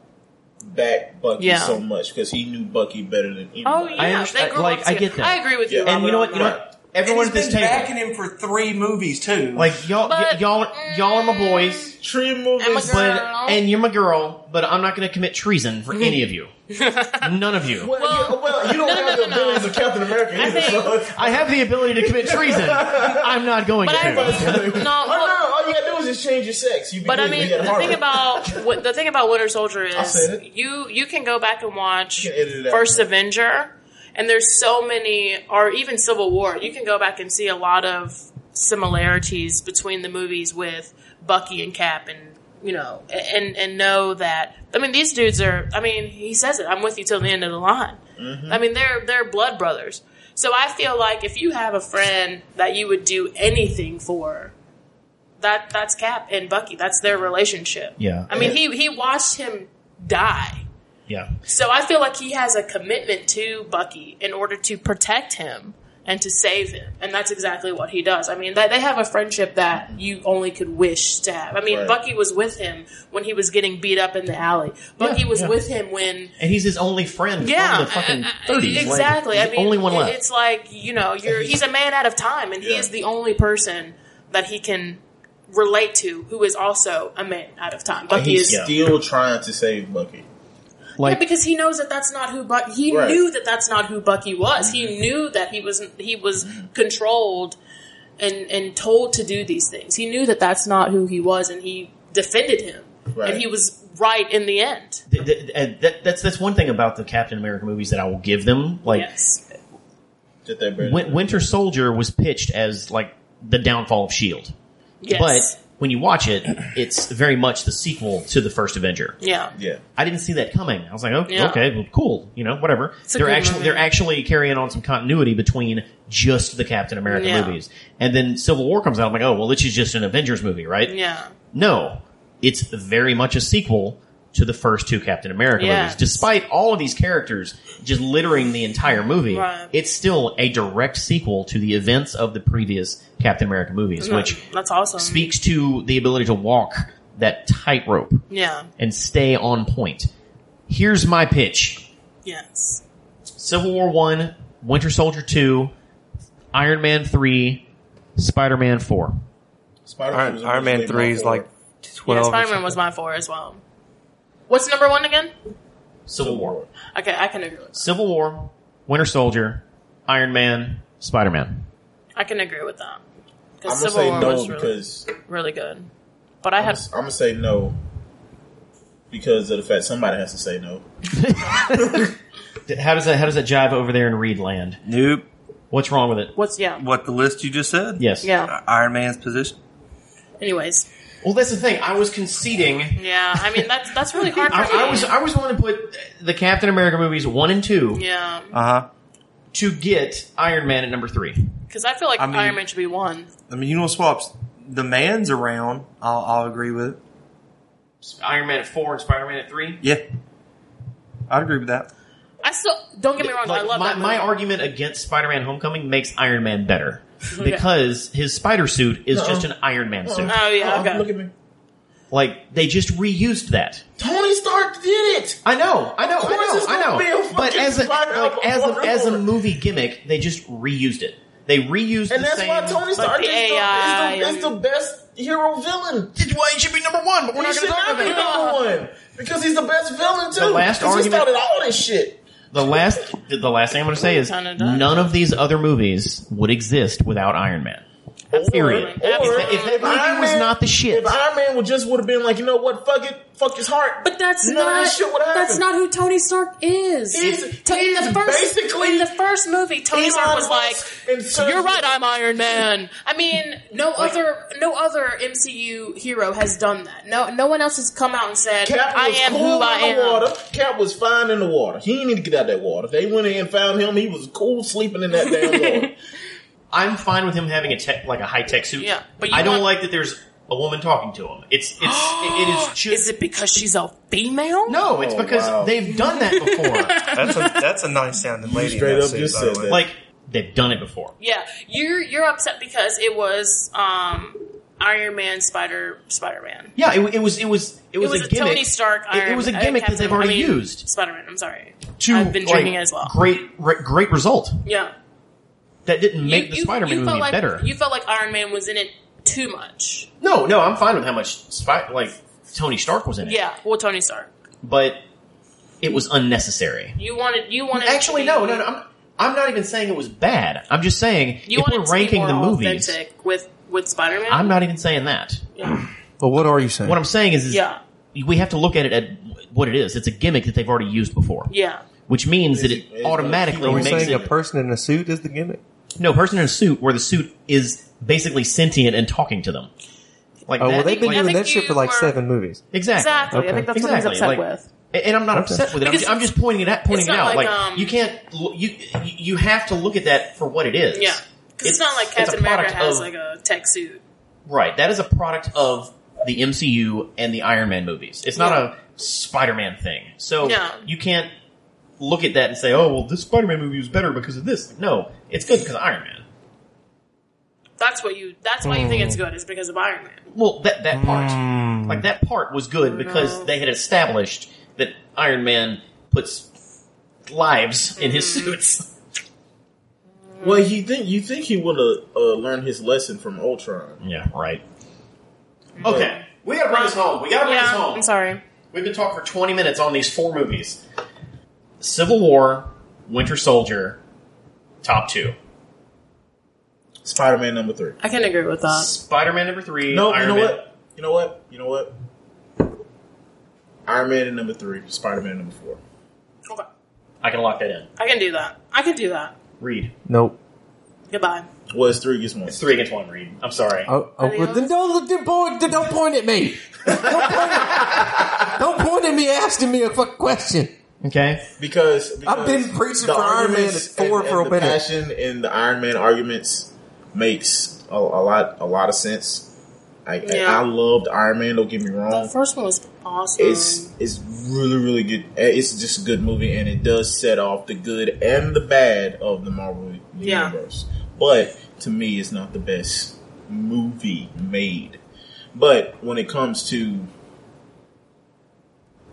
S2: back Bucky
S4: Yeah.
S2: so much? Because he knew Bucky better than anyone.
S4: Oh yeah,
S1: I
S4: they
S1: understand.
S4: grew
S1: Like
S4: up
S1: I get
S4: together.
S1: that.
S4: I agree with you.
S1: And you know what? You know
S4: Robert, on
S1: what? Everyone at
S13: And he's
S1: this
S13: been
S1: table,
S13: backing him for three movies too.
S1: like y'all,
S4: But-
S1: y'all, y'all are my boys,
S2: Three
S4: I'm a
S2: movies.
S4: girl.
S1: but and you're my girl, but I'm not going to commit treason for any of
S4: <laughs>
S1: you. None of you.
S2: Well, you, well, you don't
S4: no, no,
S2: have
S4: no,
S2: the
S4: no.
S2: abilities of Captain America
S4: I
S2: either.
S4: think-
S2: so-
S4: <laughs>
S1: I have the ability to commit treason. I'm not going
S4: But I-
S1: to.
S4: that.
S2: Oh, no,
S4: No,
S2: all you gotta do is just change your sex. You be
S4: But I
S2: good. You
S4: mean, the
S2: got
S4: thing
S2: Harvard.
S4: about what, the thing about Winter Soldier
S2: I said
S4: is
S2: it.
S4: you you can go back and watch
S2: You can edit it out.
S4: First Avenger, and there's so many, or even Civil War. You can go back and see a lot of similarities between the movies with Bucky and Cap, and you know, and and know that I mean these dudes are. I mean, he says it. I'm with you till the end of the line.
S2: Mm-hmm.
S4: I mean, they're they're blood brothers. So I feel like if you have a friend that you would do anything for, that that's Cap and Bucky. That's their relationship.
S1: Yeah.
S4: I mean, he he watched him die.
S1: Yeah.
S4: So I feel like he has a commitment to Bucky in order to protect him and to save him. And that's exactly what he does. I mean, that, they have a friendship that you only could wish to have. I mean,
S1: Right.
S4: Bucky was with him when he was getting beat up in the alley. Bucky
S1: Yeah,
S4: was
S1: yeah.
S4: with him when
S1: And he's his only friend
S4: yeah,
S1: from the fucking
S4: I- I-
S1: 30s. like,
S4: Exactly.
S1: he's
S4: I
S1: the
S4: mean,
S1: only one
S4: it-
S1: left.
S4: It's like you know, you're he's a man out of time, and he is the only person that he can relate to who is also a man out of time.
S2: But
S4: Bucky
S2: he's
S4: is
S2: still trying to save Bucky.
S4: yeah, because he knows that that's not who Bucky. He
S2: Right.
S4: knew that that's not who Bucky was.
S1: Mm-hmm.
S4: He knew that he was he was controlled and and told to do these things. He knew that that's not who he was, and he defended him,
S1: Right.
S4: and he was right in the end.
S1: Th- th- and that- that's that's one thing about the Captain America movies that I will give them. Like
S4: yes.
S2: Did they better-
S1: Win- Winter Soldier was pitched as like the downfall of Shield,
S4: Yes.
S1: E but when you watch it, it's very much the sequel to the first Avenger.
S4: yeah.
S2: Yeah.
S1: I didn't see that coming. I was like, oh,
S4: Yeah.
S1: okay, well, cool, you know, whatever.
S4: It's a
S1: They're
S4: good
S1: actually
S4: movie.
S1: they're actually carrying on some continuity between just the Captain America
S4: Yeah.
S1: movies, and then Civil War comes out. I'm like, oh, well, this is just an Avengers movie, right?
S4: Yeah.
S1: No, it's very much a sequel to the first two Captain America
S4: Yes.
S1: movies. Despite all of these characters just littering the entire movie,
S4: Right.
S1: it's still a direct sequel to the events of the previous Captain America movies,
S4: No,
S1: which
S4: that's awesome.
S1: speaks to the ability to walk that tightrope
S4: Yeah.
S1: and stay on point. Here's my pitch.
S4: Yes.
S1: Civil War 1, Winter Soldier 2, Iron Man 3, Spider-Man 4.
S2: Spider-Man
S13: Iron,
S2: was
S13: Iron Man
S2: originally
S13: three is
S2: my
S13: like
S4: Yeah,
S13: twelve.
S4: Spider Man was my four as well. What's number one again?
S1: Civil War.
S4: Okay, I can agree. With,
S1: Civil War, Winter Soldier, Iron Man, Spider-Man.
S4: I can agree with that
S2: I'm gonna
S4: because Civil
S2: say
S4: War
S2: no
S4: was really,
S2: because
S4: really good. But I
S2: I'm
S4: had
S2: gonna- I'm gonna say no because of the fact somebody has to say no.
S1: D- How does that how does that jive over there in Reed land?
S13: Nope.
S1: What's wrong with it?
S4: what's yeah
S13: What the list you just said?
S1: Yes.
S4: yeah.
S13: I- Iron Man's position.
S4: Anyways,
S1: Well, that's the thing. I was conceding.
S4: yeah. <laughs> I mean that's that's really hard for me.
S1: I, I was I was willing to put the Captain America movies one and two
S4: yeah,
S13: Uh huh.
S1: to get Iron Man at number three.
S4: because I feel like
S13: I mean-
S4: Iron Man should be one.
S13: I mean, you know, swaps. The man's around. I'll, I'll agree with it.
S1: Iron Man at four and Spider Man at three.
S13: Yeah, I'd agree with that.
S4: I still don't get me wrong.
S1: Like,
S4: I love
S1: my,
S4: that movie.
S1: my argument against Spider Man Homecoming makes Iron Man
S2: <laughs>
S1: better
S4: Okay.
S1: because his spider suit is
S2: Uh-uh.
S1: just an Iron Man suit.
S4: Oh yeah,
S2: Oh, Look
S4: okay.
S2: at me.
S1: Like they just reused that.
S2: Tony Stark did it.
S1: I know, I know,
S2: Of course it's
S1: I know,
S2: gonna
S1: I
S2: be
S1: know.
S2: a
S1: But
S2: fucking
S1: as a
S2: spider
S1: like,
S2: up
S1: as a
S2: on
S1: as a
S2: Earth.
S1: movie gimmick, they just reused it. They reused
S2: And
S1: the
S2: that's
S1: same.
S2: why Tony Stark
S4: the
S2: is, the,
S4: AI
S2: is, the, is the best hero villain.
S1: That's why he should be number one, but we're
S2: he
S1: not
S2: should
S1: going to talk
S2: not be
S1: about it.
S2: number one because he's the best villain too.
S1: The last
S2: 'Cause he
S1: argument-
S2: started all this shit.
S1: The last the last thing I'm going to say is
S4: Kinda done.
S1: none of these other movies would exist without Iron Man. Period.
S2: Or
S1: if, if that movie
S2: Iron
S1: was
S2: Man-
S1: not the shit,
S2: If Iron Man would just would have been like, you know what, fuck it, fuck his heart.
S4: But that's
S2: None of
S4: not.
S2: this shit would happen.
S4: That's not who Tony Stark is.
S2: He's-
S4: To- in the
S2: he's
S4: first,
S2: basically-
S4: in the first movie, Tony
S2: Elon
S4: Stark was
S2: Musk
S4: like,
S2: in terms
S4: "You're
S2: of-
S4: right, I'm Iron Man." I mean, no other, no other MCU hero has done that. No, no one else has come out and said,
S2: Cap
S4: "I
S2: was
S4: am
S2: cool
S4: who I
S2: in
S4: am."
S2: the water. Cap was fine in the water. He didn't need to get out of that water. They went in and found him. He was cool sleeping in that damn
S4: <laughs>
S2: water.
S1: I'm fine with him having a tech, like a high tech suit.
S4: Yeah, but you
S1: I don't
S4: want-
S1: like that there's a woman talking to him. It's
S4: <gasps>
S1: it's it, it is
S4: is it because she's a female?
S1: No, it's because they've done that before.
S4: <laughs>
S13: That's a that's a nice sounding lady. in
S2: straight
S13: that
S2: up
S13: suit,
S2: just
S13: by the
S2: said
S13: way.
S2: that.
S1: like they've done it before.
S4: Yeah, you're you're upset because it was um, Iron Man, Spider Spider Man.
S1: Yeah, it, it was it was it was, a gimmick.
S4: Tony Stark.
S1: It-
S4: Iron,
S1: it was a
S4: uh,
S1: gimmick that
S4: Captain-
S1: they've already
S4: I mean,
S1: used.
S4: Spider-Man. I'm sorry.
S1: To,
S4: I've been
S1: like,
S4: dreaming as well.
S1: Great re- great result
S4: Yeah,
S1: that didn't make
S4: You-
S1: the
S4: you-
S1: Spider-Man
S4: you
S1: movie
S4: felt like,
S1: better.
S4: You felt like Iron Man was in it too much.
S1: no, no, I'm fine with how much Spy- like Tony Stark was in it,
S4: Yeah, well, Tony Stark.
S1: but it was unnecessary.
S4: You wanted. You wanted.
S1: Actually,
S4: it to
S1: no,
S4: be,
S1: no, no. I'm, I'm not even saying it was bad. I'm just saying
S4: You
S1: if
S4: wanted
S1: we're
S4: to
S1: ranking
S4: be more
S1: the movies,
S4: authentic with with Spider-Man.
S1: I'm not even saying that.
S4: Yeah.
S3: But what are you saying?
S1: What I'm saying is, is
S4: Yeah.
S1: we have to look at it at what it is. It's a gimmick that they've already used before,
S4: Yeah.
S1: which means that it
S2: It's- it's-
S1: automatically
S13: Are we
S1: makes
S13: saying a
S1: it
S13: person in a suit is the gimmick?
S1: no person in a suit where the suit is basically sentient and talking to them. Like
S13: Oh, well,
S1: that,
S13: they've been
S1: like-
S13: doing
S4: think
S13: that shit
S4: you
S13: for like
S4: were-
S13: seven movies.
S1: exactly.
S4: Exactly. I
S13: Okay.
S4: think that's what he's upset
S1: Exactly, like-
S4: with.
S1: And- And I'm not
S13: Okay.
S1: upset with it. I'm
S4: Because
S1: just, I'm just pointing it out. Pointing
S4: it's
S1: it
S4: not
S1: out.
S4: like,
S1: Like,
S4: um,
S1: you can't. l- You you have to look at that for what it is.
S4: Yeah. Because it's, not like
S1: it's
S4: Captain
S1: a
S4: America
S1: product
S4: has
S1: of-
S4: like a tech suit.
S1: Right. That is a product of the MCU and the Iron Man movies. It's not a
S4: Yeah.
S1: Spider-Man thing. So
S4: No.
S1: you can't look at that and say, "Oh, well, this Spider-Man movie was better because of this." No, it's good because of Iron Man.
S4: That's what you. That's why you think
S1: Hmm.
S4: it's good. Is because of Iron Man.
S1: Well, that that part, like that part, was good because
S4: No.
S1: they had established that Iron Man puts lives in his
S4: Mm-hmm.
S1: suits.
S2: well, you think you think he would have uh, learned his lesson from Ultron?
S1: Yeah. Right.
S2: But-
S1: Okay. We gotta bring this home. We gotta bring this
S4: Yeah.
S1: home.
S4: I'm sorry.
S1: We've been talking for 20 minutes on these four movies Civil War, Winter Soldier, top two.
S2: Spider-Man number three.
S4: I can agree with that.
S1: Spider Man number three.
S2: No,
S1: Iron
S2: you know
S1: Man.
S2: what? You know what? You know what? Iron Man at number three, Spider Man number four.
S4: Okay.
S1: I can lock that in.
S4: I can do that. I can do that.
S1: Reed.
S13: Nope.
S4: Goodbye.
S2: Well, it's three gets one.
S1: It's three against one, Reed. I'm sorry.
S13: Oh, oh,
S4: Anything
S13: well,
S4: else?
S13: then don't, then point, then don't point
S1: <laughs>
S13: at me. Don't point, don't point at me asking me a fucking question.
S1: Okay.
S2: Because, because
S13: I've been preaching
S2: the
S13: for Iron Man
S2: arguments
S13: at four
S2: and-
S13: for
S2: and
S13: a
S2: the
S13: minute.
S2: Passion in the Iron Man arguments makes a, a lot a lot of sense. I, I-
S4: Yeah.
S2: I, loved Iron Man. Don't get me
S4: The
S2: wrong.
S4: first one was awesome.
S2: It's it's really really good. Eh, It's just a good movie, and it does set off the good and the bad of the Marvel
S4: Yeah.
S2: universe. But to me, it's not the best movie made. But when it comes to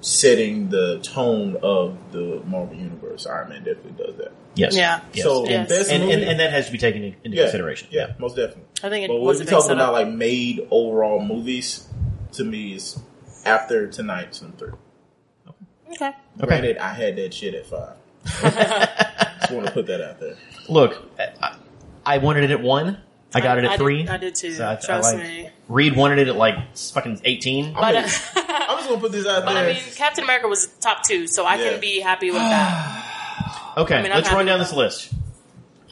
S2: setting the tone of the Marvel universe, Iron Man definitely does that.
S1: Yes.
S4: Yeah.
S1: Yes.
S2: So
S1: and,
S4: Yes.
S2: best
S1: and, and,
S2: movie-
S1: and that has to be taken in- into
S2: yeah,
S1: consideration.
S2: Yeah, most definitely.
S4: I think it
S2: But when
S4: was
S2: you're
S4: a big
S2: talking
S4: setup.
S2: about like made overall movies, to me is after tonight's number three.
S4: okay.
S1: Okay.
S2: Granted, I had that shit at five. Just want to put that out there.
S1: Look, I, I wanted it at one. I got it at
S4: I
S1: three.
S4: Did, I did too.
S1: So I- I
S4: trust
S1: like- Oh,
S4: me.
S1: Reed wanted it at like fucking 18.
S2: I'm,
S4: <laughs> But,
S2: gonna, I'm
S4: uh,
S2: just gonna put this out
S4: but I
S2: there.
S4: mean, Captain America was top two, so I
S2: Yeah.
S4: can be happy
S1: <sighs>
S4: with that.
S1: Okay,
S4: I mean, I'm
S1: let's run
S4: happy
S1: down
S4: with
S1: this list.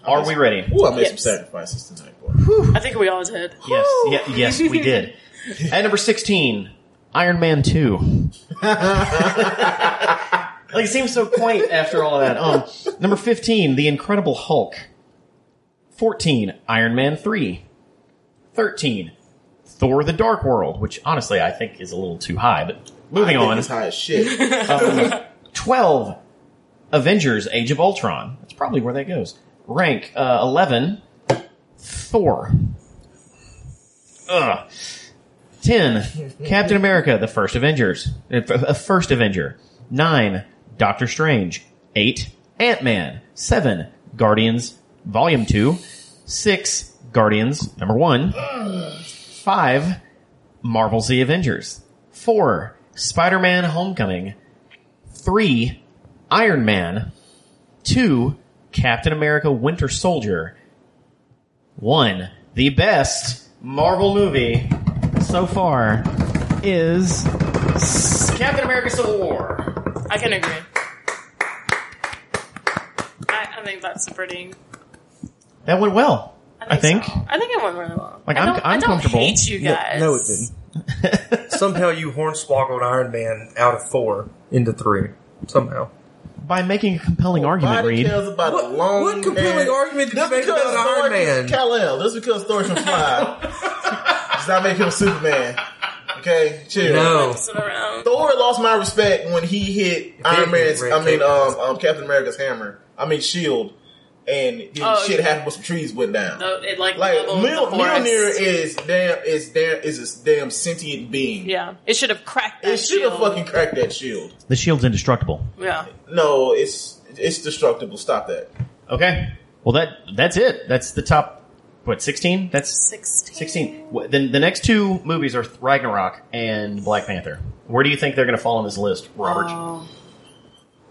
S1: Are we ready?
S2: Ooh, I made
S4: Yes.
S2: some sacrifices tonight, boy.
S4: I think we all did.
S1: Yes, yeah, yes,
S2: <laughs>
S1: we did. At number sixteen, Iron Man
S2: <laughs>
S1: two. like it seems so quaint after all of that. Um, number fifteen, The Incredible Hulk. Fourteen, Iron Man three. Thirteen, Thor: The Dark World, which honestly I think is a little too high. But moving
S2: I think
S1: on.
S2: it's high as shit.
S1: Twelve, Avengers: Age of Ultron. That's probably where that goes. Rank uh, eleven, Thor. Ugh. 10. Captain America, the first Avengers. uh, f- uh, First Avenger. 9. Doctor Strange. 8. Ant Man. 7. Guardians, Volume 2. 6. Guardians, number 1. 5. Marvel's The Avengers. 4. Spider Man Homecoming. 3. Iron Man. 2. Captain America Winter Soldier. 1. The best Marvel movie so far is Captain America Civil War.
S4: I can agree. I, I think that's a pretty.
S1: That went well. I think.
S4: I think it went really well.
S1: Like
S4: I
S1: I'm,
S4: don't, I
S1: I'm
S4: don't
S1: comfortable.
S4: hate you guys.
S3: No, it didn't.
S13: <laughs>
S3: Somehow you hornswoggled Iron Man out of four into three. Somehow.
S1: By making a compelling argument,
S2: Nobody
S1: Reed.
S2: cares about a long
S3: what compelling
S2: man.
S3: argument did you
S2: Just
S3: make
S2: because
S3: about Iron
S2: Thor-
S3: Man?
S2: Kal-El. Just because Thor can fly does not make him Superman. Okay, chill.
S3: No.
S2: Thor lost my respect when he hit Iron Man's.
S3: red
S2: I mean,
S3: cape.
S2: um, um, Captain America's hammer. I mean, shield, and his
S4: Oh,
S2: shit
S4: yeah.
S2: happened with some trees went down.
S4: No, Oh, it like,
S2: Like
S4: leveled the
S2: Mil-
S4: forest.
S2: Mjolnir is damn is damn is a damn sentient being.
S4: Yeah, it should have cracked. That
S2: It should have
S4: shield.
S2: fucking cracked that shield.
S1: The shield's indestructible.
S4: Yeah.
S2: No, it's it's destructible. Stop that.
S1: Okay. Well, that that's it. That's the top. What sixteen? That's
S4: 16.
S1: sixteen. Wh- Then the next two movies are Ragnarok and Black Panther. Where do you think they're going to fall on this list, Robert?
S4: Oh.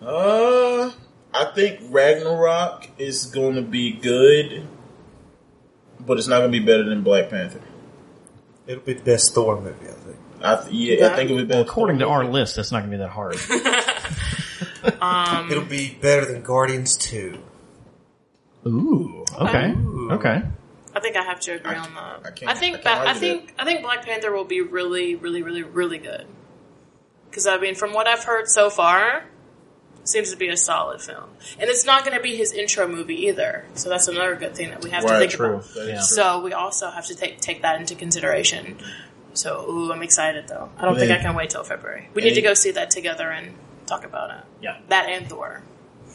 S2: Uh, I think Ragnarok is going to be good, but it's not going to be better than Black Panther.
S13: It'll be the best Thor movie, I think.
S2: I th- yeah, I think it would be better.
S1: According to our list, that's not going to be that hard.
S13: It'll be better than Guardians 2.
S1: <laughs> Ooh. Okay. Okay.
S4: I think I have to agree on that. I,
S2: can't-
S4: think
S2: I can't
S4: that I
S2: argue
S4: think I think Black Panther will be really, really, really, really good. Because I mean, from what I've heard so far, it seems to be a solid film, and it's not going to be his intro movie either. So that's another good thing that we have to
S2: Right,
S4: think
S2: true.
S4: about.
S2: That is true.
S4: So we also have to take take that into consideration. So ooh, I'm excited though. I don't
S2: Well,
S4: think I
S2: then-
S4: can wait till February. We
S2: And
S4: need to
S2: then-
S4: go see that together and talk about it.
S1: Yeah.
S4: That and Thor.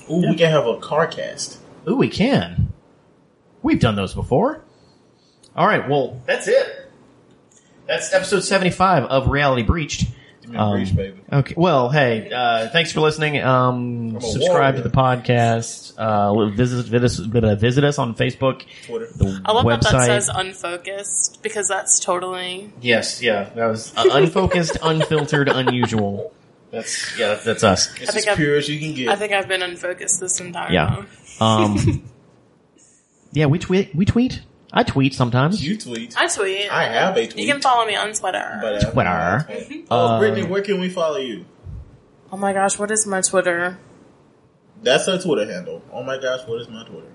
S2: Ooh, we can have a car cast.
S1: Ooh, we can. We've done those before. All right. Well, that's it. That's episode seventy-five of Reality Breached. Um,
S2: Give me a breach, baby.
S1: Okay. Well, hey, uh, thanks for listening. Um,
S2: a
S1: subscribe to
S2: warrior.
S1: the podcast. Uh, visit, visit us, visit us on Facebook,
S2: Twitter.
S1: the
S4: I love
S1: website.
S4: that that says unfocused because that's totally
S1: yes, yeah, that was uh, <laughs> unfocused, unfiltered, unusual. That's yeah, that's, that's us.
S2: It's as
S4: think I've-
S2: pure as you can get.
S4: I think I've been unfocused this entire
S1: Yeah.
S4: time.
S1: Um, yeah, we tweet. We tweet. I tweet sometimes.
S2: you tweet.
S4: I tweet.
S2: I have a tweet.
S4: You can follow me on Twitter.
S2: but, uh,
S1: Twitter.
S2: Oh,
S1: Uh,
S2: Brittany, where can we follow you?
S4: oh my gosh, what is my Twitter?
S2: That's her Twitter handle. Oh my gosh, what is my Twitter?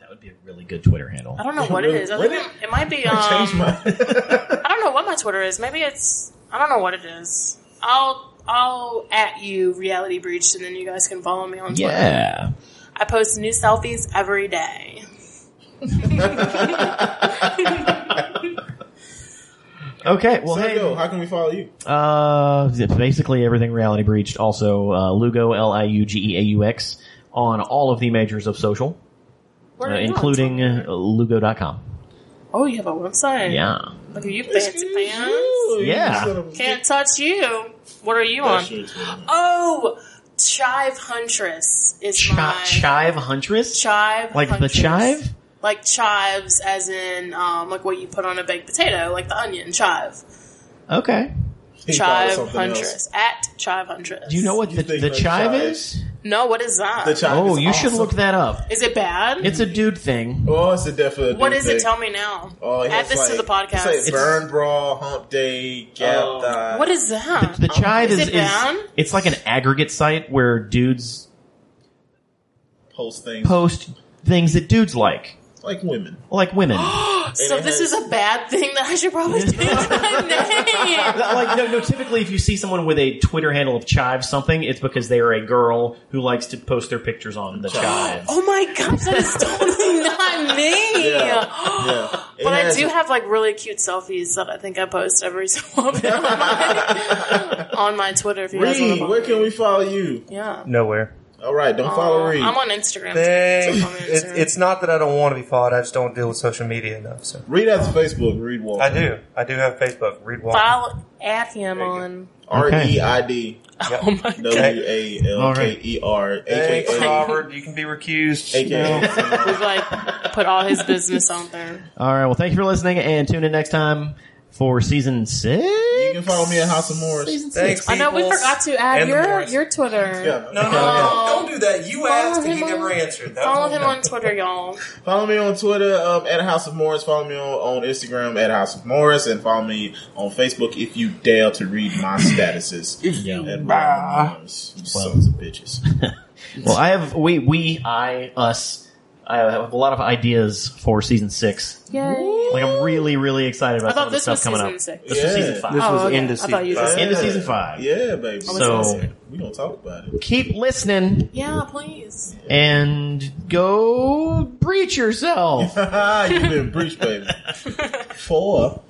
S1: That would be a really good Twitter handle.
S4: I
S2: <laughs>
S4: don't know what it is. I think
S2: Reddit?
S4: it might be.
S2: I
S4: <laughs> Um,
S2: changed
S4: <laughs>
S2: my.
S4: I don't know what my Twitter is. Maybe it's. I don't know what it is. I'll I'll at you reality breached, and then you guys can follow me on Twitter.
S1: Yeah.
S4: I post new selfies every day.
S1: Okay. Well,
S2: so,
S1: hey.
S2: yo, how can we follow you?
S1: Uh, it's basically everything reality breached. Also, uh, Lugo L I U G E A U X on all of the majors of social,
S4: Where
S1: uh,
S4: are you on
S1: including
S4: Twitter?
S1: uh, Lugo.com.
S4: Oh, you have a website.
S1: Yeah.
S4: Look at you, fancy pants.
S2: Ooh, you
S1: Yeah.
S2: son of a-
S4: Can't touch you. What are you on?
S2: That's your Twitter.
S4: Oh, Chive Huntress is
S1: Chi-
S4: my
S1: chive Huntress?
S4: chive.
S1: like
S4: Huntress.
S1: the chive?
S4: Like chives, as in um, like what you put on a baked potato, like the onion chive.
S1: Okay.
S2: He called it
S4: chive
S2: something
S4: Huntress
S2: else.
S4: at Chive Huntress.
S1: Do you know what
S2: You
S1: the,
S2: think
S1: the
S2: the
S1: chive
S2: chive-
S1: is?
S4: No, what is that?
S2: The
S4: Is
S2: child
S1: Oh,
S2: is
S1: you should
S2: awesome.
S1: look that up.
S4: it bad?
S1: It's a dude thing.
S2: Oh, it's a definite.
S4: what is it?
S2: thing.
S4: Tell me now.
S2: Oh, it
S4: Add
S2: has,
S4: this to the
S2: like-
S4: podcast.
S2: It's like
S1: It's-
S2: burn brawl, hump day, uh, gap
S1: Oh.
S2: die.
S4: what is
S1: The,
S4: that?
S1: the chive
S4: Oh. Is
S1: is,
S4: it banned?
S1: it's like an aggregate site where dudes
S2: post things
S1: post things that dudes like,
S2: like women?
S1: like
S4: <gasps>
S1: women.
S4: so
S2: it
S4: this
S2: has-
S4: is a bad thing that I should probably change my name.
S1: like no, no. Typically, if you see someone with a Twitter handle of chive something, it's because they are a girl who likes to post their pictures on the chive.
S4: Oh my gosh, that
S1: <laughs>
S4: is totally not me.
S2: Yeah, It
S4: <laughs> But I
S2: has- <laughs>
S4: do have like really cute selfies that I think I post every so
S2: <laughs>
S4: often <laughs> on my, on my Twitter. If you guys want to
S2: Reed,
S4: follow
S2: where
S4: me.
S2: can we follow you?
S4: Yeah.
S13: Nowhere.
S2: All right, don't follow Reed.
S4: I'm on Instagram.
S13: They,
S4: So follow me on
S13: it,
S4: Instagram.
S13: it's not that I don't want to be followed. I just don't deal with social media enough. So
S2: Reed has a Facebook. Reed Walker.
S13: I do. I do have Facebook. Read Walker.
S4: follow at him on. <laughs>
S2: R
S1: Okay.
S2: E I D
S4: Oh my
S2: W
S4: god.
S2: A L K E R A K
S13: Thanks,
S2: A
S13: Robert. You can be recused.
S2: A K A.
S4: We've like put all his business out there.
S1: All right. Well, thank you for listening, and tune in next time for season six.
S2: You can follow me at House of Morris.
S4: I know <laughs> we forgot to add your your Twitter.
S2: Yeah.
S4: No,
S13: Don't do that. You asked and he never answered. That
S4: Follow
S13: was
S4: him on Twitter, y'all.
S2: Follow me on Twitter um, at House of Morris. Follow me on, on Instagram at House of Morris, and follow me on Facebook if you dare to read my statuses. And House of Morris. You sons of bitches.
S1: Well, I have we we I us. I have a lot of ideas for season six.
S4: Yay.
S1: Like I'm really really excited about
S4: I thought
S1: some of the
S4: this
S1: stuff
S4: was
S1: coming
S4: season
S1: up.
S4: six.
S1: This was
S2: Yeah.
S1: season five.
S4: This was Oh, okay. end of I thought season you five. said-
S1: End of season five.
S2: Yeah, baby.
S1: So
S2: we don't talk <laughs> about it.
S1: keep listening
S4: Yeah, please.
S1: and go breach yourself.
S2: You've been breached, baby. Four.